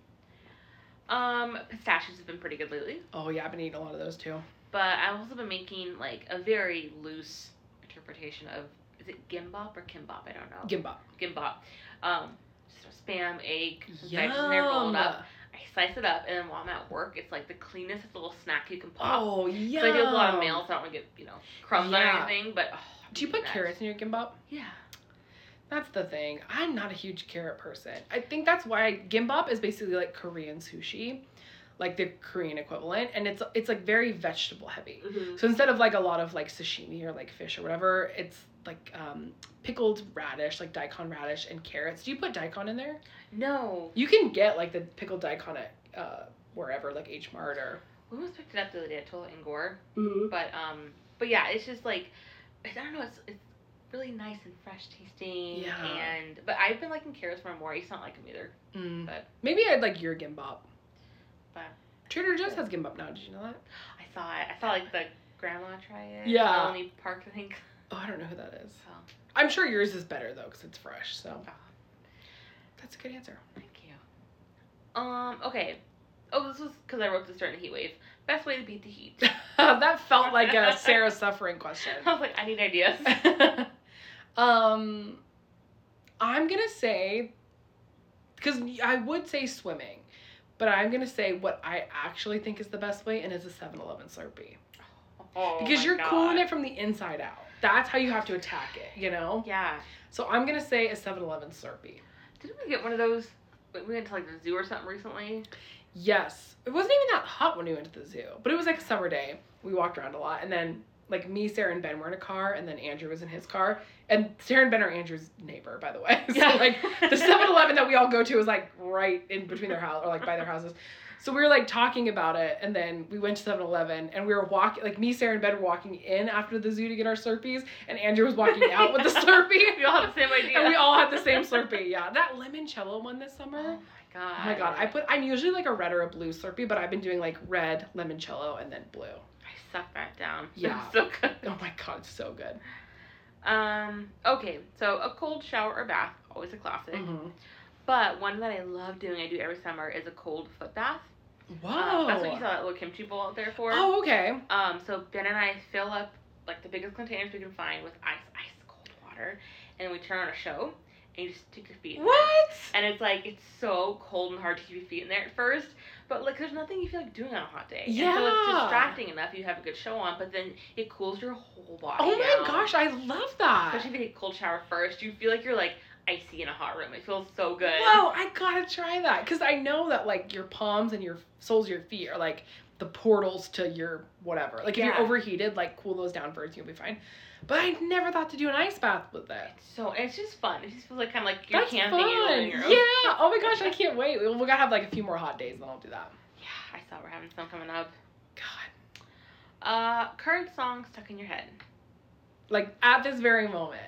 Speaker 2: Um, pistachios have been pretty good lately,
Speaker 1: Oh, yeah, I've been eating a lot of those too.
Speaker 2: but I've also been making like a very loose interpretation of is it gimbap or kimbap? I don't know.
Speaker 1: Gimbap.
Speaker 2: gimbap. Um, just a spam, egg, veggies in there rolled up. I slice it up, and then while I'm at work, it's like the cleanest little snack you can pop.
Speaker 1: Oh, yeah.
Speaker 2: 'Cause I do have a lot of mail, so I don't want to get you know crumbs
Speaker 1: Yeah.
Speaker 2: on anything. But oh,
Speaker 1: Do you put
Speaker 2: that.
Speaker 1: carrots in your gimbap?
Speaker 2: Yeah.
Speaker 1: That's the thing. I'm not a huge carrot person. I think that's why gimbap is basically like Korean sushi, like the Korean equivalent, and it's it's like very vegetable heavy. So instead of like a lot of like sashimi or like fish or whatever, it's like um, pickled radish, like daikon radish and carrots. Do you put daikon in there?
Speaker 2: No,
Speaker 1: You can get like the pickled daikon at uh, wherever, like H Mart or.
Speaker 2: we almost picked it up the other day at Total Gore. But um, but yeah, it's just like I don't know. It's it's really nice and fresh tasting.
Speaker 1: Yeah.
Speaker 2: And but I've been liking carrots more and more. I used to not like them either.
Speaker 1: Mm.
Speaker 2: But-
Speaker 1: Maybe I'd like your gimbap.
Speaker 2: But-
Speaker 1: Trader Joe's has gimbap now. Did you know that?
Speaker 2: I saw it. I saw like the grandma try it.
Speaker 1: Yeah.
Speaker 2: Melanie Park, I think.
Speaker 1: Oh, I don't know who that is.
Speaker 2: So
Speaker 1: I'm sure yours is better though, because it's fresh. So
Speaker 2: oh,
Speaker 1: that's a good answer.
Speaker 2: thank you. Um. Okay. Oh, this was because I wrote this during the heat wave. Best way to beat the heat.
Speaker 1: that felt like a Sarah suffering question.
Speaker 2: I was like, I need ideas.
Speaker 1: um, I'm gonna say, because I would say swimming, but I'm gonna say what I actually think is the best way, and it's a 7-Eleven Slurpee.
Speaker 2: Oh,
Speaker 1: because
Speaker 2: my
Speaker 1: you're
Speaker 2: God.
Speaker 1: cooling it from the inside out. That's how you have to attack it, you know?
Speaker 2: Yeah.
Speaker 1: So I'm gonna say a 7 Eleven Slurpee.
Speaker 2: Didn't we get one of those? We went to like the zoo or something recently.
Speaker 1: Yes. It wasn't even that hot when we went to the zoo, but it was like a summer day. We walked around a lot, and then like me, Sarah, and Ben were in a car, and then Andrew was in his car. And Sarah and Ben are Andrew's neighbor, by the way. So like the 7 Eleven that we all go to is like right in between their house or like by their houses. So we were like talking about it, and then we went to 7 Eleven and we were walking, like me, Sarah, and Ben were walking in after the zoo to get our Slurpees, and Andrew was walking out with the Slurpee.
Speaker 2: we all have the same idea.
Speaker 1: And we all had the same Slurpee. Yeah, that limoncello one this summer.
Speaker 2: Oh
Speaker 1: Oh
Speaker 2: my god.
Speaker 1: my god, I put. I'm usually like a red or a blue Slurpee, but I've been doing like red limoncello and then blue.
Speaker 2: I sucked that down.
Speaker 1: Yeah.
Speaker 2: so good.
Speaker 1: Oh my god, it's so good.
Speaker 2: Um. Okay. So a cold shower or bath, always a classic.
Speaker 1: Mm-hmm.
Speaker 2: But one that I love doing, I do every summer, is a cold foot bath. Um,
Speaker 1: Wow.
Speaker 2: Uh, that's what you saw that little kimchi bowl out there for.
Speaker 1: Oh okay.
Speaker 2: Um. So Ben and I fill up like the biggest containers we can find with ice, ice cold water, and we turn on a show, and you just stick your feet. in there.
Speaker 1: What?
Speaker 2: And it's like it's so cold and hard to keep your feet in there at first, but like there's nothing you feel like doing on a hot day. And so
Speaker 1: Yeah.
Speaker 2: it's distracting enough. You have a good show on, but then it cools your whole body.
Speaker 1: Oh my
Speaker 2: down.
Speaker 1: gosh, I love that.
Speaker 2: Especially if you take a cold shower first, you feel like you're like I icy in a hot room. It feels so good.
Speaker 1: Whoa, I gotta try that because I know that like your palms and your soles of your feet are like the portals to your whatever. Like if
Speaker 2: Yeah.
Speaker 1: you're overheated, like cool those down first, you'll be fine. But I never thought to do an ice bath with it.
Speaker 2: So it's just fun. It just feels like kind of like you're
Speaker 1: That's
Speaker 2: camping
Speaker 1: fun.
Speaker 2: in your
Speaker 1: yeah.
Speaker 2: own.
Speaker 1: Oh my gosh, I can't wait. We, we gotta have like a few more hot days, and then I'll do that.
Speaker 2: Yeah, I saw we're having some coming up.
Speaker 1: God,
Speaker 2: Uh, current song stuck in your head.
Speaker 1: like at this very moment.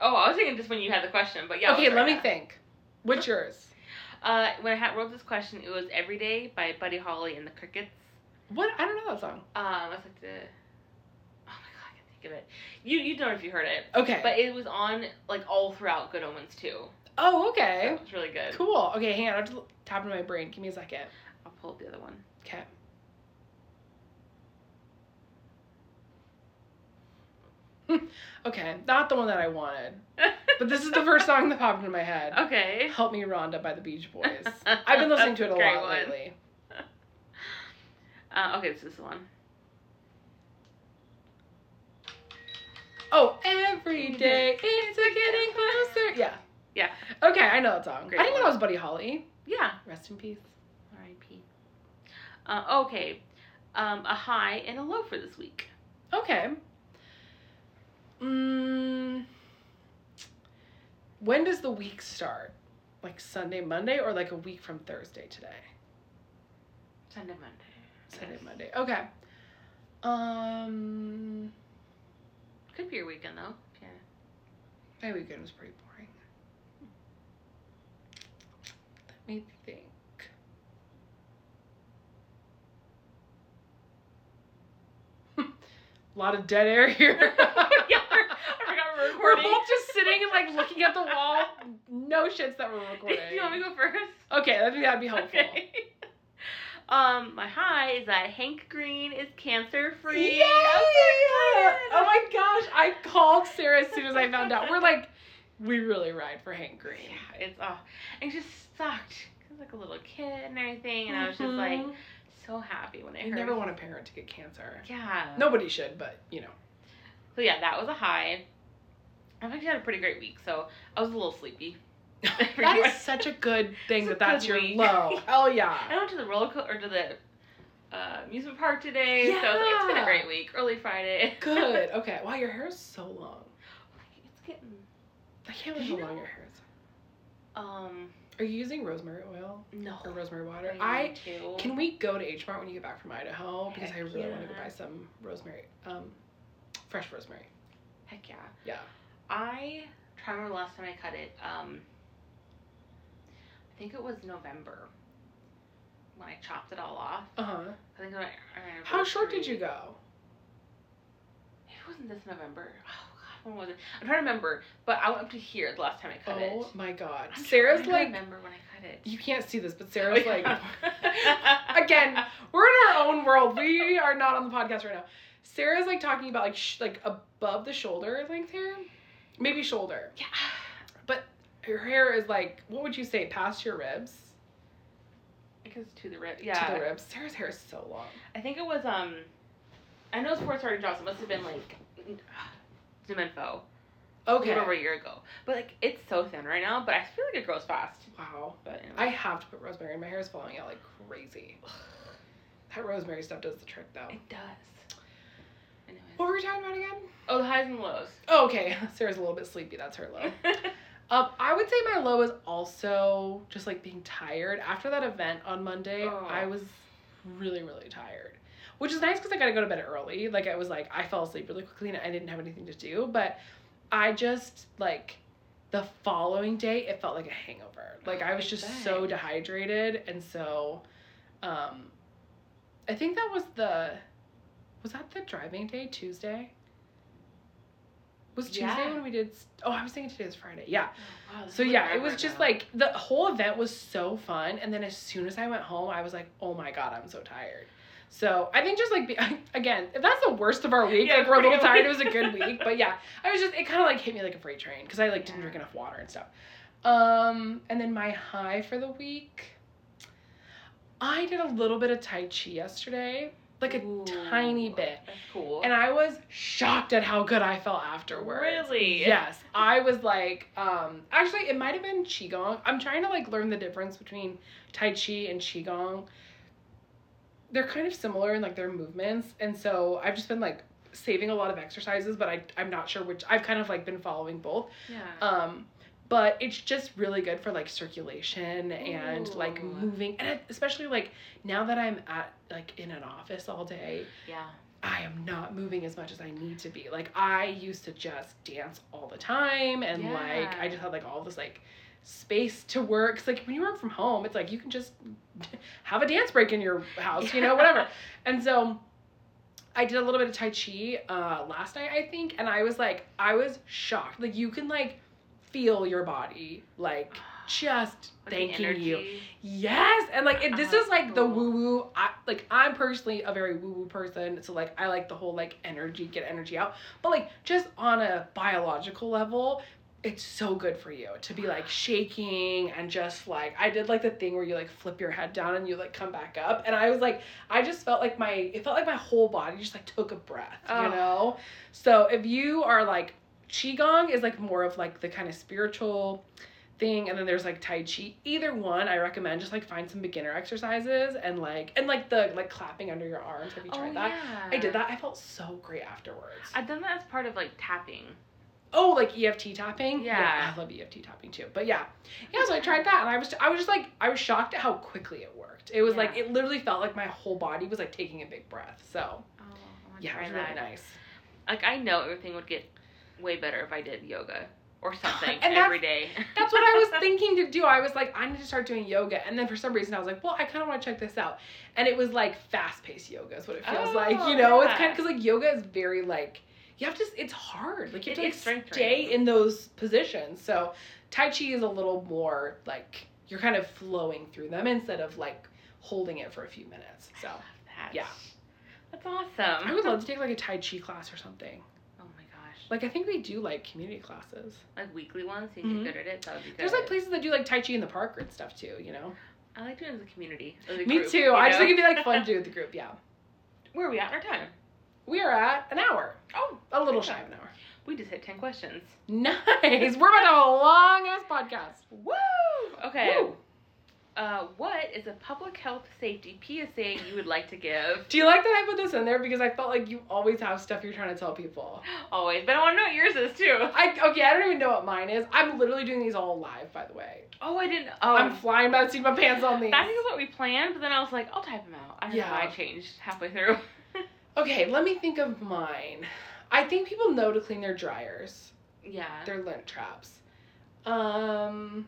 Speaker 2: Oh, I was thinking just when you had the question, but yeah.
Speaker 1: okay,
Speaker 2: let's
Speaker 1: let
Speaker 2: try
Speaker 1: me
Speaker 2: that.
Speaker 1: think. What's yours?
Speaker 2: Uh, when I had wrote this question, it was "Everyday" by Buddy Holly and the Crickets.
Speaker 1: What? I don't know that song.
Speaker 2: Um, let's have to. Oh my god, I can think of it. You you know if you heard it,
Speaker 1: Okay.
Speaker 2: but it was on like all throughout Good Omens too.
Speaker 1: oh,
Speaker 2: So
Speaker 1: okay.
Speaker 2: it was really good.
Speaker 1: Cool. Okay, hang on. I'll just tap into my brain. Give me a second.
Speaker 2: I'll pull up the other one.
Speaker 1: Okay. okay, not the one that I wanted, but this is the first song that popped into my head.
Speaker 2: okay.
Speaker 1: Help Me Rhonda by the Beach Boys. I've been listening to it a
Speaker 2: That's great
Speaker 1: lot
Speaker 2: one.
Speaker 1: lately.
Speaker 2: Uh, okay, this is the one.
Speaker 1: Oh, every day it's a getting closer. Yeah.
Speaker 2: Yeah.
Speaker 1: Okay, I know that song.
Speaker 2: Great
Speaker 1: I didn't know
Speaker 2: one.
Speaker 1: that was Buddy Holly.
Speaker 2: Yeah.
Speaker 1: Rest in peace.
Speaker 2: R.I.P. Uh, okay. Um, a high and a low for this week.
Speaker 1: Okay. Mm, when does the week start? Like Sunday, Monday, or like a week from Thursday today?
Speaker 2: Sunday, Monday.
Speaker 1: Sunday, Monday. Okay. Um,
Speaker 2: Could be your weekend though. Yeah.
Speaker 1: my weekend was pretty boring. Let me think. A lot of dead air here.
Speaker 2: yeah, I forgot we're
Speaker 1: We're
Speaker 2: recording.
Speaker 1: both just sitting and like looking at the wall. No shits that we're recording.
Speaker 2: Do you want me to go first?
Speaker 1: Okay, I think that'd be helpful.
Speaker 2: Okay. Um, my high is that Hank Green is cancer free.
Speaker 1: Yay! Oh my gosh, I called Sarah as soon as I found out. We're like, we really ride for Hank Green.
Speaker 2: Yeah, it's oh, it just sucked. I was like a little kid and everything, and I was just like
Speaker 1: Mhm.
Speaker 2: so happy when I
Speaker 1: I
Speaker 2: heard.
Speaker 1: never want a parent to get cancer.
Speaker 2: Yeah.
Speaker 1: Nobody should, but you know.
Speaker 2: So yeah, that was a high. I've actually had a pretty great week, so I was a little sleepy.
Speaker 1: that is such a good thing
Speaker 2: It's a
Speaker 1: that that's
Speaker 2: good
Speaker 1: your
Speaker 2: week.
Speaker 1: low. Hell
Speaker 2: I
Speaker 1: yeah.
Speaker 2: went to the roller co- or to the uh, amusement park today, so I was like, it's been
Speaker 1: Yeah.
Speaker 2: a great week. Early Friday.
Speaker 1: Good. Okay. Wow, your hair is so long.
Speaker 2: it's getting
Speaker 1: I can't believe how long your hair is.
Speaker 2: um
Speaker 1: Are you using rosemary oil
Speaker 2: no.
Speaker 1: or rosemary water? Oh, I
Speaker 2: too.
Speaker 1: Can we go to H Mart when you get back from Idaho? Because I
Speaker 2: Heck
Speaker 1: really want to go
Speaker 2: yeah.
Speaker 1: buy some rosemary, um, fresh rosemary.
Speaker 2: Heck yeah.
Speaker 1: Yeah.
Speaker 2: I try to remember the last time I cut it. Um, I think it was November when I chopped it all off.
Speaker 1: Uh huh.
Speaker 2: I think I, I
Speaker 1: How short did you
Speaker 2: go?
Speaker 1: go?
Speaker 2: It wasn't this November. Oh God, when was it? I'm trying to remember, but I went up to here the last time I cut it.
Speaker 1: Oh my God.
Speaker 2: I'm
Speaker 1: Sarah's
Speaker 2: trying to
Speaker 1: like,
Speaker 2: remember when I cut it.
Speaker 1: you can't see this, but Sarah's
Speaker 2: Oh,
Speaker 1: like,
Speaker 2: yeah.
Speaker 1: again, we're in our own world. We are not on the podcast right now. Sarah's like talking about like sh- like above the shoulder length hair, maybe shoulder.
Speaker 2: Yeah.
Speaker 1: Her hair is like, what would you say, past your ribs?
Speaker 2: I guess to the rib. Yeah.
Speaker 1: To the ribs. Sarah's hair is so long.
Speaker 2: I think it was um, I know sports started jobs. It must have been like, Zoom info.
Speaker 1: Okay.
Speaker 2: Over a year ago. But like it's so thin right now, but I feel like it grows fast.
Speaker 1: Wow.
Speaker 2: But anyway.
Speaker 1: I have to put rosemary in. My hair is falling out like crazy. That rosemary stuff does the trick though.
Speaker 2: it does. Anyway.
Speaker 1: What were we talking about again?
Speaker 2: Oh, the highs and lows.
Speaker 1: Oh, okay. Sarah's a little bit sleepy. That's her low. Um, I would say my low is also just like being tired. After that event on Monday,
Speaker 2: Oh.
Speaker 1: I was really, really tired. Which is nice because I got to go to bed early. Like, I was like, I fell asleep really quickly and I didn't have anything to do. But I just, like, the following day, it felt like a hangover. Like, I was
Speaker 2: Oh,
Speaker 1: just so
Speaker 2: Bet.
Speaker 1: dehydrated. And so, um, I think that was the, was that the driving day, Tuesday? Was Tuesday
Speaker 2: Yeah.
Speaker 1: when we did, st- oh, I was thinking today was Friday. Yeah.
Speaker 2: wow, this
Speaker 1: So
Speaker 2: is
Speaker 1: yeah, it
Speaker 2: forever
Speaker 1: was just
Speaker 2: ago.
Speaker 1: like the whole event was so fun, and then as soon as I went home, I was like, oh my god, I'm so tired. So I think just like be, again, if that's the worst of our week,
Speaker 2: Yeah,
Speaker 1: like we're a little
Speaker 2: pretty
Speaker 1: tired. It
Speaker 2: much.
Speaker 1: was a good week, but yeah, I was just it kind of like hit me like a freight train because I like didn't
Speaker 2: Yeah.
Speaker 1: drink enough water and stuff. Um, and then my high for the week, I did a little bit of tai chi yesterday. like a
Speaker 2: Ooh,
Speaker 1: tiny bit.
Speaker 2: That's cool.
Speaker 1: And I was shocked at how good I felt afterwards.
Speaker 2: Really?
Speaker 1: Yes. I was like, um, actually, it might have been Qigong. I'm trying to like learn the difference between Tai Chi and Qigong. They're kind of similar in like their movements. And so I've just been like saving a lot of exercises, but I, I'm not sure which. I've kind of like been following both.
Speaker 2: Yeah.
Speaker 1: Um, but it's just really good for like circulation and like
Speaker 2: Ooh.
Speaker 1: moving, and it- especially like now that I'm at like in an office all day,
Speaker 2: yeah.
Speaker 1: I am not moving as much as I need to be. Like I used to just dance all the time, and like
Speaker 2: Yeah.
Speaker 1: I just had like all this like space to work. 'Cause, like when you work from home, it's like you can just have a dance break in your house, you know, whatever. And so I did a little bit of Tai Chi uh, last night, I think, and I was like, I was shocked. Like you can like feel your body like just
Speaker 2: Like the
Speaker 1: thanking you.
Speaker 2: energy.
Speaker 1: Yes, and like it, this
Speaker 2: Oh,
Speaker 1: is like the
Speaker 2: cool.
Speaker 1: woo woo. I like I'm personally a very woo woo person, so like I like the whole like energy, get energy out. But like just on a biological level, it's so good for you to be like shaking and just like I did like the thing where you like flip your head down and you like come back up, and I was like I just felt like my it felt like my whole body just like took a breath,
Speaker 2: Oh.
Speaker 1: you know. So if you are like qigong is like more of like the kind of spiritual thing and then there's like tai chi either one i recommend just like find some beginner exercises and like and like the like clapping under your arms have you tried
Speaker 2: oh,
Speaker 1: that
Speaker 2: Yeah.
Speaker 1: i did that i felt so great afterwards
Speaker 2: I've done that as part of like tapping.
Speaker 1: oh like eft tapping
Speaker 2: Yeah.
Speaker 1: i love eft tapping too but yeah yeah so i tried that and i was i was just like i was shocked at how quickly it worked it was like
Speaker 2: Yeah.
Speaker 1: it literally felt like my whole body was like taking a big breath so
Speaker 2: Oh, I wanna
Speaker 1: yeah it
Speaker 2: try
Speaker 1: was really
Speaker 2: that.
Speaker 1: nice
Speaker 2: Like I know everything would get way better if I did yoga or something
Speaker 1: And that's-
Speaker 2: every day.
Speaker 1: That's what I was thinking to do. I was like, I need to start doing yoga. And then for some reason, I was like, well, I kind of want to check this out. And it was like fast paced yoga is what it feels
Speaker 2: Oh,
Speaker 1: like. You know, it's
Speaker 2: yeah.
Speaker 1: kind of because like yoga is very like, you have to, it's hard. Like you
Speaker 2: It
Speaker 1: have to like,
Speaker 2: is strength
Speaker 1: stay
Speaker 2: training.
Speaker 1: in those positions. So Tai Chi is a little more like you're kind of flowing through them instead of like holding it for a few minutes. So
Speaker 2: That.
Speaker 1: Yeah.
Speaker 2: That's awesome.
Speaker 1: I would love to take like a Tai Chi class or something.
Speaker 2: Oh my gosh.
Speaker 1: Like I think they do like community classes.
Speaker 2: Like weekly ones, so you
Speaker 1: Mhm.
Speaker 2: get good at it. That would be good.
Speaker 1: There's like places that do like Tai Chi in the park and stuff too, you know?
Speaker 2: I like doing it as a community. as a
Speaker 1: Me
Speaker 2: group,
Speaker 1: too.
Speaker 2: you
Speaker 1: I just
Speaker 2: know?
Speaker 1: think it'd be like fun to do with the group. Yeah.
Speaker 2: Where are we at in our time?
Speaker 1: We are at an hour.
Speaker 2: Oh,
Speaker 1: A little shy of an hour.
Speaker 2: we just hit ten questions.
Speaker 1: Nice. We're about to have a long ass podcast.
Speaker 2: Woo! Okay.
Speaker 1: Woo.
Speaker 2: Uh, what is a public health safety PSA you would like to give?
Speaker 1: Do you like that I put this in there? Because I felt like you always have stuff you're trying to tell people.
Speaker 2: Always, but I want to know what yours is too.
Speaker 1: I okay, I don't even know what mine is. I'm literally doing these all live, by the way.
Speaker 2: Oh, I didn't. Oh,
Speaker 1: I'm flying by the seat of my pants on these.
Speaker 2: That is what we planned, but then I was like, I'll type them out. I don't know why I
Speaker 1: Yeah.
Speaker 2: changed halfway through.
Speaker 1: Okay, let me think of mine. I think people know to clean their dryers,
Speaker 2: yeah.
Speaker 1: their lint traps. Um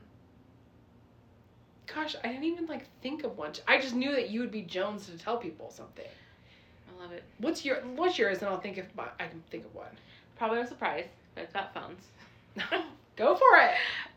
Speaker 1: gosh, I didn't even like think of one. I just knew that you would be Jones to tell people something.
Speaker 2: I love it.
Speaker 1: What's your what's yours? And I'll think if my, I can think of one.
Speaker 2: Probably no surprise. but It's about phones.
Speaker 1: Go for it.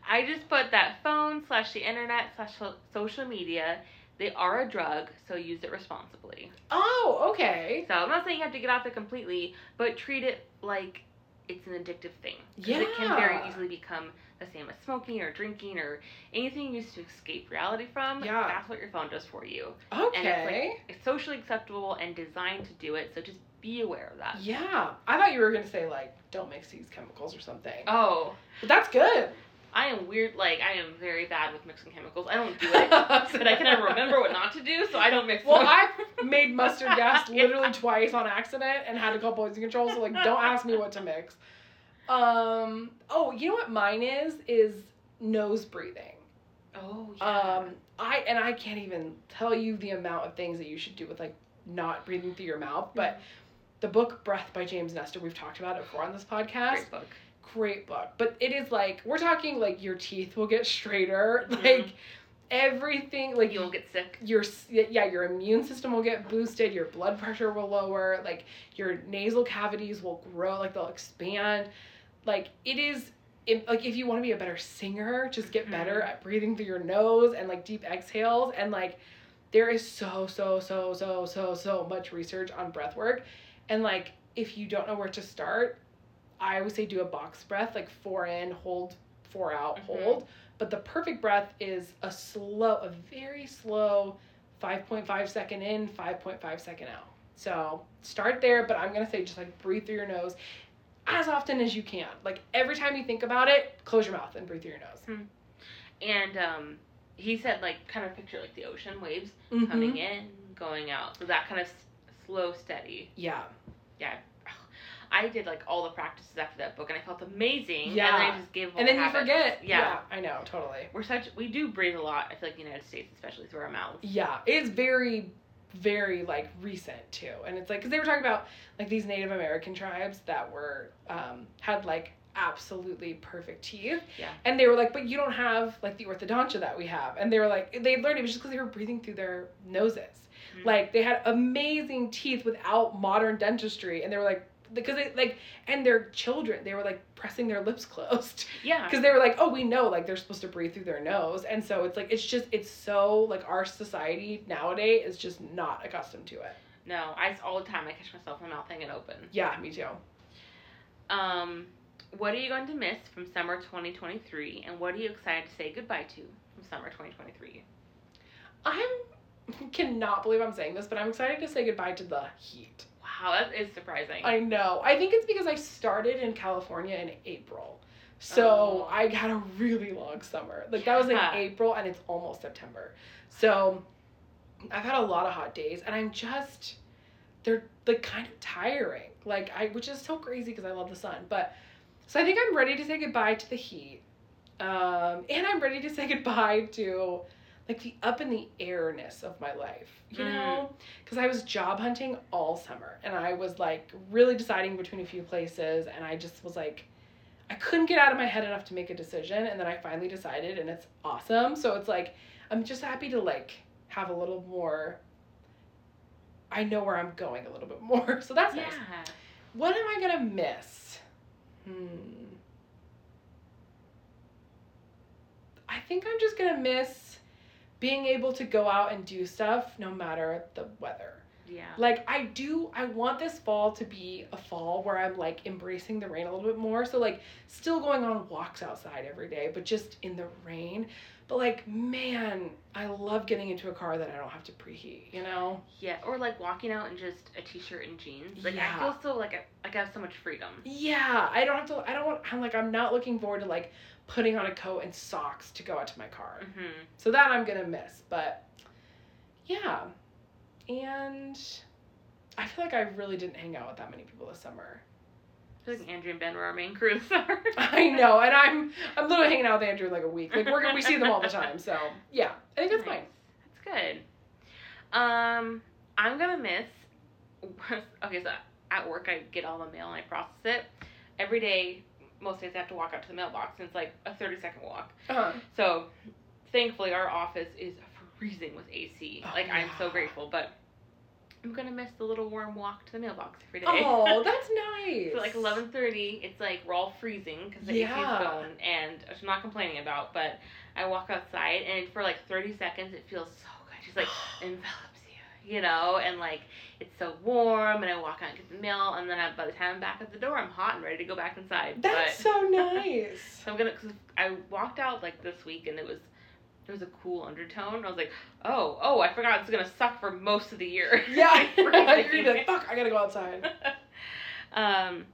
Speaker 2: I just put that phone slash the internet slash so- social media. They are a drug, so use it responsibly.
Speaker 1: Oh, okay.
Speaker 2: So I'm not saying you have to get off it completely, but treat it like it's an addictive thing. 'Cause It can very
Speaker 1: Yeah.
Speaker 2: easily become the same as smoking or drinking or anything you use to escape reality from.
Speaker 1: Yeah.
Speaker 2: That's what your phone does for you.
Speaker 1: Okay.
Speaker 2: It's socially acceptable and designed to do it, so just be aware of that.
Speaker 1: yeah. I thought you were gonna say like don't mix these chemicals or something.
Speaker 2: Oh,
Speaker 1: But that's good.
Speaker 2: I am weird. Like I am very bad with mixing chemicals. I don't do it, but I can remember what not to do, so I don't mix.
Speaker 1: Well,
Speaker 2: them.
Speaker 1: I made mustard gas
Speaker 2: Yeah.
Speaker 1: literally twice on accident and had a couple poison control, so like don't ask me what to mix. Um oh, you know what mine is? Is nose breathing.
Speaker 2: Oh yeah.
Speaker 1: Um, I and I can't even tell you the amount of things that you should do with like not breathing through your mouth. But the book Breath by James Nestor, we've talked about it before on this podcast.
Speaker 2: great book.
Speaker 1: Great book, but it is like we're talking like your teeth will get straighter,
Speaker 2: Mhm.
Speaker 1: like everything, like
Speaker 2: You won't get sick.
Speaker 1: your s- yeah your immune system will get boosted your blood pressure will lower like your nasal cavities will grow like they'll expand like it is if, like if you want to be a better singer just get better
Speaker 2: Mhm.
Speaker 1: at breathing through your nose and like deep exhales and like there is so so so so so so much research on breath work and like if you don't know where to start i always say do a box breath like four in hold four out
Speaker 2: Mhm.
Speaker 1: hold but the perfect breath is a slow a very slow 5.5 second in 5.5 second out So start there, but I'm gonna say just like breathe through your nose as often as you can. Like every time you think about it, close your mouth and breathe through your nose.
Speaker 2: And um, he said like kind of picture like the ocean waves
Speaker 1: Mhm.
Speaker 2: coming in, going out. So that kind of s- slow, steady.
Speaker 1: Yeah.
Speaker 2: I did like all the practices after that book, and I felt amazing. And then
Speaker 1: Yeah.
Speaker 2: I just gave. up
Speaker 1: And then you
Speaker 2: habits.
Speaker 1: forget.
Speaker 2: Yeah.
Speaker 1: I know, totally.
Speaker 2: We're such we do breathe a lot. I feel like in the United States, especially through our mouths.
Speaker 1: Yeah. It's very, very like recent too. And it's like, because they were talking about like these Native American tribes that were, um, had like absolutely perfect teeth.
Speaker 2: Yeah.
Speaker 1: And they were like, but you don't have like the orthodontia that we have. And they were like, they learned it was just because they were breathing through their noses.
Speaker 2: Mhm.
Speaker 1: Like they had amazing teeth without modern dentistry. And they were like, because they like, and their children, they were like pressing their lips closed.
Speaker 2: Yeah.
Speaker 1: because they were like oh we know like they're supposed to breathe through their nose and so it's like it's just it's so like our society nowadays is just not accustomed to it
Speaker 2: No, I all the time I catch myself my mouth hanging open.
Speaker 1: yeah me too
Speaker 2: Um, what are you going to miss from summer 2023, and what are you excited to say goodbye to from summer 2023?
Speaker 1: i'm cannot believe i'm saying this but i'm excited to say goodbye to the heat
Speaker 2: Wow, that is surprising.
Speaker 1: i know i think it's because i started in california in april so
Speaker 2: Oh.
Speaker 1: i had a really long summer like that was in
Speaker 2: Yeah.
Speaker 1: april and it's almost september so i've had a lot of hot days and i'm just they're like kind of tiring. Like I, which is so crazy because I love the sun. But so I think I'm ready to say goodbye to the heat, um, and I'm ready to say goodbye to like the up in the airness of my life. You
Speaker 2: Mm.
Speaker 1: know, because I was job hunting all summer, and I was like really deciding between a few places, and I just was like. I couldn't get out of my head enough to make a decision, and then I finally decided, and it's awesome. So it's like I'm just happy to like have a little more. I know where I'm going a little bit more, so that's
Speaker 2: yeah.
Speaker 1: nice. What am I gonna miss? Hmm. I think I'm just gonna miss being able to go out and do stuff no matter the weather.
Speaker 2: Yeah.
Speaker 1: Like I do I want this fall to be a fall where I'm like embracing the rain a little bit more. So like still going on walks outside every day, but just in the rain. But like man, I love getting into a car that I don't have to preheat, you know?
Speaker 2: Yeah. Or like walking out in just a t-shirt and jeans. Like
Speaker 1: Yeah.
Speaker 2: I feel so like I, like I have so much freedom.
Speaker 1: Yeah, I don't have to I don't want I'm like I'm not looking forward to like putting on a coat and socks to go out to my car.
Speaker 2: Mhm.
Speaker 1: So that I'm gonna miss, but yeah. And I feel like I really didn't hang out with that many people this summer.
Speaker 2: I feel like Andrew and Ben were our main crew this summer.
Speaker 1: I know, and I'm I'm literally hanging out with Andrew in like a week. Like we're we see them all the time, so yeah, I think that's
Speaker 2: Nice.
Speaker 1: fine.
Speaker 2: That's good. Um, I'm gonna miss. Okay, so at work I get all the mail and I process it every day. Most days I have to walk out to the mailbox and it's like a 30 second walk.
Speaker 1: Uh-huh.
Speaker 2: So thankfully our office is freezing with AC.
Speaker 1: Oh,
Speaker 2: like I'm so
Speaker 1: yeah.
Speaker 2: grateful, but I'm gonna miss the little warm walk to the mailbox every day.
Speaker 1: Oh, that's nice.
Speaker 2: So like eleven thirty, it's like we're all freezing because the
Speaker 1: Yeah.
Speaker 2: AC's going, and which I'm not complaining about. But I walk outside, and for like thirty seconds, it feels so good. Just like envelops you, you know, and like it's so warm. And I walk out and get the mail, and then I, by the time I'm back at the door, I'm hot and ready to go back inside.
Speaker 1: that's
Speaker 2: but,
Speaker 1: so nice.
Speaker 2: so I'm gonna. Cause I walked out like this week, and it was there was a cool undertone. I was like, oh, oh, I forgot it's gonna suck for most of the year.
Speaker 1: yeah,
Speaker 2: It's
Speaker 1: you're
Speaker 2: freezing.
Speaker 1: like fuck. I gotta go outside.
Speaker 2: um,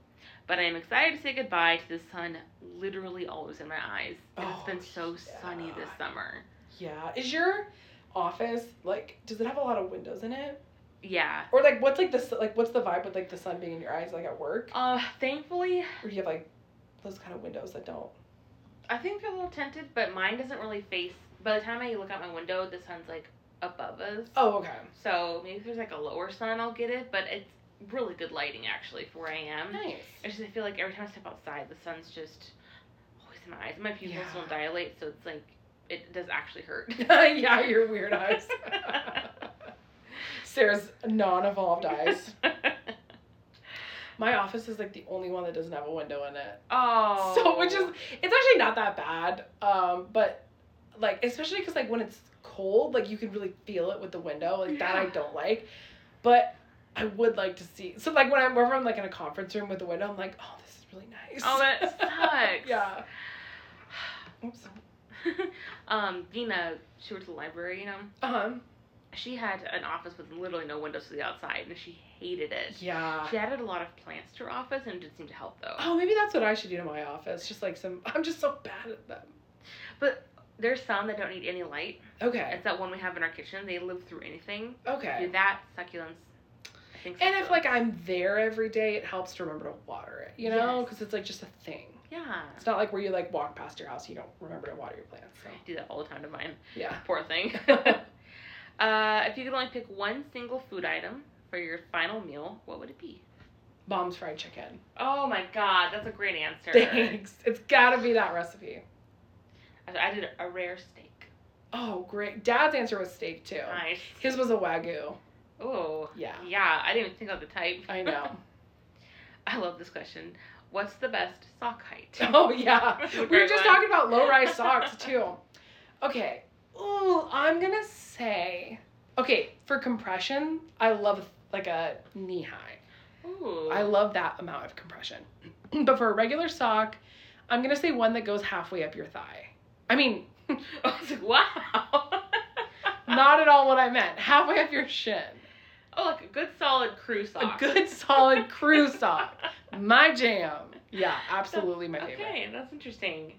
Speaker 2: but I am excited to say goodbye to the sun literally always in my eyes. It has
Speaker 1: Oh,
Speaker 2: been so sunny this
Speaker 1: yeah.
Speaker 2: summer.
Speaker 1: Yeah, is your office like? Does it have a lot of windows in it?
Speaker 2: Yeah.
Speaker 1: Or like, what's like this? Like, what's the vibe with like the sun being in your eyes? Like at work,
Speaker 2: Uh, thankfully,
Speaker 1: or do you have like those kind of windows that don't?
Speaker 2: I think they're a little tinted, but mine doesn't really face. By the time I look out my window, the sun's like above us.
Speaker 1: Oh, okay.
Speaker 2: So maybe if there's like a lower sun, I'll get it. But it's really good lighting actually for where I am.
Speaker 1: Nice.
Speaker 2: I just I feel like every time I step outside, the sun's just always in my eyes. My pupils
Speaker 1: Yeah.
Speaker 2: don't dilate, so it's like it does actually hurt.
Speaker 1: yeah, your weird eyes. Sarah's non-evolved eyes. My office is like the only one that doesn't have a window in it.
Speaker 2: oh.
Speaker 1: So which is it's actually not that bad. Um, but like especially because like when it's cold, like you can really feel it with the window. Like that I
Speaker 2: Yeah.
Speaker 1: don't like. But I would like to see. So like when I'm whenever I'm like in a conference room with the window, I'm like, oh, this is really nice.
Speaker 2: Oh, that sucks.
Speaker 1: yeah. Oops.
Speaker 2: um, Dina, she works at the library, you know,
Speaker 1: Uh huh.
Speaker 2: she had an office with literally no windows to the outside, and she hated it.
Speaker 1: Yeah.
Speaker 2: She added a lot of plants to her office, and it didn't seem to help though.
Speaker 1: Oh, maybe that's what I should do to my office. Just like some, I'm just so bad at them.
Speaker 2: There's some that don't need any light.
Speaker 1: Okay.
Speaker 2: It's that one we have in our kitchen. They live through anything. Do
Speaker 1: Okay.
Speaker 2: that succulents. I think
Speaker 1: And if
Speaker 2: succulents.
Speaker 1: like I'm there every day, it helps to remember to water it, you know,
Speaker 2: Yes.
Speaker 1: because it's like just a thing.
Speaker 2: yeah,
Speaker 1: It's not like where you like walk past your house, you don't remember to water your plants. So
Speaker 2: I do that all the time to mine.
Speaker 1: yeah.
Speaker 2: Poor thing. uh, if you could only pick one single food item for your final meal, what would it be?
Speaker 1: Mom's fried chicken.
Speaker 2: Oh my god, that's a great answer.
Speaker 1: Thanks. It's gotta be that recipe.
Speaker 2: I I did a rare steak.
Speaker 1: Oh, great. Dad's answer was steak too.
Speaker 2: Nice.
Speaker 1: His was a wagyu.
Speaker 2: Oh.
Speaker 1: Yeah.
Speaker 2: Yeah, I didn't even think of the type.
Speaker 1: I know.
Speaker 2: I love this question. What's the best sock height?
Speaker 1: Oh yeah.
Speaker 2: That's
Speaker 1: We
Speaker 2: a
Speaker 1: were
Speaker 2: great
Speaker 1: just
Speaker 2: one.
Speaker 1: talking about low rise socks too. Okay. Ooh, I'm gonna say okay, for compression, I love like a knee high.
Speaker 2: Oh. Ooh.
Speaker 1: I love that amount of compression. but for a regular sock, I'm gonna say one that goes halfway up your thigh. I mean,
Speaker 2: I was like, wow.
Speaker 1: not at all what I meant. Halfway up your shin.
Speaker 2: oh, like a good solid crew sock.
Speaker 1: A good solid crew sock. My jam. Yeah, absolutely my favorite.
Speaker 2: Okay, that's interesting.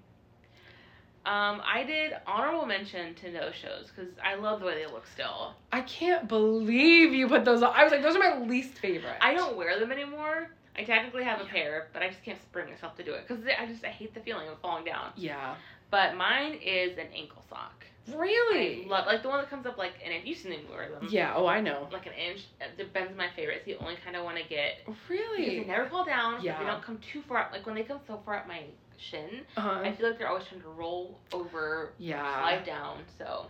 Speaker 2: Um, I did honorable mention to no shows because I love the way they look still.
Speaker 1: I can't believe you put those on. I was like, those are my least favorite.
Speaker 2: I don't wear them anymore. I technically have a pair, but I just can't bring myself to do it because I just I hate the feeling of falling down.
Speaker 1: Yeah.
Speaker 2: But mine is an ankle sock. I
Speaker 1: Really?
Speaker 2: love like the one that comes up like an inch. You've seen me wear them.
Speaker 1: yeah. Oh, I know.
Speaker 2: Like an inch. Uh, The Ben's my favorite. It's the only kind I want to get because they
Speaker 1: Really?
Speaker 2: never fall down. but
Speaker 1: Yeah.
Speaker 2: They don't come too far up. Like when they come so far up my shin, I
Speaker 1: Uh-huh. Ah.
Speaker 2: feel like they're always trying to roll over,
Speaker 1: Yeah.
Speaker 2: slide down. So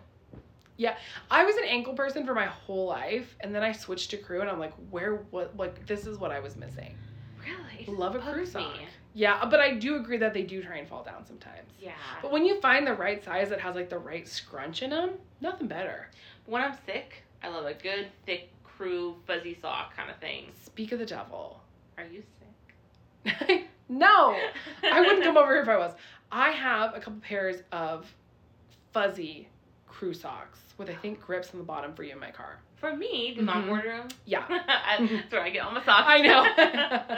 Speaker 1: I was an ankle person for my whole life, and then I switched to crew, and I'm like, where? What? Like, this is what I was missing.
Speaker 2: really, it just
Speaker 1: Love a
Speaker 2: bugs
Speaker 1: crew
Speaker 2: me.
Speaker 1: sock. Yeah, but I do agree that they do try and fall down sometimes.
Speaker 2: Yeah.
Speaker 1: But when you find the right size that has like the right scrunch in them, nothing better.
Speaker 2: When I'm sick, I love a good thick crew fuzzy sock kind of thing.
Speaker 1: Speak of the devil.
Speaker 2: Are you sick? Oh,
Speaker 1: no, I wouldn't come over here if I was. I have a couple pairs of fuzzy crew socks with I think grips on the bottom for you in my car.
Speaker 2: For me, do mom
Speaker 1: Mhm.
Speaker 2: order 'em?
Speaker 1: Yeah.
Speaker 2: Mm-hmm. I- That's where I get all my socks.
Speaker 1: I know.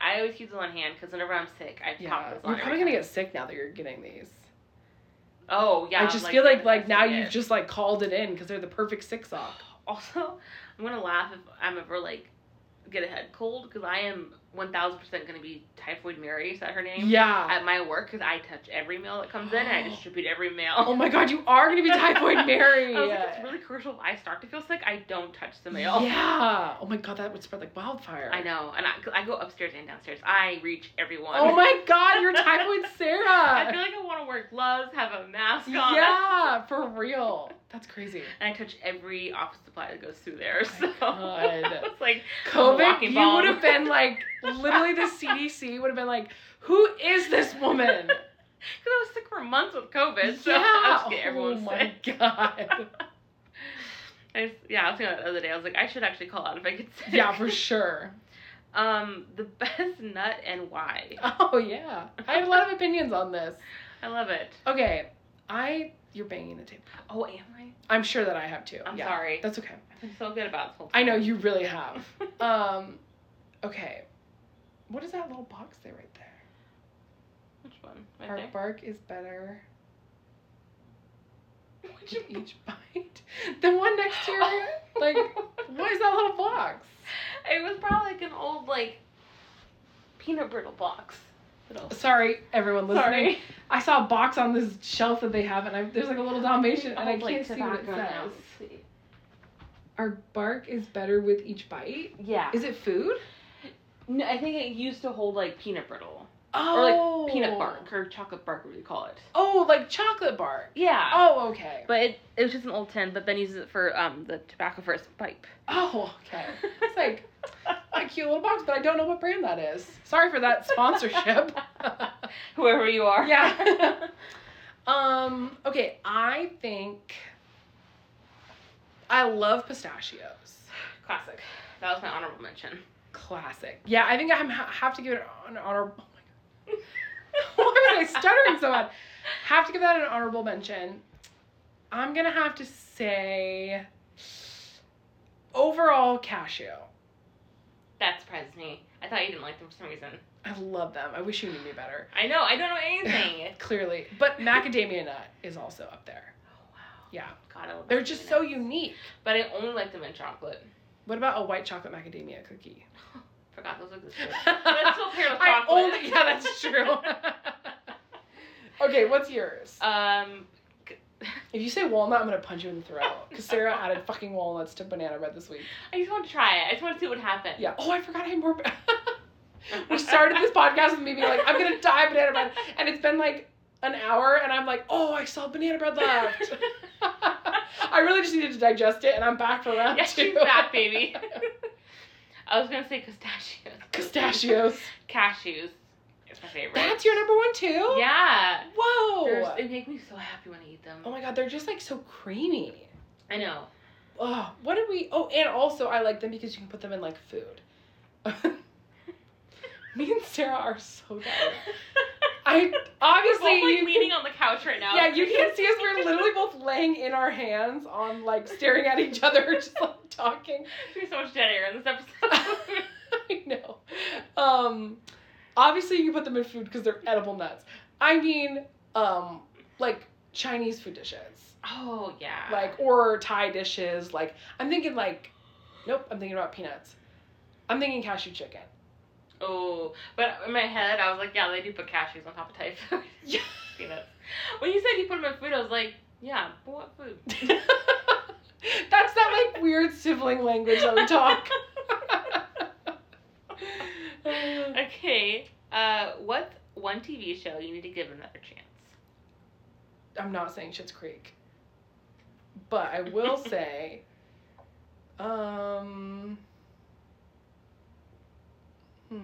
Speaker 2: I always keep those on hand because whenever I'm sick, I pop
Speaker 1: Yeah,
Speaker 2: those on.
Speaker 1: you're
Speaker 2: every
Speaker 1: probably gonna
Speaker 2: time.
Speaker 1: get sick now that you're getting these.
Speaker 2: Oh yeah.
Speaker 1: I
Speaker 2: I'm
Speaker 1: just feel like
Speaker 2: nervous
Speaker 1: like
Speaker 2: to
Speaker 1: now
Speaker 2: get
Speaker 1: you've
Speaker 2: it.
Speaker 1: just like called it in because they're the perfect sick sock.
Speaker 2: Also, I'm gonna laugh if I'm ever like get a head cold because I am 1,000 percent gonna be typhoid Mary. Is that her name?
Speaker 1: Yeah.
Speaker 2: At my work, because I touch every mail that comes in, and I distribute every mail.
Speaker 1: Oh my god, you are gonna be typhoid Mary.
Speaker 2: I was like, it's really crucial. If I start to feel sick, I don't touch the mail.
Speaker 1: Yeah. Oh my god, that would spread like wildfire.
Speaker 2: I know, and I, 'cause I go upstairs and downstairs. I reach everyone.
Speaker 1: Oh my god, you're typhoid
Speaker 2: I feel
Speaker 1: Sarah.
Speaker 2: like I want to wear gloves, have a mask on.
Speaker 1: Yeah, for real. That's crazy.
Speaker 2: And I touch every office supply that goes through there.
Speaker 1: Oh my
Speaker 2: So
Speaker 1: God.
Speaker 2: it's like
Speaker 1: COVID,
Speaker 2: walking
Speaker 1: you
Speaker 2: bomb.
Speaker 1: would have been like, literally, the CDC would have been like, who is this woman?
Speaker 2: because I was sick for months with COVID, so I
Speaker 1: yeah.
Speaker 2: just get everyone
Speaker 1: oh
Speaker 2: sick.
Speaker 1: my god.
Speaker 2: I just, yeah, I was thinking about it the other day. I was like, I should actually call out if I get sick.
Speaker 1: Yeah, for sure.
Speaker 2: Um, the best nut and why?
Speaker 1: Oh yeah, I have a lot of opinions on this.
Speaker 2: I love it.
Speaker 1: Okay, I you're banging the table.
Speaker 2: Oh, am I?
Speaker 1: I'm sure that I have too.
Speaker 2: I'm
Speaker 1: Yeah,
Speaker 2: sorry.
Speaker 1: That's okay.
Speaker 2: I've been so good about this whole
Speaker 1: I know
Speaker 2: time.
Speaker 1: you really have. Um, okay. What is that little box there right there?
Speaker 2: Which one?
Speaker 1: Our
Speaker 2: Right
Speaker 1: bark is better
Speaker 2: there? Which
Speaker 1: with each bite. The one next
Speaker 2: Oh.
Speaker 1: to your like what is that little box?
Speaker 2: It was probably like an old like peanut brittle box. Little-
Speaker 1: Sorry, everyone listening.
Speaker 2: Sorry.
Speaker 1: I saw a box on this shelf that they have, and I, there's like a little Dalmatian, and I
Speaker 2: Old, like,
Speaker 1: can't see what it
Speaker 2: tobacco now.
Speaker 1: says. Our bark is better with each bite.
Speaker 2: Yeah.
Speaker 1: Is it food?
Speaker 2: No, I think it used to hold like peanut brittle or
Speaker 1: Oh,
Speaker 2: like peanut bark or chocolate bark, whatever you call it.
Speaker 1: Oh, like chocolate bark.
Speaker 2: Yeah.
Speaker 1: Oh, okay.
Speaker 2: But it, it was just an old tin, but Ben uses it for um the tobacco for his pipe.
Speaker 1: Oh, okay. It's like a cute little box, but I don't know what brand that is. Sorry for that sponsorship.
Speaker 2: Whoever you are.
Speaker 1: Yeah. um. Okay, I think I love pistachios.
Speaker 2: Classic. That was my honorable mention.
Speaker 1: Classic. Yeah, I think I am have to give it an honor. Oh my god, why was I stuttering so bad? Have to give that an honorable mention. I'm gonna have to say Overall, Casio.
Speaker 2: That surprises me. I thought you didn't like them for some reason.
Speaker 1: I love them. I wish you knew me better.
Speaker 2: I know. I don't know anything.
Speaker 1: Clearly, but macadamia nut is also up there.
Speaker 2: oh wow.
Speaker 1: Yeah,
Speaker 2: God, I love
Speaker 1: they're
Speaker 2: macadamia
Speaker 1: just so
Speaker 2: nuts.
Speaker 1: unique.
Speaker 2: But I only like them in chocolate.
Speaker 1: What about a white chocolate macadamia cookie?
Speaker 2: Forgot those existed. But it's still paired with
Speaker 1: I
Speaker 2: chocolate.
Speaker 1: only, yeah, that's true. okay, what's yours?
Speaker 2: um.
Speaker 1: If you say walnut, I'm gonna punch you in the throat. Cause Sarah added fucking walnuts to banana bread this week.
Speaker 2: I just want to try it. I just want to see what happens.
Speaker 1: Yeah. Oh, I forgot I had more. we started this podcast with me being like, I'm gonna die banana bread, and it's been like an hour, and I'm like, oh, I saw banana bread left. I really just needed to digest it, and I'm back for round
Speaker 2: yes,
Speaker 1: two.
Speaker 2: she's back, baby. I was gonna say pistachios.
Speaker 1: Pistachios.
Speaker 2: Cashews. It's my favorite.
Speaker 1: That's your number one too.
Speaker 2: Yeah.
Speaker 1: Whoa.
Speaker 2: There's- They make me so happy when I eat them.
Speaker 1: oh my god, they're just like so creamy.
Speaker 2: I know.
Speaker 1: Oh, what did we? Oh, and also I like them because you can put them in like food. me and Sarah are so tired. I
Speaker 2: We're
Speaker 1: obviously
Speaker 2: both, like,
Speaker 1: you
Speaker 2: leaning on the couch right now.
Speaker 1: Yeah, you can't see us. We're literally both laying in our hands on like staring at each other, just like talking.
Speaker 2: There's so much dead air in this episode.
Speaker 1: I know. Um, obviously you can put them in food because they're edible nuts. I mean, um, like Chinese food dishes,
Speaker 2: oh yeah.
Speaker 1: like or Thai dishes. Like I'm thinking like, nope, I'm thinking about peanuts. I'm thinking cashew chicken.
Speaker 2: oh, but in my head I was like, yeah, they do put cashews on top of Thai food.
Speaker 1: Yeah.
Speaker 2: Peanuts. When you said you put them in food, I was like, yeah, but what food?
Speaker 1: That's that like weird sibling language that we talk.
Speaker 2: okay. Uh, what's one TV show you need to give another chance?
Speaker 1: I'm not saying Shit's Creek, but I will say, um, hmm.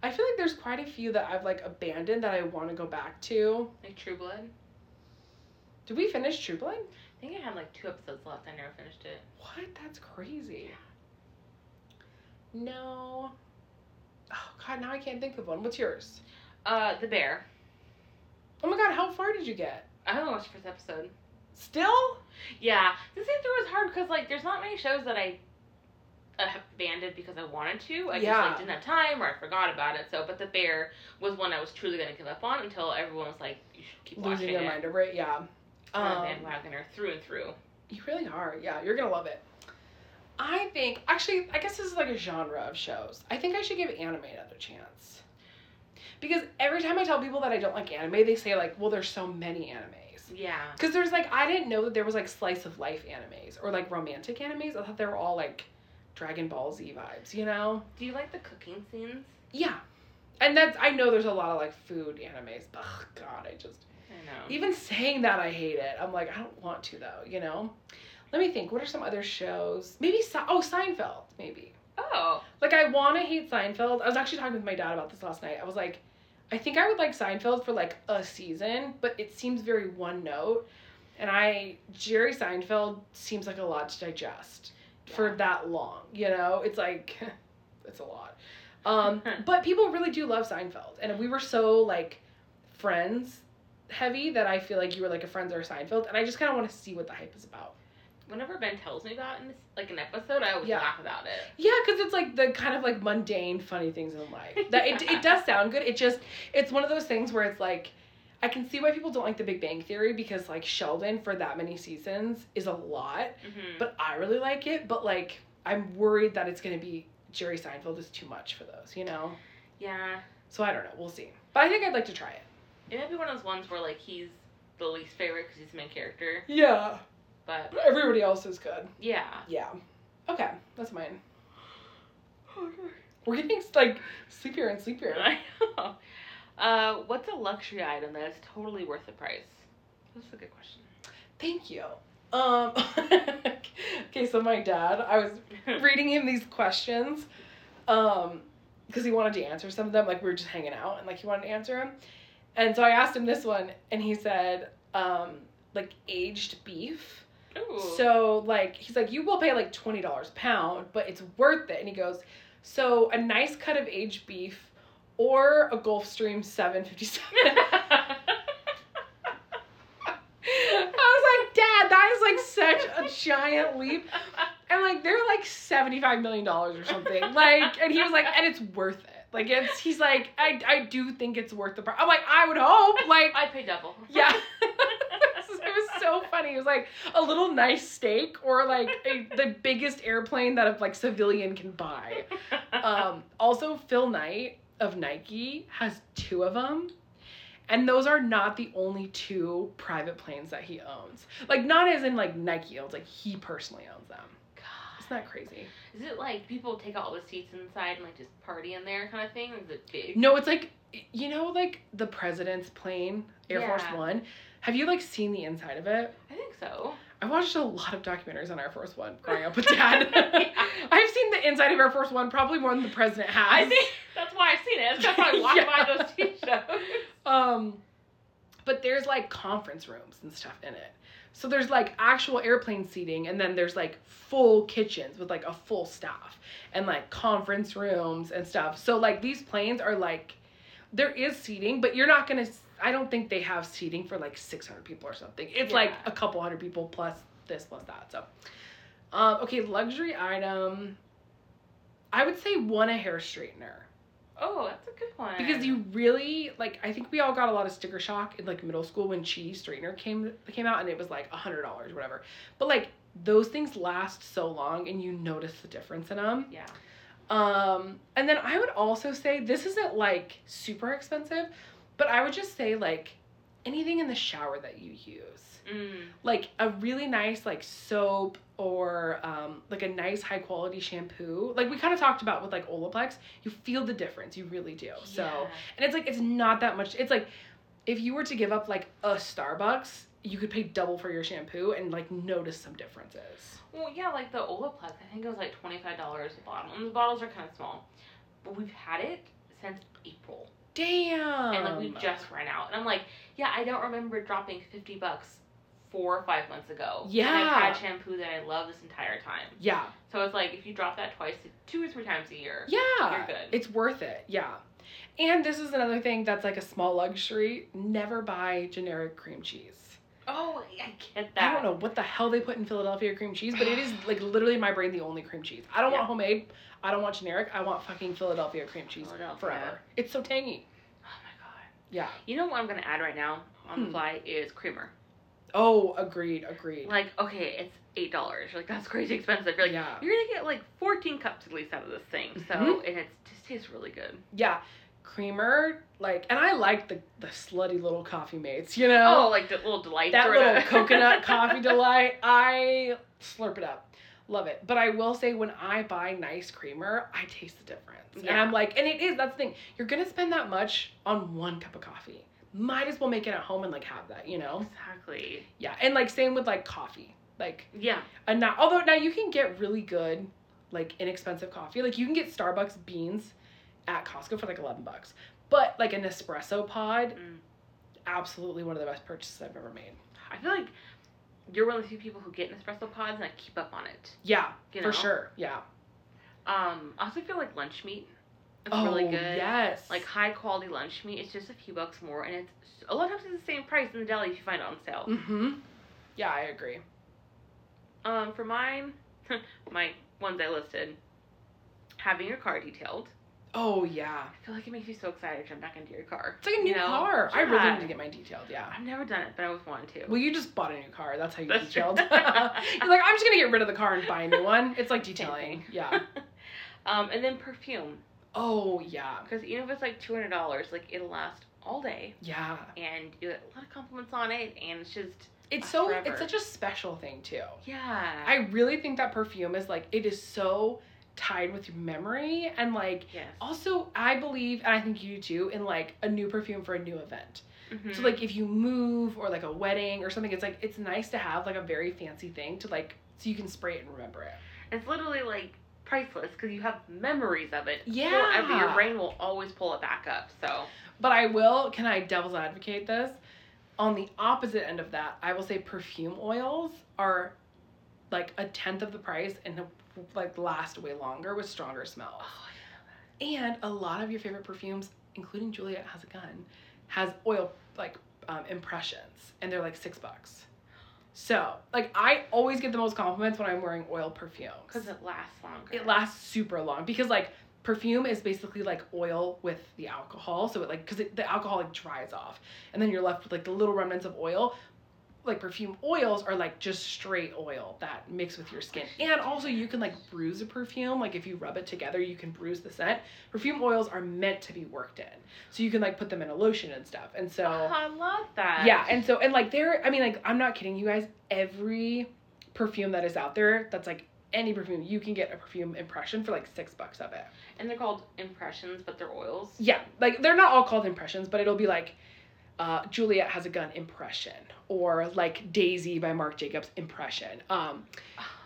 Speaker 1: I feel like there's quite a few that I've like abandoned that I want to go back to.
Speaker 2: Like True Blood.
Speaker 1: Did we finish True Blood?
Speaker 2: I think I had like two episodes left. I never finished it.
Speaker 1: What? That's crazy. No. Oh God, now I can't think of one. What's yours?
Speaker 2: Uh, The Bear.
Speaker 1: Oh my God, how far did you get?
Speaker 2: I only watched the first episode.
Speaker 1: Still?
Speaker 2: Yeah, this season through was hard because like there's not many shows that I uh, abandoned because I wanted to. I just
Speaker 1: Yeah.
Speaker 2: like, didn't have time or I forgot about it. So, but The Bear was one I was truly gonna give up on until everyone was like, you should keep
Speaker 1: Losing
Speaker 2: watching
Speaker 1: their
Speaker 2: it.
Speaker 1: mind over it. Yeah.
Speaker 2: I'm a
Speaker 1: Um,
Speaker 2: bandwagoner through and through.
Speaker 1: You really are. Yeah, you're gonna love it. I think actually, I guess this is like a genre of shows. I think I should give anime another chance. Because every time I tell people that I don't like anime, they say like, "Well, there's so many animes."
Speaker 2: Yeah.
Speaker 1: Because there's like, I didn't know that there was like slice of life animes or like romantic animes. I thought they were all like Dragon Ball Z vibes, you know?
Speaker 2: Do you like the cooking scenes?
Speaker 1: Yeah. And that's I know there's a lot of like food animes. Ugh, God, I just
Speaker 2: I know.
Speaker 1: even saying that I hate it. I'm like, I don't want to though, you know? Let me think. What are some other shows? Maybe Se- oh, Seinfeld, maybe.
Speaker 2: Oh.
Speaker 1: Like I want to hate Seinfeld. I was actually talking with my dad about this last night. I was like, I think I would like Seinfeld for like a season, but it seems very one note. And I Jerry Seinfeld seems like a lot to digest for
Speaker 2: Yeah.
Speaker 1: that long, you know? It's like it's a lot. Um but people really do love Seinfeld. And we were so like friends heavy that I feel like you were like a friends or a Seinfeld and I just kind of want to see what the hype is about.
Speaker 2: Whenever Ben tells me about in this, like an episode, I always
Speaker 1: Yeah.
Speaker 2: laugh about it.
Speaker 1: Yeah, because it's like the kind of like mundane, funny things in life. That it, it does sound good. It just it's one of those things where it's like I can see why people don't like The Big Bang Theory because like Sheldon for that many seasons is a lot,
Speaker 2: Mm-hmm.
Speaker 1: but I really like it. But like I'm worried that it's gonna be Jerry Seinfeld is too much for those, you know.
Speaker 2: yeah,
Speaker 1: So I don't know. We'll see. But I think I'd like to try it.
Speaker 2: it might be one of those ones where like he's the least favorite because he's the main character,
Speaker 1: Yeah,
Speaker 2: but
Speaker 1: but everybody else is good.
Speaker 2: yeah.
Speaker 1: Yeah. Okay, that's mine. We're getting like sleepier and sleepier.
Speaker 2: I know. Uh, what's a luxury item that is totally worth the price? That's a good question.
Speaker 1: Thank you. Um, okay, so my dad, I was reading him these questions um, because he wanted to answer some of them. Like, we were just hanging out and, like, he wanted to answer them. And so I asked him this one, and he said, um, like, aged beef.
Speaker 2: Ooh.
Speaker 1: So, like, he's like, you will pay like $20 a pound, but it's worth it. And he goes, so a nice cut of aged beef or a Gulfstream 757. I was like, Dad, that is like such a giant leap. And like they're like seventy five million dollars or something. Like, and he was like, and it's worth it. Like it's he's like, I I do think it's worth the price. I'm like, I would hope. Like,
Speaker 2: I pay double.
Speaker 1: yeah. it was so funny. It was like a little nice steak or like a, the biggest airplane that a like civilian can buy.
Speaker 2: Uh,
Speaker 1: Um, also, Phil Knight of Nike has two of them. And those are not the only two private planes that he owns. Like, not as in like Nike owns, like he personally owns them.
Speaker 2: God.
Speaker 1: Isn't that crazy?
Speaker 2: Is it like people take out all the seats inside and like just party in there kind of thing? Or is it big?
Speaker 1: No, it's like you know, like the president's plane, Air
Speaker 2: Yeah.
Speaker 1: Force One. Have you like seen the inside of it?
Speaker 2: I think so.
Speaker 1: I watched a lot of documentaries on Air Force One growing up with dad. I've seen the inside of Air Force One probably more than the president has.
Speaker 2: I think that's why I've seen it. That's why I walk by those
Speaker 1: Yeah.
Speaker 2: t shows.
Speaker 1: Um, but there's like conference rooms and stuff in it. So there's like actual airplane seating, and then there's like full kitchens with like a full staff and like conference rooms and stuff. So like these planes are like, there is seating, but you're not gonna. I don't think they have seating for like 600 people or something. It's like
Speaker 2: Yeah.
Speaker 1: a couple hundred people plus this plus that. So, um, okay, luxury item. I would say one a hair straightener
Speaker 2: Oh, that's a good one.
Speaker 1: because you really like i think we all got a lot of sticker shock in like middle school when chi straightener came came out and it was like a hundred dollars whatever but like those things last so long and you notice the difference in them
Speaker 2: Yeah.
Speaker 1: um and then i would also say this isn't like super expensive but i would just say like anything in the shower that you use
Speaker 2: Mm.
Speaker 1: like a really nice like soap or um, like a nice high quality shampoo like we kind of talked about with like olaplex you feel the difference you really do so
Speaker 2: Yeah.
Speaker 1: and it's like it's not that much. It's like if you were to give up like a Starbucks, you could pay double for your shampoo and like notice some differences.
Speaker 2: Well, yeah, like the Olaplex, I think it was like twenty five dollars a bottle, and the bottles are kind of small. But we've had it since April,
Speaker 1: Damn.
Speaker 2: and like we just ran out. And I'm like, yeah, I don't remember dropping fifty bucks four or five months ago. and
Speaker 1: Yeah.
Speaker 2: I've had shampoo that I love this entire time.
Speaker 1: yeah
Speaker 2: So it's like if you drop that twice, two or three times a year.
Speaker 1: yeah.
Speaker 2: You're good.
Speaker 1: It's worth it. Yeah. And this is another thing that's like a small luxury. Never buy generic cream cheese.
Speaker 2: Oh, I get
Speaker 1: I
Speaker 2: that.
Speaker 1: don't know what the hell they put in Philadelphia cream cheese, but it is like literally in my brain the only cream cheese. I don't
Speaker 2: Yeah.
Speaker 1: want homemade. I don't want generic. I want fucking Philadelphia cream cheese
Speaker 2: Philadelphia.
Speaker 1: forever. It's so tangy.
Speaker 2: Oh my god.
Speaker 1: Yeah.
Speaker 2: You know what I'm gonna add right now on the
Speaker 1: Hmm.
Speaker 2: fly is creamer.
Speaker 1: Oh, agreed, agreed.
Speaker 2: Like, okay, it's eight dollars. Like that's crazy expensive. You're like,
Speaker 1: yeah.
Speaker 2: You're gonna get like 14 cups at least out of this thing, so
Speaker 1: Mhm.
Speaker 2: and it just tastes really good.
Speaker 1: yeah creamer like and i like the the slutty little coffee mates you
Speaker 2: Oh,
Speaker 1: know
Speaker 2: like the little delights.
Speaker 1: that
Speaker 2: or
Speaker 1: little
Speaker 2: the-
Speaker 1: coconut coffee delight i slurp it up love it but i will say when i buy nice creamer i taste the difference and
Speaker 2: Yeah.
Speaker 1: i'm like and it is that's the thing you're gonna spend that much on one cup of coffee might as well make it at home and like have that you know
Speaker 2: Exactly.
Speaker 1: yeah and like same with like coffee like
Speaker 2: Yeah.
Speaker 1: and now although now you can get really good like inexpensive coffee like you can get starbucks beans at costco for like 11 bucks but like an espresso pod
Speaker 2: Mm.
Speaker 1: absolutely one of the best purchases i've ever made
Speaker 2: I feel like you're one of the few people who get Nespresso pods and I keep up on it.
Speaker 1: yeah
Speaker 2: You know?
Speaker 1: for sure yeah
Speaker 2: Um, I also feel like lunch meat. It's really good.
Speaker 1: Oh, yes
Speaker 2: Like high quality lunch meat. It's just a few bucks more, and it's a lot of times it's the same price in the deli if you find it on sale.
Speaker 1: mm-hmm yeah i agree
Speaker 2: Um, for mine, my ones I listed, having your car detailed.
Speaker 1: oh yeah
Speaker 2: I feel like it makes you so excited. if I'm not gonna do your car.
Speaker 1: it's like a new
Speaker 2: You know?
Speaker 1: car i really
Speaker 2: Yeah.
Speaker 1: need to get mine detailed yeah
Speaker 2: I've never done it, but I always wanted to.
Speaker 1: well you just bought a new car that's how you
Speaker 2: That's true.
Speaker 1: detailed you're like i'm just gonna get rid of the car and buy a new one it's like detailing yeah
Speaker 2: um, and then perfume,
Speaker 1: oh yeah
Speaker 2: because even if it's like two hundred dollars, like it'll last all day,
Speaker 1: yeah
Speaker 2: and you get a lot of compliments on it, and it's just
Speaker 1: it's so
Speaker 2: Forever.
Speaker 1: it's such a special thing too
Speaker 2: yeah.
Speaker 1: I really think that perfume is like it is so tied with your memory and like
Speaker 2: yes.
Speaker 1: also I believe and I think you do too in like a new perfume for a new event.
Speaker 2: Mhm.
Speaker 1: So like if you move or like a wedding or something, it's like it's nice to have like a very fancy thing to like so you can spray it and remember it.
Speaker 2: it's literally like priceless because you have memories of it.
Speaker 1: Yeah.
Speaker 2: Forever, your brain will always pull it back up. So
Speaker 1: But I will can I devil's advocate this? On the opposite end of that, I will say perfume oils are like a tenth of the price and like last way longer with stronger smells. And a lot of your favorite perfumes, including Juliet Has a Gun, has oil like um, impressions, and they're like six bucks. So, like, I always get the most compliments when I'm wearing oil perfumes.
Speaker 2: because it lasts longer.
Speaker 1: it lasts super long because like perfume is basically like oil with the alcohol so it like because the alcohol like dries off and then you're left with like the little remnants of oil like perfume oils are like just straight oil that mix with your skin and also you can like bruise a perfume like if you rub it together you can bruise the scent perfume oils are meant to be worked in so you can like put them in a lotion and stuff and so
Speaker 2: Oh, I love that.
Speaker 1: yeah, and so and like there, I mean, like I'm not kidding you guys. Every perfume that is out there, that's like any perfume, you can get a perfume impression for like six bucks of it.
Speaker 2: and they're called impressions, but they're oils.
Speaker 1: Yeah, like they're not all called impressions, but it'll be like uh, Juliet has a gun impression, or like Daisy by Marc Jacobs impression. Um,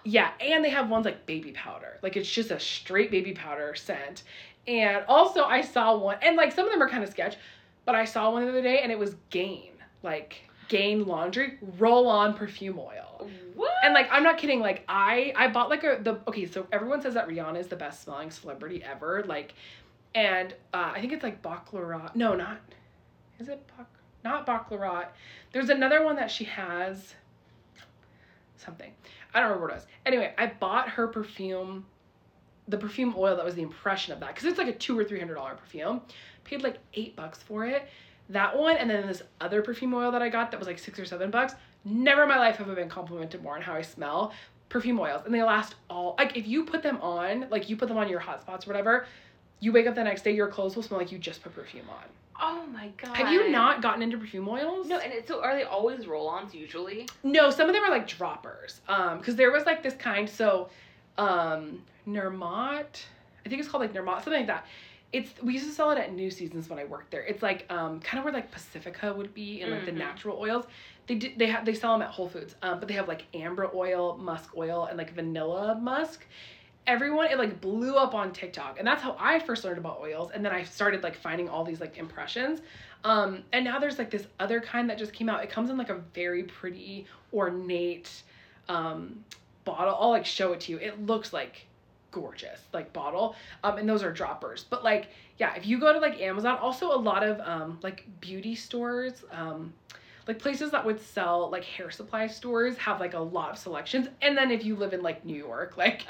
Speaker 1: yeah, and they have ones like baby powder. Like it's just a straight baby powder scent. And also, I saw one, and like some of them are kind of sketch, but I saw one the other day, and it was Gain, like Gain laundry roll on perfume oil.
Speaker 2: What?
Speaker 1: And like I'm not kidding, like I I bought like a the okay, so everyone says that Rihanna is the best smelling celebrity ever, like and uh, I think it's like Baccarat. No, not is it Bac not Baccarat. There's another one that she has something. I don't remember what it was. Anyway, I bought her perfume the perfume oil that was the impression of that because it's like a two or three hundred dollar perfume paid like eight bucks for it that one and then this other perfume oil that i got that was like six or seven bucks never in my life have i been complimented more on how i smell perfume oils and they last all like if you put them on like you put them on your hot spots or whatever you wake up the next day your clothes will smell like you just put perfume on
Speaker 2: oh my god.
Speaker 1: have you not gotten into perfume oils
Speaker 2: No, and it, so are they always roll-ons usually?
Speaker 1: No, some of them are like droppers. Um, because there was like this kind, so um Nermont, I think it's called like Nermont, something like that. It's we used to sell it at New Seasons when I worked there. It's like um kind of where like Pacifica would be and like the
Speaker 2: Mhm.
Speaker 1: natural oils. They do, they have they sell them at Whole Foods. Um, but they have like amber oil, musk oil, and like vanilla musk. Everyone it like blew up on TikTok, and that's how I first learned about oils. And then I started like finding all these like impressions. Um, and now there's like this other kind that just came out. It comes in like a very pretty, ornate um, bottle. I'll like show it to you. It looks like gorgeous, like bottle. Um, and those are droppers. But like, yeah, if you go to like Amazon, also a lot of um, like beauty stores, um, like places that would sell like hair supply stores have like a lot of selections. And then if you live in like New York, like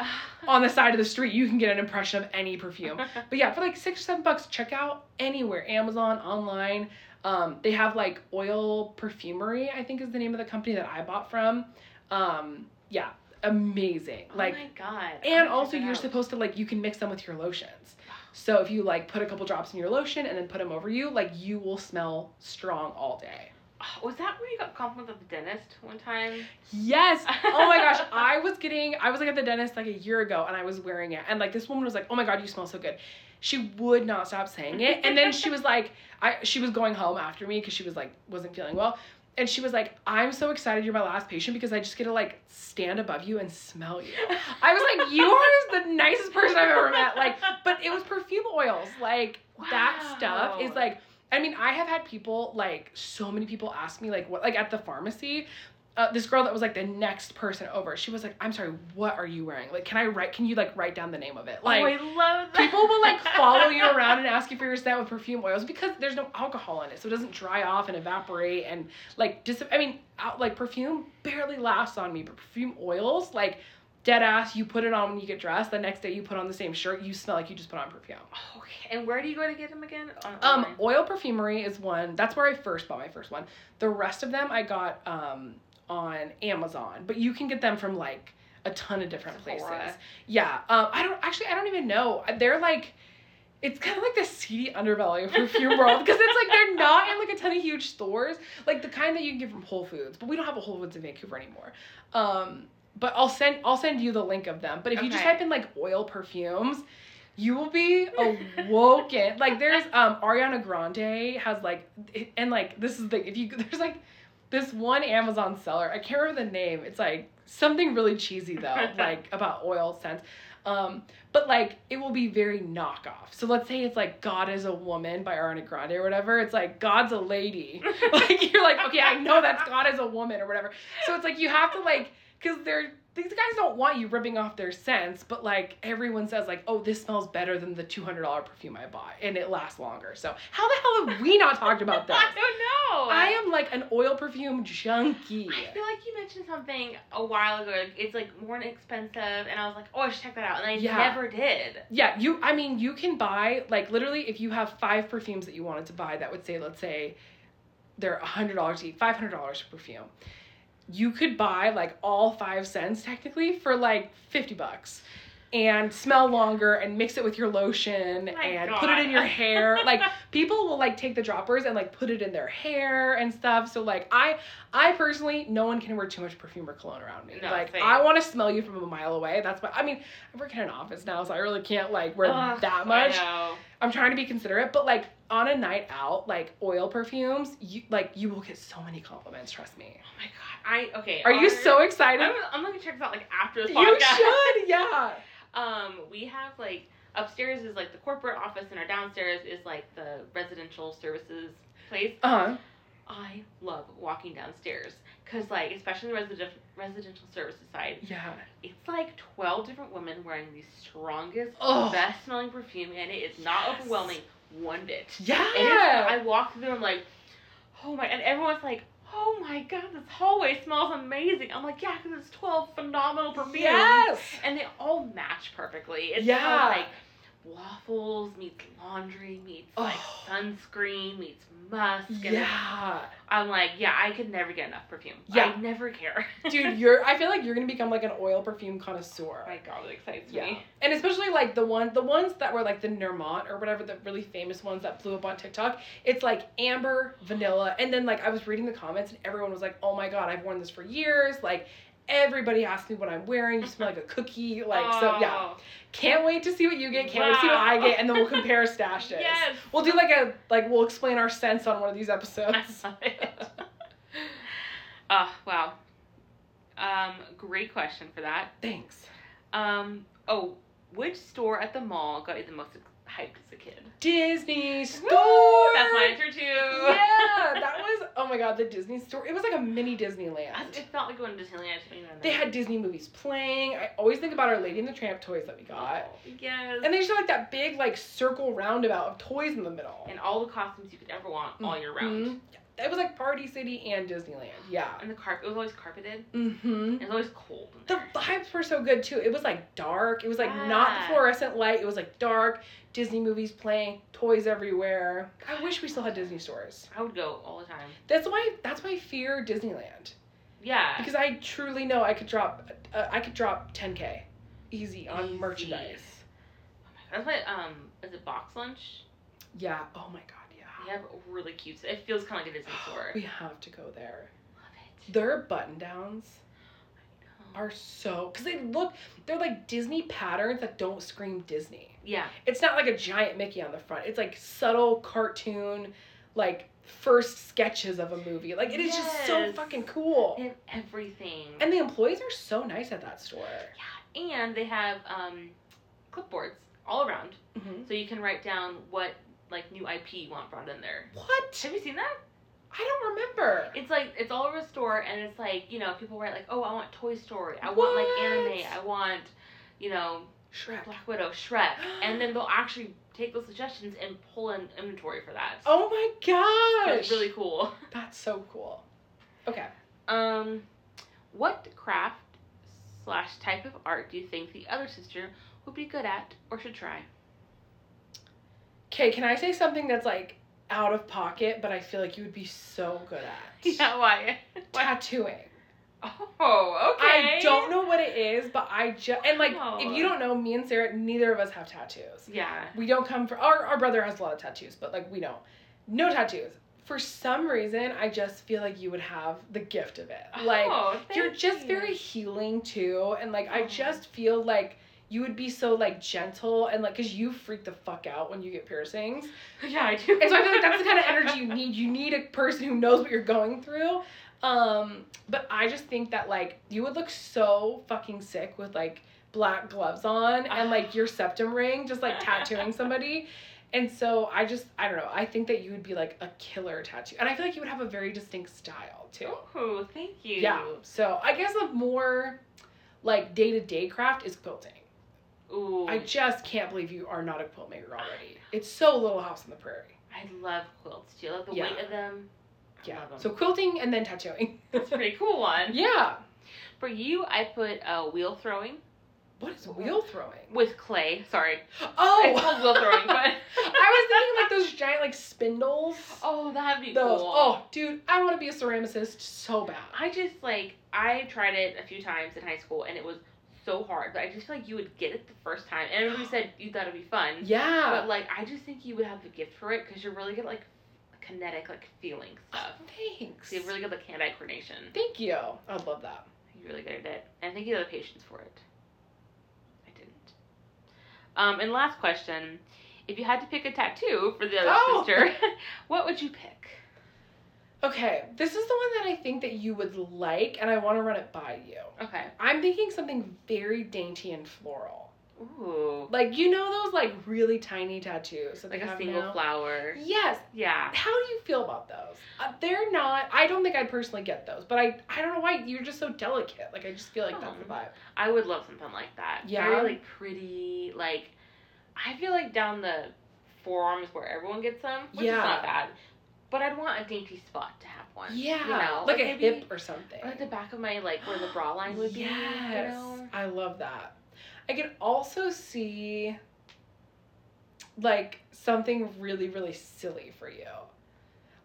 Speaker 1: on the side of the street, you can get an impression of any perfume. But yeah, for like six or seven bucks, check out anywhere Amazon, online. Um, they have like Oil Perfumery, I think is the name of the company that I bought from. Um, yeah, amazing. Like,
Speaker 2: oh my god. I'm
Speaker 1: and
Speaker 2: gonna
Speaker 1: also
Speaker 2: check that
Speaker 1: you're
Speaker 2: out.
Speaker 1: supposed to like you can mix them with your lotions. So if you like put a couple drops in your lotion and then put them over you, like you will smell strong all day.
Speaker 2: Oh, Was that where you got compliments at the dentist one time?
Speaker 1: Yes. Oh my gosh. I was getting, I was like at the dentist like a year ago and I was wearing it. And like this woman was like, oh my God, you smell so good. She would not stop saying it. And then she was like, I, she was going home after me because she was like, wasn't feeling well. And she was like, I'm so excited you're my last patient because I just get to like stand above you and smell you. I was like, you are the nicest person I've ever met. Like, but it was perfume oils. Like that stuff is
Speaker 2: Wow.
Speaker 1: like I mean, I have had people like so many people ask me like what like at the pharmacy. Uh, this girl that was like the next person over, she was like, "I'm sorry, what are you wearing? Like, can I write? Can you like write down the name of it? Like,
Speaker 2: oh, I love that.
Speaker 1: people will like follow you around and ask you for your scent with perfume oils because there's no alcohol in it, so it doesn't dry off and evaporate and like dis. I mean, out, like perfume barely lasts on me, but perfume oils like dead ass. You put it on when you get dressed. The next day you put on the same shirt, you smell like you just put on perfume.
Speaker 2: Okay, and where do you go to get them again? On,
Speaker 1: Um,
Speaker 2: online?
Speaker 1: Oil Perfumery is one. That's where I first bought my first one. The rest of them I got um, on Amazon, but you can get them from like a ton of different places.
Speaker 2: Sephora.
Speaker 1: Yeah. Um, I don't actually. I don't even know. They're like, it's kind of like the seedy underbelly of perfume world because it's like they're not in like a ton of huge stores, like the kind that you can get from Whole Foods. But we don't have a Whole Foods in Vancouver anymore. Um, but I'll send I'll send you the link of them. But if you just
Speaker 2: Okay.
Speaker 1: type in like oil perfumes, you will be awoken. like there's um Ariana Grande has like and like this is the if you there's like this one Amazon seller. I can't remember the name. It's like something really cheesy though, like about oil scents. Um, but like it will be very knockoff. So let's say it's like God is a woman by Ariana Grande or whatever. It's like God's a lady. like you're like okay, I know that's God is a woman or whatever. So it's like you have to like because they're these guys don't want you ripping off their scents, but like everyone says, like, oh, this smells better than the two hundred dollar perfume I bought, and it lasts longer. So how the hell have we not talked about
Speaker 2: I
Speaker 1: that?
Speaker 2: don't know.
Speaker 1: I am like an oil perfume junkie.
Speaker 2: I feel like you mentioned something a while ago. like, It's like more inexpensive, and I was like, oh, I should check that out, and I
Speaker 1: Yeah.
Speaker 2: never did.
Speaker 1: Yeah, you. I mean, you can buy like literally if you have five perfumes that you wanted to buy that would say, let's say, they're a hundred dollars each, five hundred dollars for perfume. You could buy like all five scents technically for like fifty bucks, and smell longer and mix it with your lotion
Speaker 2: Oh My
Speaker 1: and
Speaker 2: God.
Speaker 1: put it in your hair. like people will like take the droppers and like put it in their hair and stuff. So like I, I personally, no one can wear too much perfume or cologne around me.
Speaker 2: No,
Speaker 1: like
Speaker 2: same.
Speaker 1: I want to smell you from a mile away. That's what I mean. I work in an office now, so I really can't like wear
Speaker 2: Ugh,
Speaker 1: that much.
Speaker 2: I know.
Speaker 1: I'm trying to be considerate, but like on a night out, like oil perfumes, you like you will get so many compliments. Trust me.
Speaker 2: Oh my god. I okay.
Speaker 1: Are you
Speaker 2: honor-
Speaker 1: so
Speaker 2: I'm,
Speaker 1: excited?
Speaker 2: gonna- I'm gonna check this out like after the podcast.
Speaker 1: You should, yeah.
Speaker 2: Um, we have like upstairs is like the corporate office, and our downstairs is like the residential services place.
Speaker 1: Uh huh.
Speaker 2: I love walking downstairs because like especially the residential residential services side,
Speaker 1: Yeah.
Speaker 2: it's like twelve different women wearing the strongest,
Speaker 1: Ugh.
Speaker 2: best smelling perfume, and it is not
Speaker 1: Yes.
Speaker 2: overwhelming one bit. And it's-
Speaker 1: Yeah.
Speaker 2: I walk through, I'm like, oh my, and everyone's like, oh my god, this hallway smells amazing. I'm like, yeah, because it's 12 phenomenal perfumes.
Speaker 1: Yes.
Speaker 2: And they all match perfectly. It's
Speaker 1: Yeah.
Speaker 2: yeah. like waffles meets laundry meets like
Speaker 1: Oh.
Speaker 2: sunscreen meets musk. And
Speaker 1: Yeah.
Speaker 2: I'm like, yeah, I could never get enough perfume.
Speaker 1: Yeah.
Speaker 2: I never care.
Speaker 1: Dude, you're I feel like you're gonna become like an oil perfume connoisseur.
Speaker 2: oh my god, it excites
Speaker 1: Yeah.
Speaker 2: me.
Speaker 1: And especially like the one the ones that were like the Nermont or whatever the really famous ones that blew up on TikTok. It's like amber, vanilla, and then like I was reading the comments and everyone was like, "Oh my god, I've worn this for years." Like everybody asks me what I'm wearing. You smell like a cookie. Like so yeah.
Speaker 2: Oh,
Speaker 1: Can't wait to see what you get. Can't wait to see what I get and then we'll compare stashes.
Speaker 2: Yes.
Speaker 1: We'll do like a like we'll explain our sense on one of these
Speaker 2: I
Speaker 1: episodes.
Speaker 2: love it. oh, wow. Um, great question for that.
Speaker 1: Thanks.
Speaker 2: Um. Oh, which store at the mall got you the most hyped as a kid?
Speaker 1: Disney store.
Speaker 2: That's my answer too.
Speaker 1: Yeah, that was oh my god, the Disney store. It was like a mini Disneyland.
Speaker 2: I- It felt like going to Disneyland. you know,
Speaker 1: They had Disney movies playing. I always think about Our Lady and the Tramp toys that we got.
Speaker 2: Oh, Yes.
Speaker 1: And they just had like that big like circle roundabout of toys in the middle.
Speaker 2: And all the costumes you could ever want all year round.
Speaker 1: Mhm. It was like Party City and Disneyland. Yeah.
Speaker 2: And the carpet it was always carpeted.
Speaker 1: Mm-hmm.
Speaker 2: It was always cold. In
Speaker 1: The
Speaker 2: there.
Speaker 1: vibes were so good too. It was like dark. It was like not
Speaker 2: Yeah.
Speaker 1: the fluorescent light. It was like dark. Disney movies playing, toys everywhere. I wish we still had Disney stores.
Speaker 2: I would go all the time.
Speaker 1: That's why. That's why I fear Disneyland.
Speaker 2: Yeah.
Speaker 1: because I truly know I could drop uh, I could drop 10k easy on
Speaker 2: Easy.
Speaker 1: merchandise.
Speaker 2: Oh my God. That's my um. Is it box lunch?
Speaker 1: Yeah. Oh my god. Yeah.
Speaker 2: We have really cute. It feels kind of like a Disney store.
Speaker 1: We have to go there.
Speaker 2: Love it.
Speaker 1: Their button downs
Speaker 2: I know.
Speaker 1: are so because they look they're like Disney patterns that don't scream Disney.
Speaker 2: Yeah.
Speaker 1: It's not like a giant Mickey on the front. It's like subtle cartoon, like first sketches of a movie. Like it is just so
Speaker 2: Yes.
Speaker 1: fucking cool.
Speaker 2: They have everything.
Speaker 1: And the employees are so nice at that store.
Speaker 2: Yeah, and they have um, clipboards all around,
Speaker 1: Mhm.
Speaker 2: so you can write down what like new IP you want brought in there.
Speaker 1: What?
Speaker 2: Have you seen that?
Speaker 1: I don't remember.
Speaker 2: It's like it's all over a store, and it's like you know people write like, oh, I want Toy Story, I want like
Speaker 1: What?
Speaker 2: anime, I want you know
Speaker 1: Shrek.
Speaker 2: Black Widow, Shrek, and then they'll actually take those suggestions and pull an inventory for that.
Speaker 1: Oh my gosh!
Speaker 2: it's really cool.
Speaker 1: That's so cool. Okay.
Speaker 2: Um, what craft slash type of art do you think the other sister would be good at or should try?
Speaker 1: Okay, can I say something that's like out of pocket, but I feel like you would be so good at?
Speaker 2: Yeah, why?
Speaker 1: Tattooing.
Speaker 2: Oh, okay.
Speaker 1: I don't know what it is, but I just and like
Speaker 2: Wow.
Speaker 1: if you don't know, me and Sarah, neither of us have tattoos.
Speaker 2: Yeah.
Speaker 1: We don't come from our our brother has a lot of tattoos, but like we don't. No tattoos. For some reason, I just feel like you would have the gift of it. Like
Speaker 2: Oh,
Speaker 1: you're
Speaker 2: thank
Speaker 1: just
Speaker 2: you. Oh.
Speaker 1: very healing too and like i
Speaker 2: Aw.
Speaker 1: just feel like you would be so like gentle and like because you freak the fuck out when you get piercings
Speaker 2: Yeah, I do.
Speaker 1: and so i feel like that's the kind of energy you need you need a person who knows what you're going through um but i just think that like you would look so fucking sick with like black gloves on and like your septum ring just like tattooing somebody and so i just i don't know i think that you would be like a killer tattoo and i feel like you would have a very distinct style too
Speaker 2: Oh, thank you.
Speaker 1: yeah. So I guess a more like day to day craft is quilting.
Speaker 2: Ooh,
Speaker 1: I
Speaker 2: I,
Speaker 1: just can't believe you are not a quilt maker already. It's so Little House on the Prairie.
Speaker 2: love quilts. Do you love the
Speaker 1: Yeah.
Speaker 2: weight of them? I
Speaker 1: Yeah.
Speaker 2: love 'em.
Speaker 1: So quilting and then tattooing.
Speaker 2: That's a pretty cool one.
Speaker 1: yeah.
Speaker 2: For you, I put uh, wheel throwing
Speaker 1: What is wheel throwing?
Speaker 2: with clay. Sorry,
Speaker 1: Oh,
Speaker 2: it's called wheel throwing, but
Speaker 1: I was thinking like those giant like spindles.
Speaker 2: oh, that'd be
Speaker 1: those.
Speaker 2: cool.
Speaker 1: Oh, dude, I want to be a ceramicist so bad.
Speaker 2: I just like I tried it a few times in high school and it was so hard, but I just feel like you would get it the first time. And everybody said you thought it'd be fun,
Speaker 1: Yeah.
Speaker 2: Um, but like I just think you would have the gift for it because you're really good at, like kinetic, like feeling stuff.
Speaker 1: Thanks.
Speaker 2: So you have really good like hand-eye coordination.
Speaker 1: Thank you. I love that.
Speaker 2: You're really good at it, and I think you have the patience for it. I didn't. Um, and last question: If you had to pick a tattoo for the other
Speaker 1: Oh.
Speaker 2: sister, what would you pick?
Speaker 1: Okay, this is the one that I think that you would like, and I want to run it by you.
Speaker 2: Okay.
Speaker 1: I'm thinking something very dainty and floral.
Speaker 2: Ooh,
Speaker 1: Like you know those like really tiny tattoos that they
Speaker 2: like a
Speaker 1: have
Speaker 2: single
Speaker 1: now?
Speaker 2: flower.
Speaker 1: Yes.
Speaker 2: Yeah.
Speaker 1: How do you feel about those? Uh, they're not. I don't think I'd personally get those, but I I don't know why you're just so delicate. Like I just feel like that's the
Speaker 2: Um,
Speaker 1: vibe.
Speaker 2: I would love something like that.
Speaker 1: Yeah.
Speaker 2: Very like pretty. Like, I feel like down the forearm is where everyone gets them, which
Speaker 1: Yeah.
Speaker 2: is not bad. But I'd want a dainty spot to have one.
Speaker 1: Yeah.
Speaker 2: You know,
Speaker 1: like, a
Speaker 2: maybe-
Speaker 1: hip or something.
Speaker 2: or, Like the back of my like where the bra line would
Speaker 1: yes.
Speaker 2: be. You know?
Speaker 1: I love that. I could also see like something really really silly for you.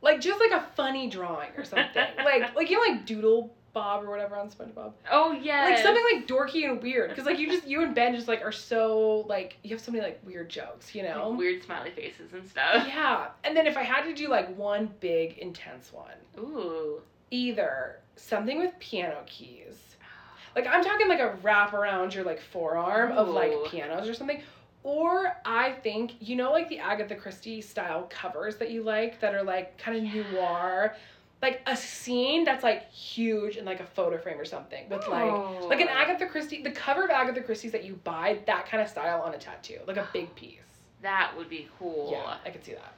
Speaker 1: Like just like a funny drawing or something. like like you know like doodle bob or whatever on SpongeBob.
Speaker 2: Oh yeah.
Speaker 1: Like something like dorky and weird cuz like you just you and Ben just like are so like you have so many like weird jokes, you know.
Speaker 2: Like, weird smiley faces and stuff.
Speaker 1: Yeah. And then if I had to do like one big intense one,
Speaker 2: Ooh.
Speaker 1: either something with piano keys. Like I'm talking like a wrap around your like forearm of like
Speaker 2: Ooh.
Speaker 1: pianos or something. Or I think you know like the Agatha Christie style covers that you like that are like kind of
Speaker 2: Yeah.
Speaker 1: noir. Like a scene that's like huge in like a photo frame or something with like
Speaker 2: Oh.
Speaker 1: like an Agatha Christie the cover of Agatha Christie's that you buy that kind of style on a tattoo like a big piece.
Speaker 2: That would be cool.
Speaker 1: Yeah, I could see that.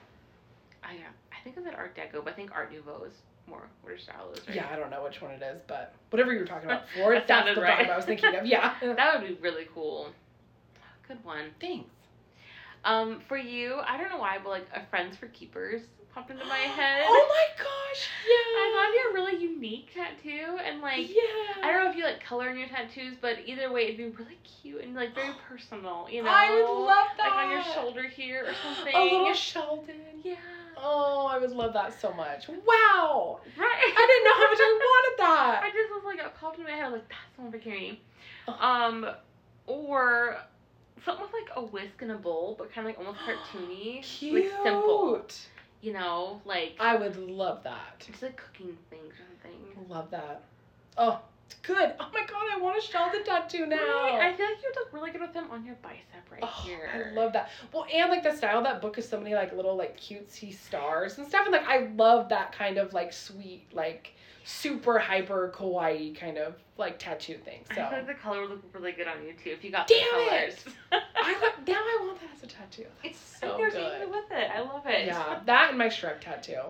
Speaker 2: I, I think of it Art Deco, but I think Art Nouveau is more where your style is. Right?
Speaker 1: Yeah, I don't know which one it is, but whatever you were talking about before,
Speaker 2: That
Speaker 1: that's
Speaker 2: sounded
Speaker 1: the
Speaker 2: right.
Speaker 1: vibe I was thinking of. Yeah.
Speaker 2: That would be really cool. Good one.
Speaker 1: Thanks.
Speaker 2: Um, for you, I don't know why, but like a Friends for Keepers popped into my head.
Speaker 1: Oh my gosh!
Speaker 2: I thought
Speaker 1: Yeah.
Speaker 2: it'd be a really unique tattoo, and like
Speaker 1: yeah.
Speaker 2: I don't know if you like color in your tattoos, but either way, it'd be really cute and like very personal. You know,
Speaker 1: I would love that.
Speaker 2: like on your shoulder here or something.
Speaker 1: A little Sheldon.
Speaker 2: yeah.
Speaker 1: Oh, I would love that so much. Wow.
Speaker 2: Right.
Speaker 1: I didn't know how much I wanted
Speaker 2: I
Speaker 1: that.
Speaker 2: just was like, it popped in my head. I was like, that's the one for Carrie.
Speaker 1: Oh.
Speaker 2: Um, or something with like a whisk and a bowl, but kind of like almost cartoony,
Speaker 1: Cute.
Speaker 2: like simple. You know, like
Speaker 1: I would love that.
Speaker 2: just like cooking things or something.
Speaker 1: Love that. Oh, it's good. Oh my god, I want a Sheldon tattoo now.
Speaker 2: Right? I feel like you'd look really good with them on your bicep right
Speaker 1: Oh,
Speaker 2: here.
Speaker 1: I love that. Well, and like the style of that book is so many like little like cutesy stars and stuff, and like I love that kind of like sweet, like super hyper kawaii kind of like tattoo thing.
Speaker 2: I
Speaker 1: So
Speaker 2: feel like the color would look really good on you too if you got
Speaker 1: Damn
Speaker 2: the colors.
Speaker 1: it! I love, now I want that as a tattoo. That's so
Speaker 2: There's
Speaker 1: good.
Speaker 2: something with it. I love it.
Speaker 1: Yeah, that and my Shrek tattoo.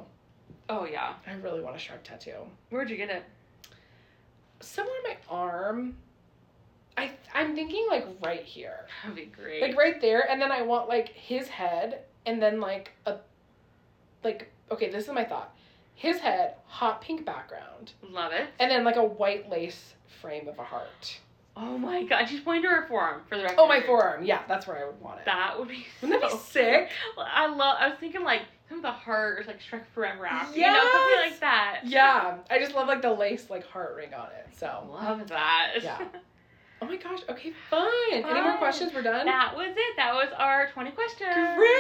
Speaker 2: Oh yeah.
Speaker 1: I really want a Shrek tattoo.
Speaker 2: Where'd you get it?
Speaker 1: Somewhere on my arm. I I'm thinking like right here.
Speaker 2: That'd be great.
Speaker 1: like right there and then i want like his head and then like a like okay this is my thought his head hot pink background
Speaker 2: love it.
Speaker 1: and then like a white lace frame of a heart
Speaker 2: Oh my god, she's pointing to her forearm for the record.
Speaker 1: oh my forearm yeah that's where i would want it
Speaker 2: That would be.
Speaker 1: wouldn't that
Speaker 2: so-
Speaker 1: be sick
Speaker 2: I love. I was thinking like some of the heart, like Shrek Forever After, you know, something
Speaker 1: Yes!
Speaker 2: like that.
Speaker 1: yeah i just love like the lace like heart ring on it so
Speaker 2: Love that.
Speaker 1: Yeah. oh my gosh okay fun any more
Speaker 2: Fun.
Speaker 1: questions we're done
Speaker 2: that was it. That was our twenty questions.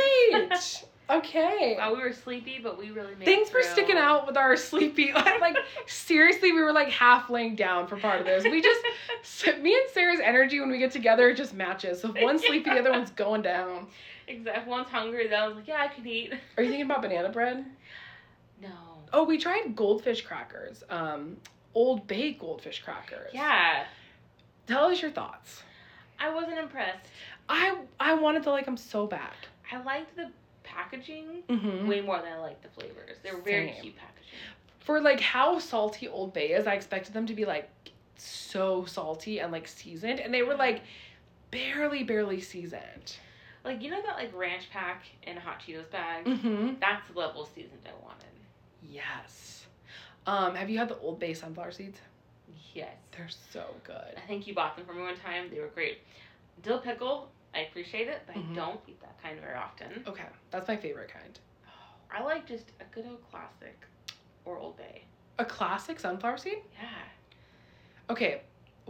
Speaker 1: great okay
Speaker 2: Wow, we were sleepy, but we really made.
Speaker 1: Thanks
Speaker 2: it
Speaker 1: for
Speaker 2: through.
Speaker 1: sticking out with our sleepy. Like seriously, we were like half laying down for part of this. We just so, me and Sarah's energy when we get together just matches. So if one's sleepy, the other one's going down.
Speaker 2: Exactly. One's hungry. The other's like, yeah, I can eat.
Speaker 1: Are you thinking about banana bread?
Speaker 2: No.
Speaker 1: Oh, we tried goldfish crackers. Um, Old Bay goldfish crackers.
Speaker 2: Yeah.
Speaker 1: Tell us your thoughts.
Speaker 2: I wasn't impressed.
Speaker 1: I I wanted to like them so bad.
Speaker 2: I liked the packaging
Speaker 1: Mm-hmm.
Speaker 2: way more than I liked the flavors. They were very
Speaker 1: Same.
Speaker 2: cute packaging.
Speaker 1: For like how salty Old Bay is, I expected them to be like so salty and like seasoned, and they were like barely, barely seasoned.
Speaker 2: Like you know that like ranch pack in a hot Cheetos bag.
Speaker 1: Mm-hmm.
Speaker 2: That's the level of seasoned I wanted.
Speaker 1: Yes. Um, have you had the Old Bay sunflower seeds?
Speaker 2: Yes.
Speaker 1: They're so good.
Speaker 2: I think you bought them for me one time. They were great. Dill pickle, I appreciate it, but
Speaker 1: Mhm.
Speaker 2: I don't eat that kind very often.
Speaker 1: Okay, that's my favorite kind.
Speaker 2: I like just a good old classic or Old Bay.
Speaker 1: A classic sunflower seed.
Speaker 2: Yeah.
Speaker 1: Okay,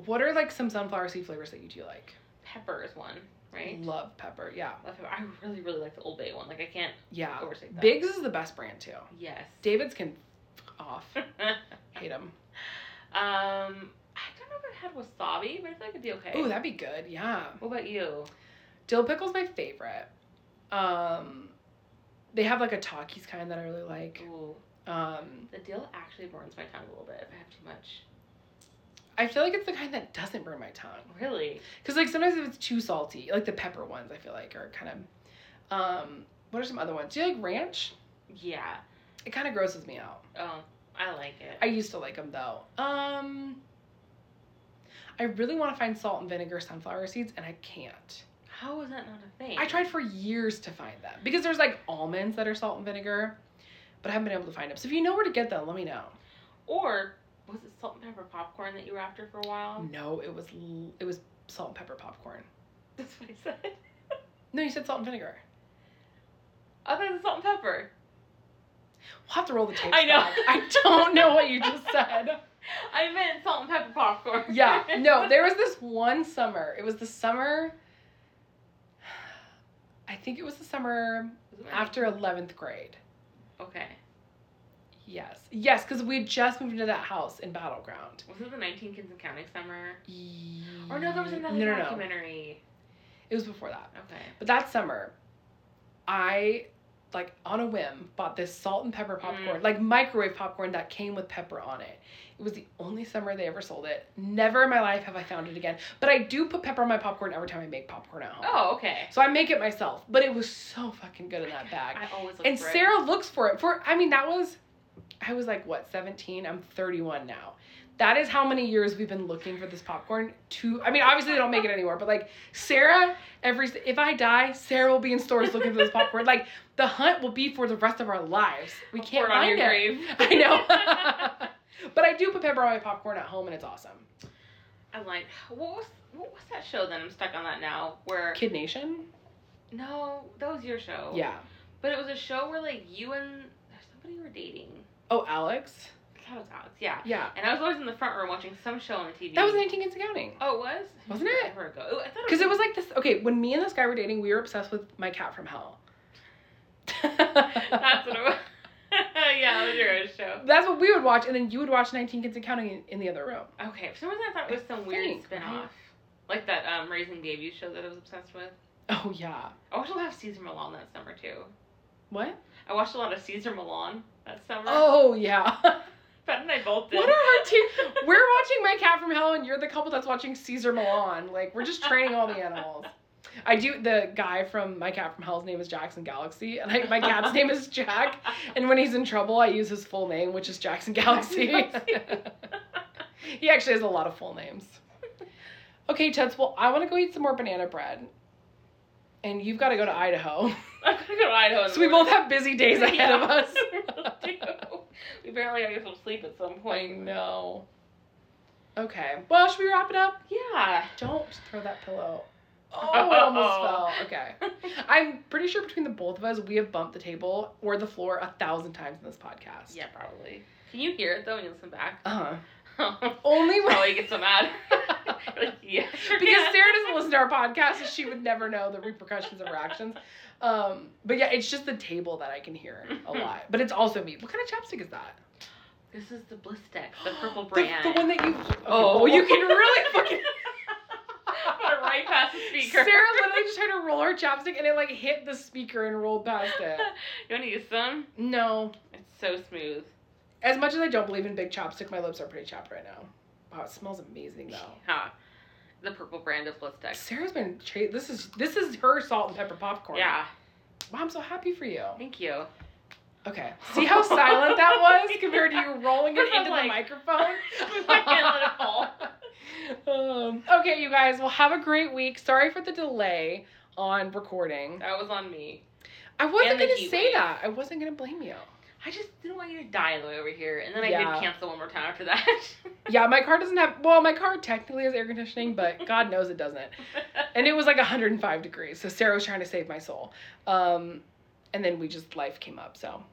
Speaker 1: what are like some sunflower seed flavors that you do like?
Speaker 2: Pepper is one, right?
Speaker 1: Love pepper. Yeah,
Speaker 2: Love pepper. I really, really like the Old Bay one. Like, I can't
Speaker 1: yeah.
Speaker 2: overstate that.
Speaker 1: Biggs is the best brand too.
Speaker 2: Yes.
Speaker 1: David's can f- off.
Speaker 2: um,
Speaker 1: Hate him.
Speaker 2: I don't know if I've had wasabi, but I feel like it'd be okay.
Speaker 1: Ooh, that'd be good. Yeah.
Speaker 2: what about you?
Speaker 1: Dill pickle's my favorite. Um, they have like a Takis kind that I really like.
Speaker 2: Ooh,
Speaker 1: Um,
Speaker 2: the dill actually burns my tongue a little bit if I have too much.
Speaker 1: I feel like it's the kind that doesn't burn my tongue.
Speaker 2: Really?
Speaker 1: Cause like sometimes if it's too salty, like the pepper ones, I feel like are kind of. Um, what are some other ones? Do you like ranch?
Speaker 2: Yeah.
Speaker 1: It kind of grosses me out.
Speaker 2: Um, I like it.
Speaker 1: I used to like them though. Um, I really want to find salt and vinegar sunflower seeds, and I can't.
Speaker 2: How is that not a thing?
Speaker 1: I tried for years to find them because there's like almonds that are salt and vinegar, but I haven't been able to find them. So if you know where to get them, let me know.
Speaker 2: Or was it salt and pepper popcorn that you were after for a while?
Speaker 1: No, it was l- it was salt and pepper popcorn.
Speaker 2: That's what I said.
Speaker 1: No, you said salt and vinegar.
Speaker 2: I thought it was salt and pepper.
Speaker 1: We'll have to roll the tape.
Speaker 2: I know.
Speaker 1: I don't know what you just said.
Speaker 2: I meant salt and pepper popcorn.
Speaker 1: Yeah. No, there was this one summer. It was the summer. I think it was the summer
Speaker 2: Was it my-
Speaker 1: after 11th grade.
Speaker 2: Okay.
Speaker 1: Yes. Yes, because we had just moved into that house in Battleground.
Speaker 2: Was it the 19 Kids and Counting Summer? Or no, there was another
Speaker 1: Mm, no, no, no.
Speaker 2: documentary.
Speaker 1: It was before that.
Speaker 2: Okay.
Speaker 1: But that summer, I like on a whim bought this salt and pepper
Speaker 2: Mm.
Speaker 1: popcorn, like microwave popcorn that came with pepper on it. It was the only summer they ever sold it. Never in my life have I found it again. But I do put pepper on my popcorn every time I make popcorn at home.
Speaker 2: Oh, okay.
Speaker 1: So I make it myself, but it was so fucking good in that bag.
Speaker 2: I always look
Speaker 1: And
Speaker 2: for it.
Speaker 1: Sarah looks for it for I mean that was I was like what 17, I'm 31 now. That is how many years we've been looking for this popcorn to I mean obviously they don't make it anymore, but like Sarah every if I die, Sarah will be in stores looking for this popcorn. Like the hunt will be for the rest of our lives. We
Speaker 2: Pour
Speaker 1: can't
Speaker 2: it on your
Speaker 1: find it.
Speaker 2: grave.
Speaker 1: I know. but I do put pepper on my popcorn at home and it's awesome.
Speaker 2: I'm like, what was what was that show? Then I'm stuck on that now. Where
Speaker 1: Kid Nation?
Speaker 2: no, that was your show.
Speaker 1: Yeah.
Speaker 2: But it was a show where like you and somebody you were dating.
Speaker 1: Oh, Alex?
Speaker 2: That was Alex. Yeah.
Speaker 1: Yeah.
Speaker 2: And I was always in the front room watching some show on the TV.
Speaker 1: That was 19 Kids and Counting.
Speaker 2: Oh, it was.
Speaker 1: Wasn't it?
Speaker 2: Forever ago. Oh, I thought
Speaker 1: Because it was like this. Okay, when me and this guy were dating, we were obsessed with my cat from hell.
Speaker 2: That's what it was. yeah, it was your own show.
Speaker 1: That's what we would watch, and then you would watch 19 Kids and Counting in, in the other room.
Speaker 2: Okay, for some reason I thought it was some
Speaker 1: I
Speaker 2: weird
Speaker 1: think,
Speaker 2: spin off. Like that um, Raising Babies show that I was obsessed with.
Speaker 1: Oh, yeah.
Speaker 2: I watched a lot of Caesar Milan that summer too.
Speaker 1: What?
Speaker 2: I watched a lot of Caesar Milan that summer.
Speaker 1: Oh, yeah.
Speaker 2: Pat and I both did.
Speaker 1: what are our two? We're watching My Cat from Hell, and you're the couple that's watching Caesar Milan. Like, we're just training all the animals. I do. The guy from My Cat from Hell's name is Jackson Galaxy, and I, my cat's name is Jack. And when he's in trouble, I use his full name, which is Jackson Galaxy. he actually has a lot of full names. Okay, Tuts, well, I want to go eat some more banana bread. And you've got to go to Idaho.
Speaker 2: I'm gonna go to Idaho. in
Speaker 1: so
Speaker 2: the
Speaker 1: we both
Speaker 2: morning.
Speaker 1: have busy days ahead of
Speaker 2: Yeah.
Speaker 1: us.
Speaker 2: We do. we barely got to get some sleep at some
Speaker 1: I
Speaker 2: point.
Speaker 1: know. Okay. Well, should we wrap it up?
Speaker 2: Yeah.
Speaker 1: Don't throw that pillow. Oh, I almost
Speaker 2: Uh-oh.
Speaker 1: fell. Okay. I'm pretty sure between the both of us, we have bumped the table or the floor a thousand times in this podcast.
Speaker 2: yeah, probably. Can you hear it though when you listen back?
Speaker 1: Uh huh.
Speaker 2: Probably
Speaker 1: Only when.
Speaker 2: get so mad. like, yeah. sure
Speaker 1: because
Speaker 2: can.
Speaker 1: Sarah doesn't listen to our podcast, so she would never know the repercussions of her actions. Um, but yeah, it's just the table that I can hear a lot. But it's also me. What kind of chapstick is that?
Speaker 2: This is the Blistex, the purple
Speaker 1: The-
Speaker 2: brand.
Speaker 1: The, one that you. Okay,
Speaker 2: Oh.
Speaker 1: well, you can really fucking.
Speaker 2: Went right past the speaker.
Speaker 1: Sarah literally just tried to roll her chapstick and it like hit the speaker and rolled past it.
Speaker 2: you want to use some?
Speaker 1: No,
Speaker 2: It's so smooth.
Speaker 1: as much as I don't believe in big chapstick, my lips are pretty chapped right now. Wow, it smells amazing though.
Speaker 2: Huh. The purple brand of Blistex.
Speaker 1: Sarah's been tra- this is this is her salt and pepper popcorn.
Speaker 2: Yeah.
Speaker 1: Wow, I'm so happy for you.
Speaker 2: Thank you.
Speaker 1: Okay. See how silent that was compared to you rolling it
Speaker 2: I'm
Speaker 1: into the
Speaker 2: like-
Speaker 1: microphone?
Speaker 2: I can't let it fall.
Speaker 1: Um, okay, you guys. Well, have a great week. Sorry for the delay on recording.
Speaker 2: That was on me.
Speaker 1: I wasn't
Speaker 2: And the
Speaker 1: gonna
Speaker 2: heat
Speaker 1: say
Speaker 2: wave.
Speaker 1: that. I wasn't gonna blame you.
Speaker 2: I just didn't want you to die on the way over here, and then I
Speaker 1: Yeah.
Speaker 2: did cancel one more time after that.
Speaker 1: Yeah, my car doesn't have. Well, my car technically has air conditioning, but God knows it doesn't. And it was like 105 degrees, so Sarah was trying to save my soul. Um, and then we just life came up. So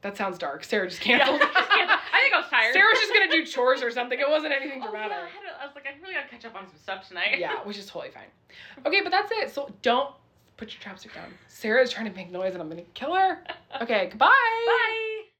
Speaker 1: that sounds dark. Sarah just
Speaker 2: Yeah,
Speaker 1: canceled.
Speaker 2: I think I was tired.
Speaker 1: Sarah was just gonna do chores or something. It wasn't anything
Speaker 2: Oh, yeah, I,
Speaker 1: dramatic.
Speaker 2: had a, I was like, I really gotta catch up on some stuff tonight.
Speaker 1: yeah, which is totally fine. Okay, but that's it. So don't put your chapstick down. Sarah is trying to make noise, and I'm gonna kill her. Okay, goodbye.
Speaker 2: Bye.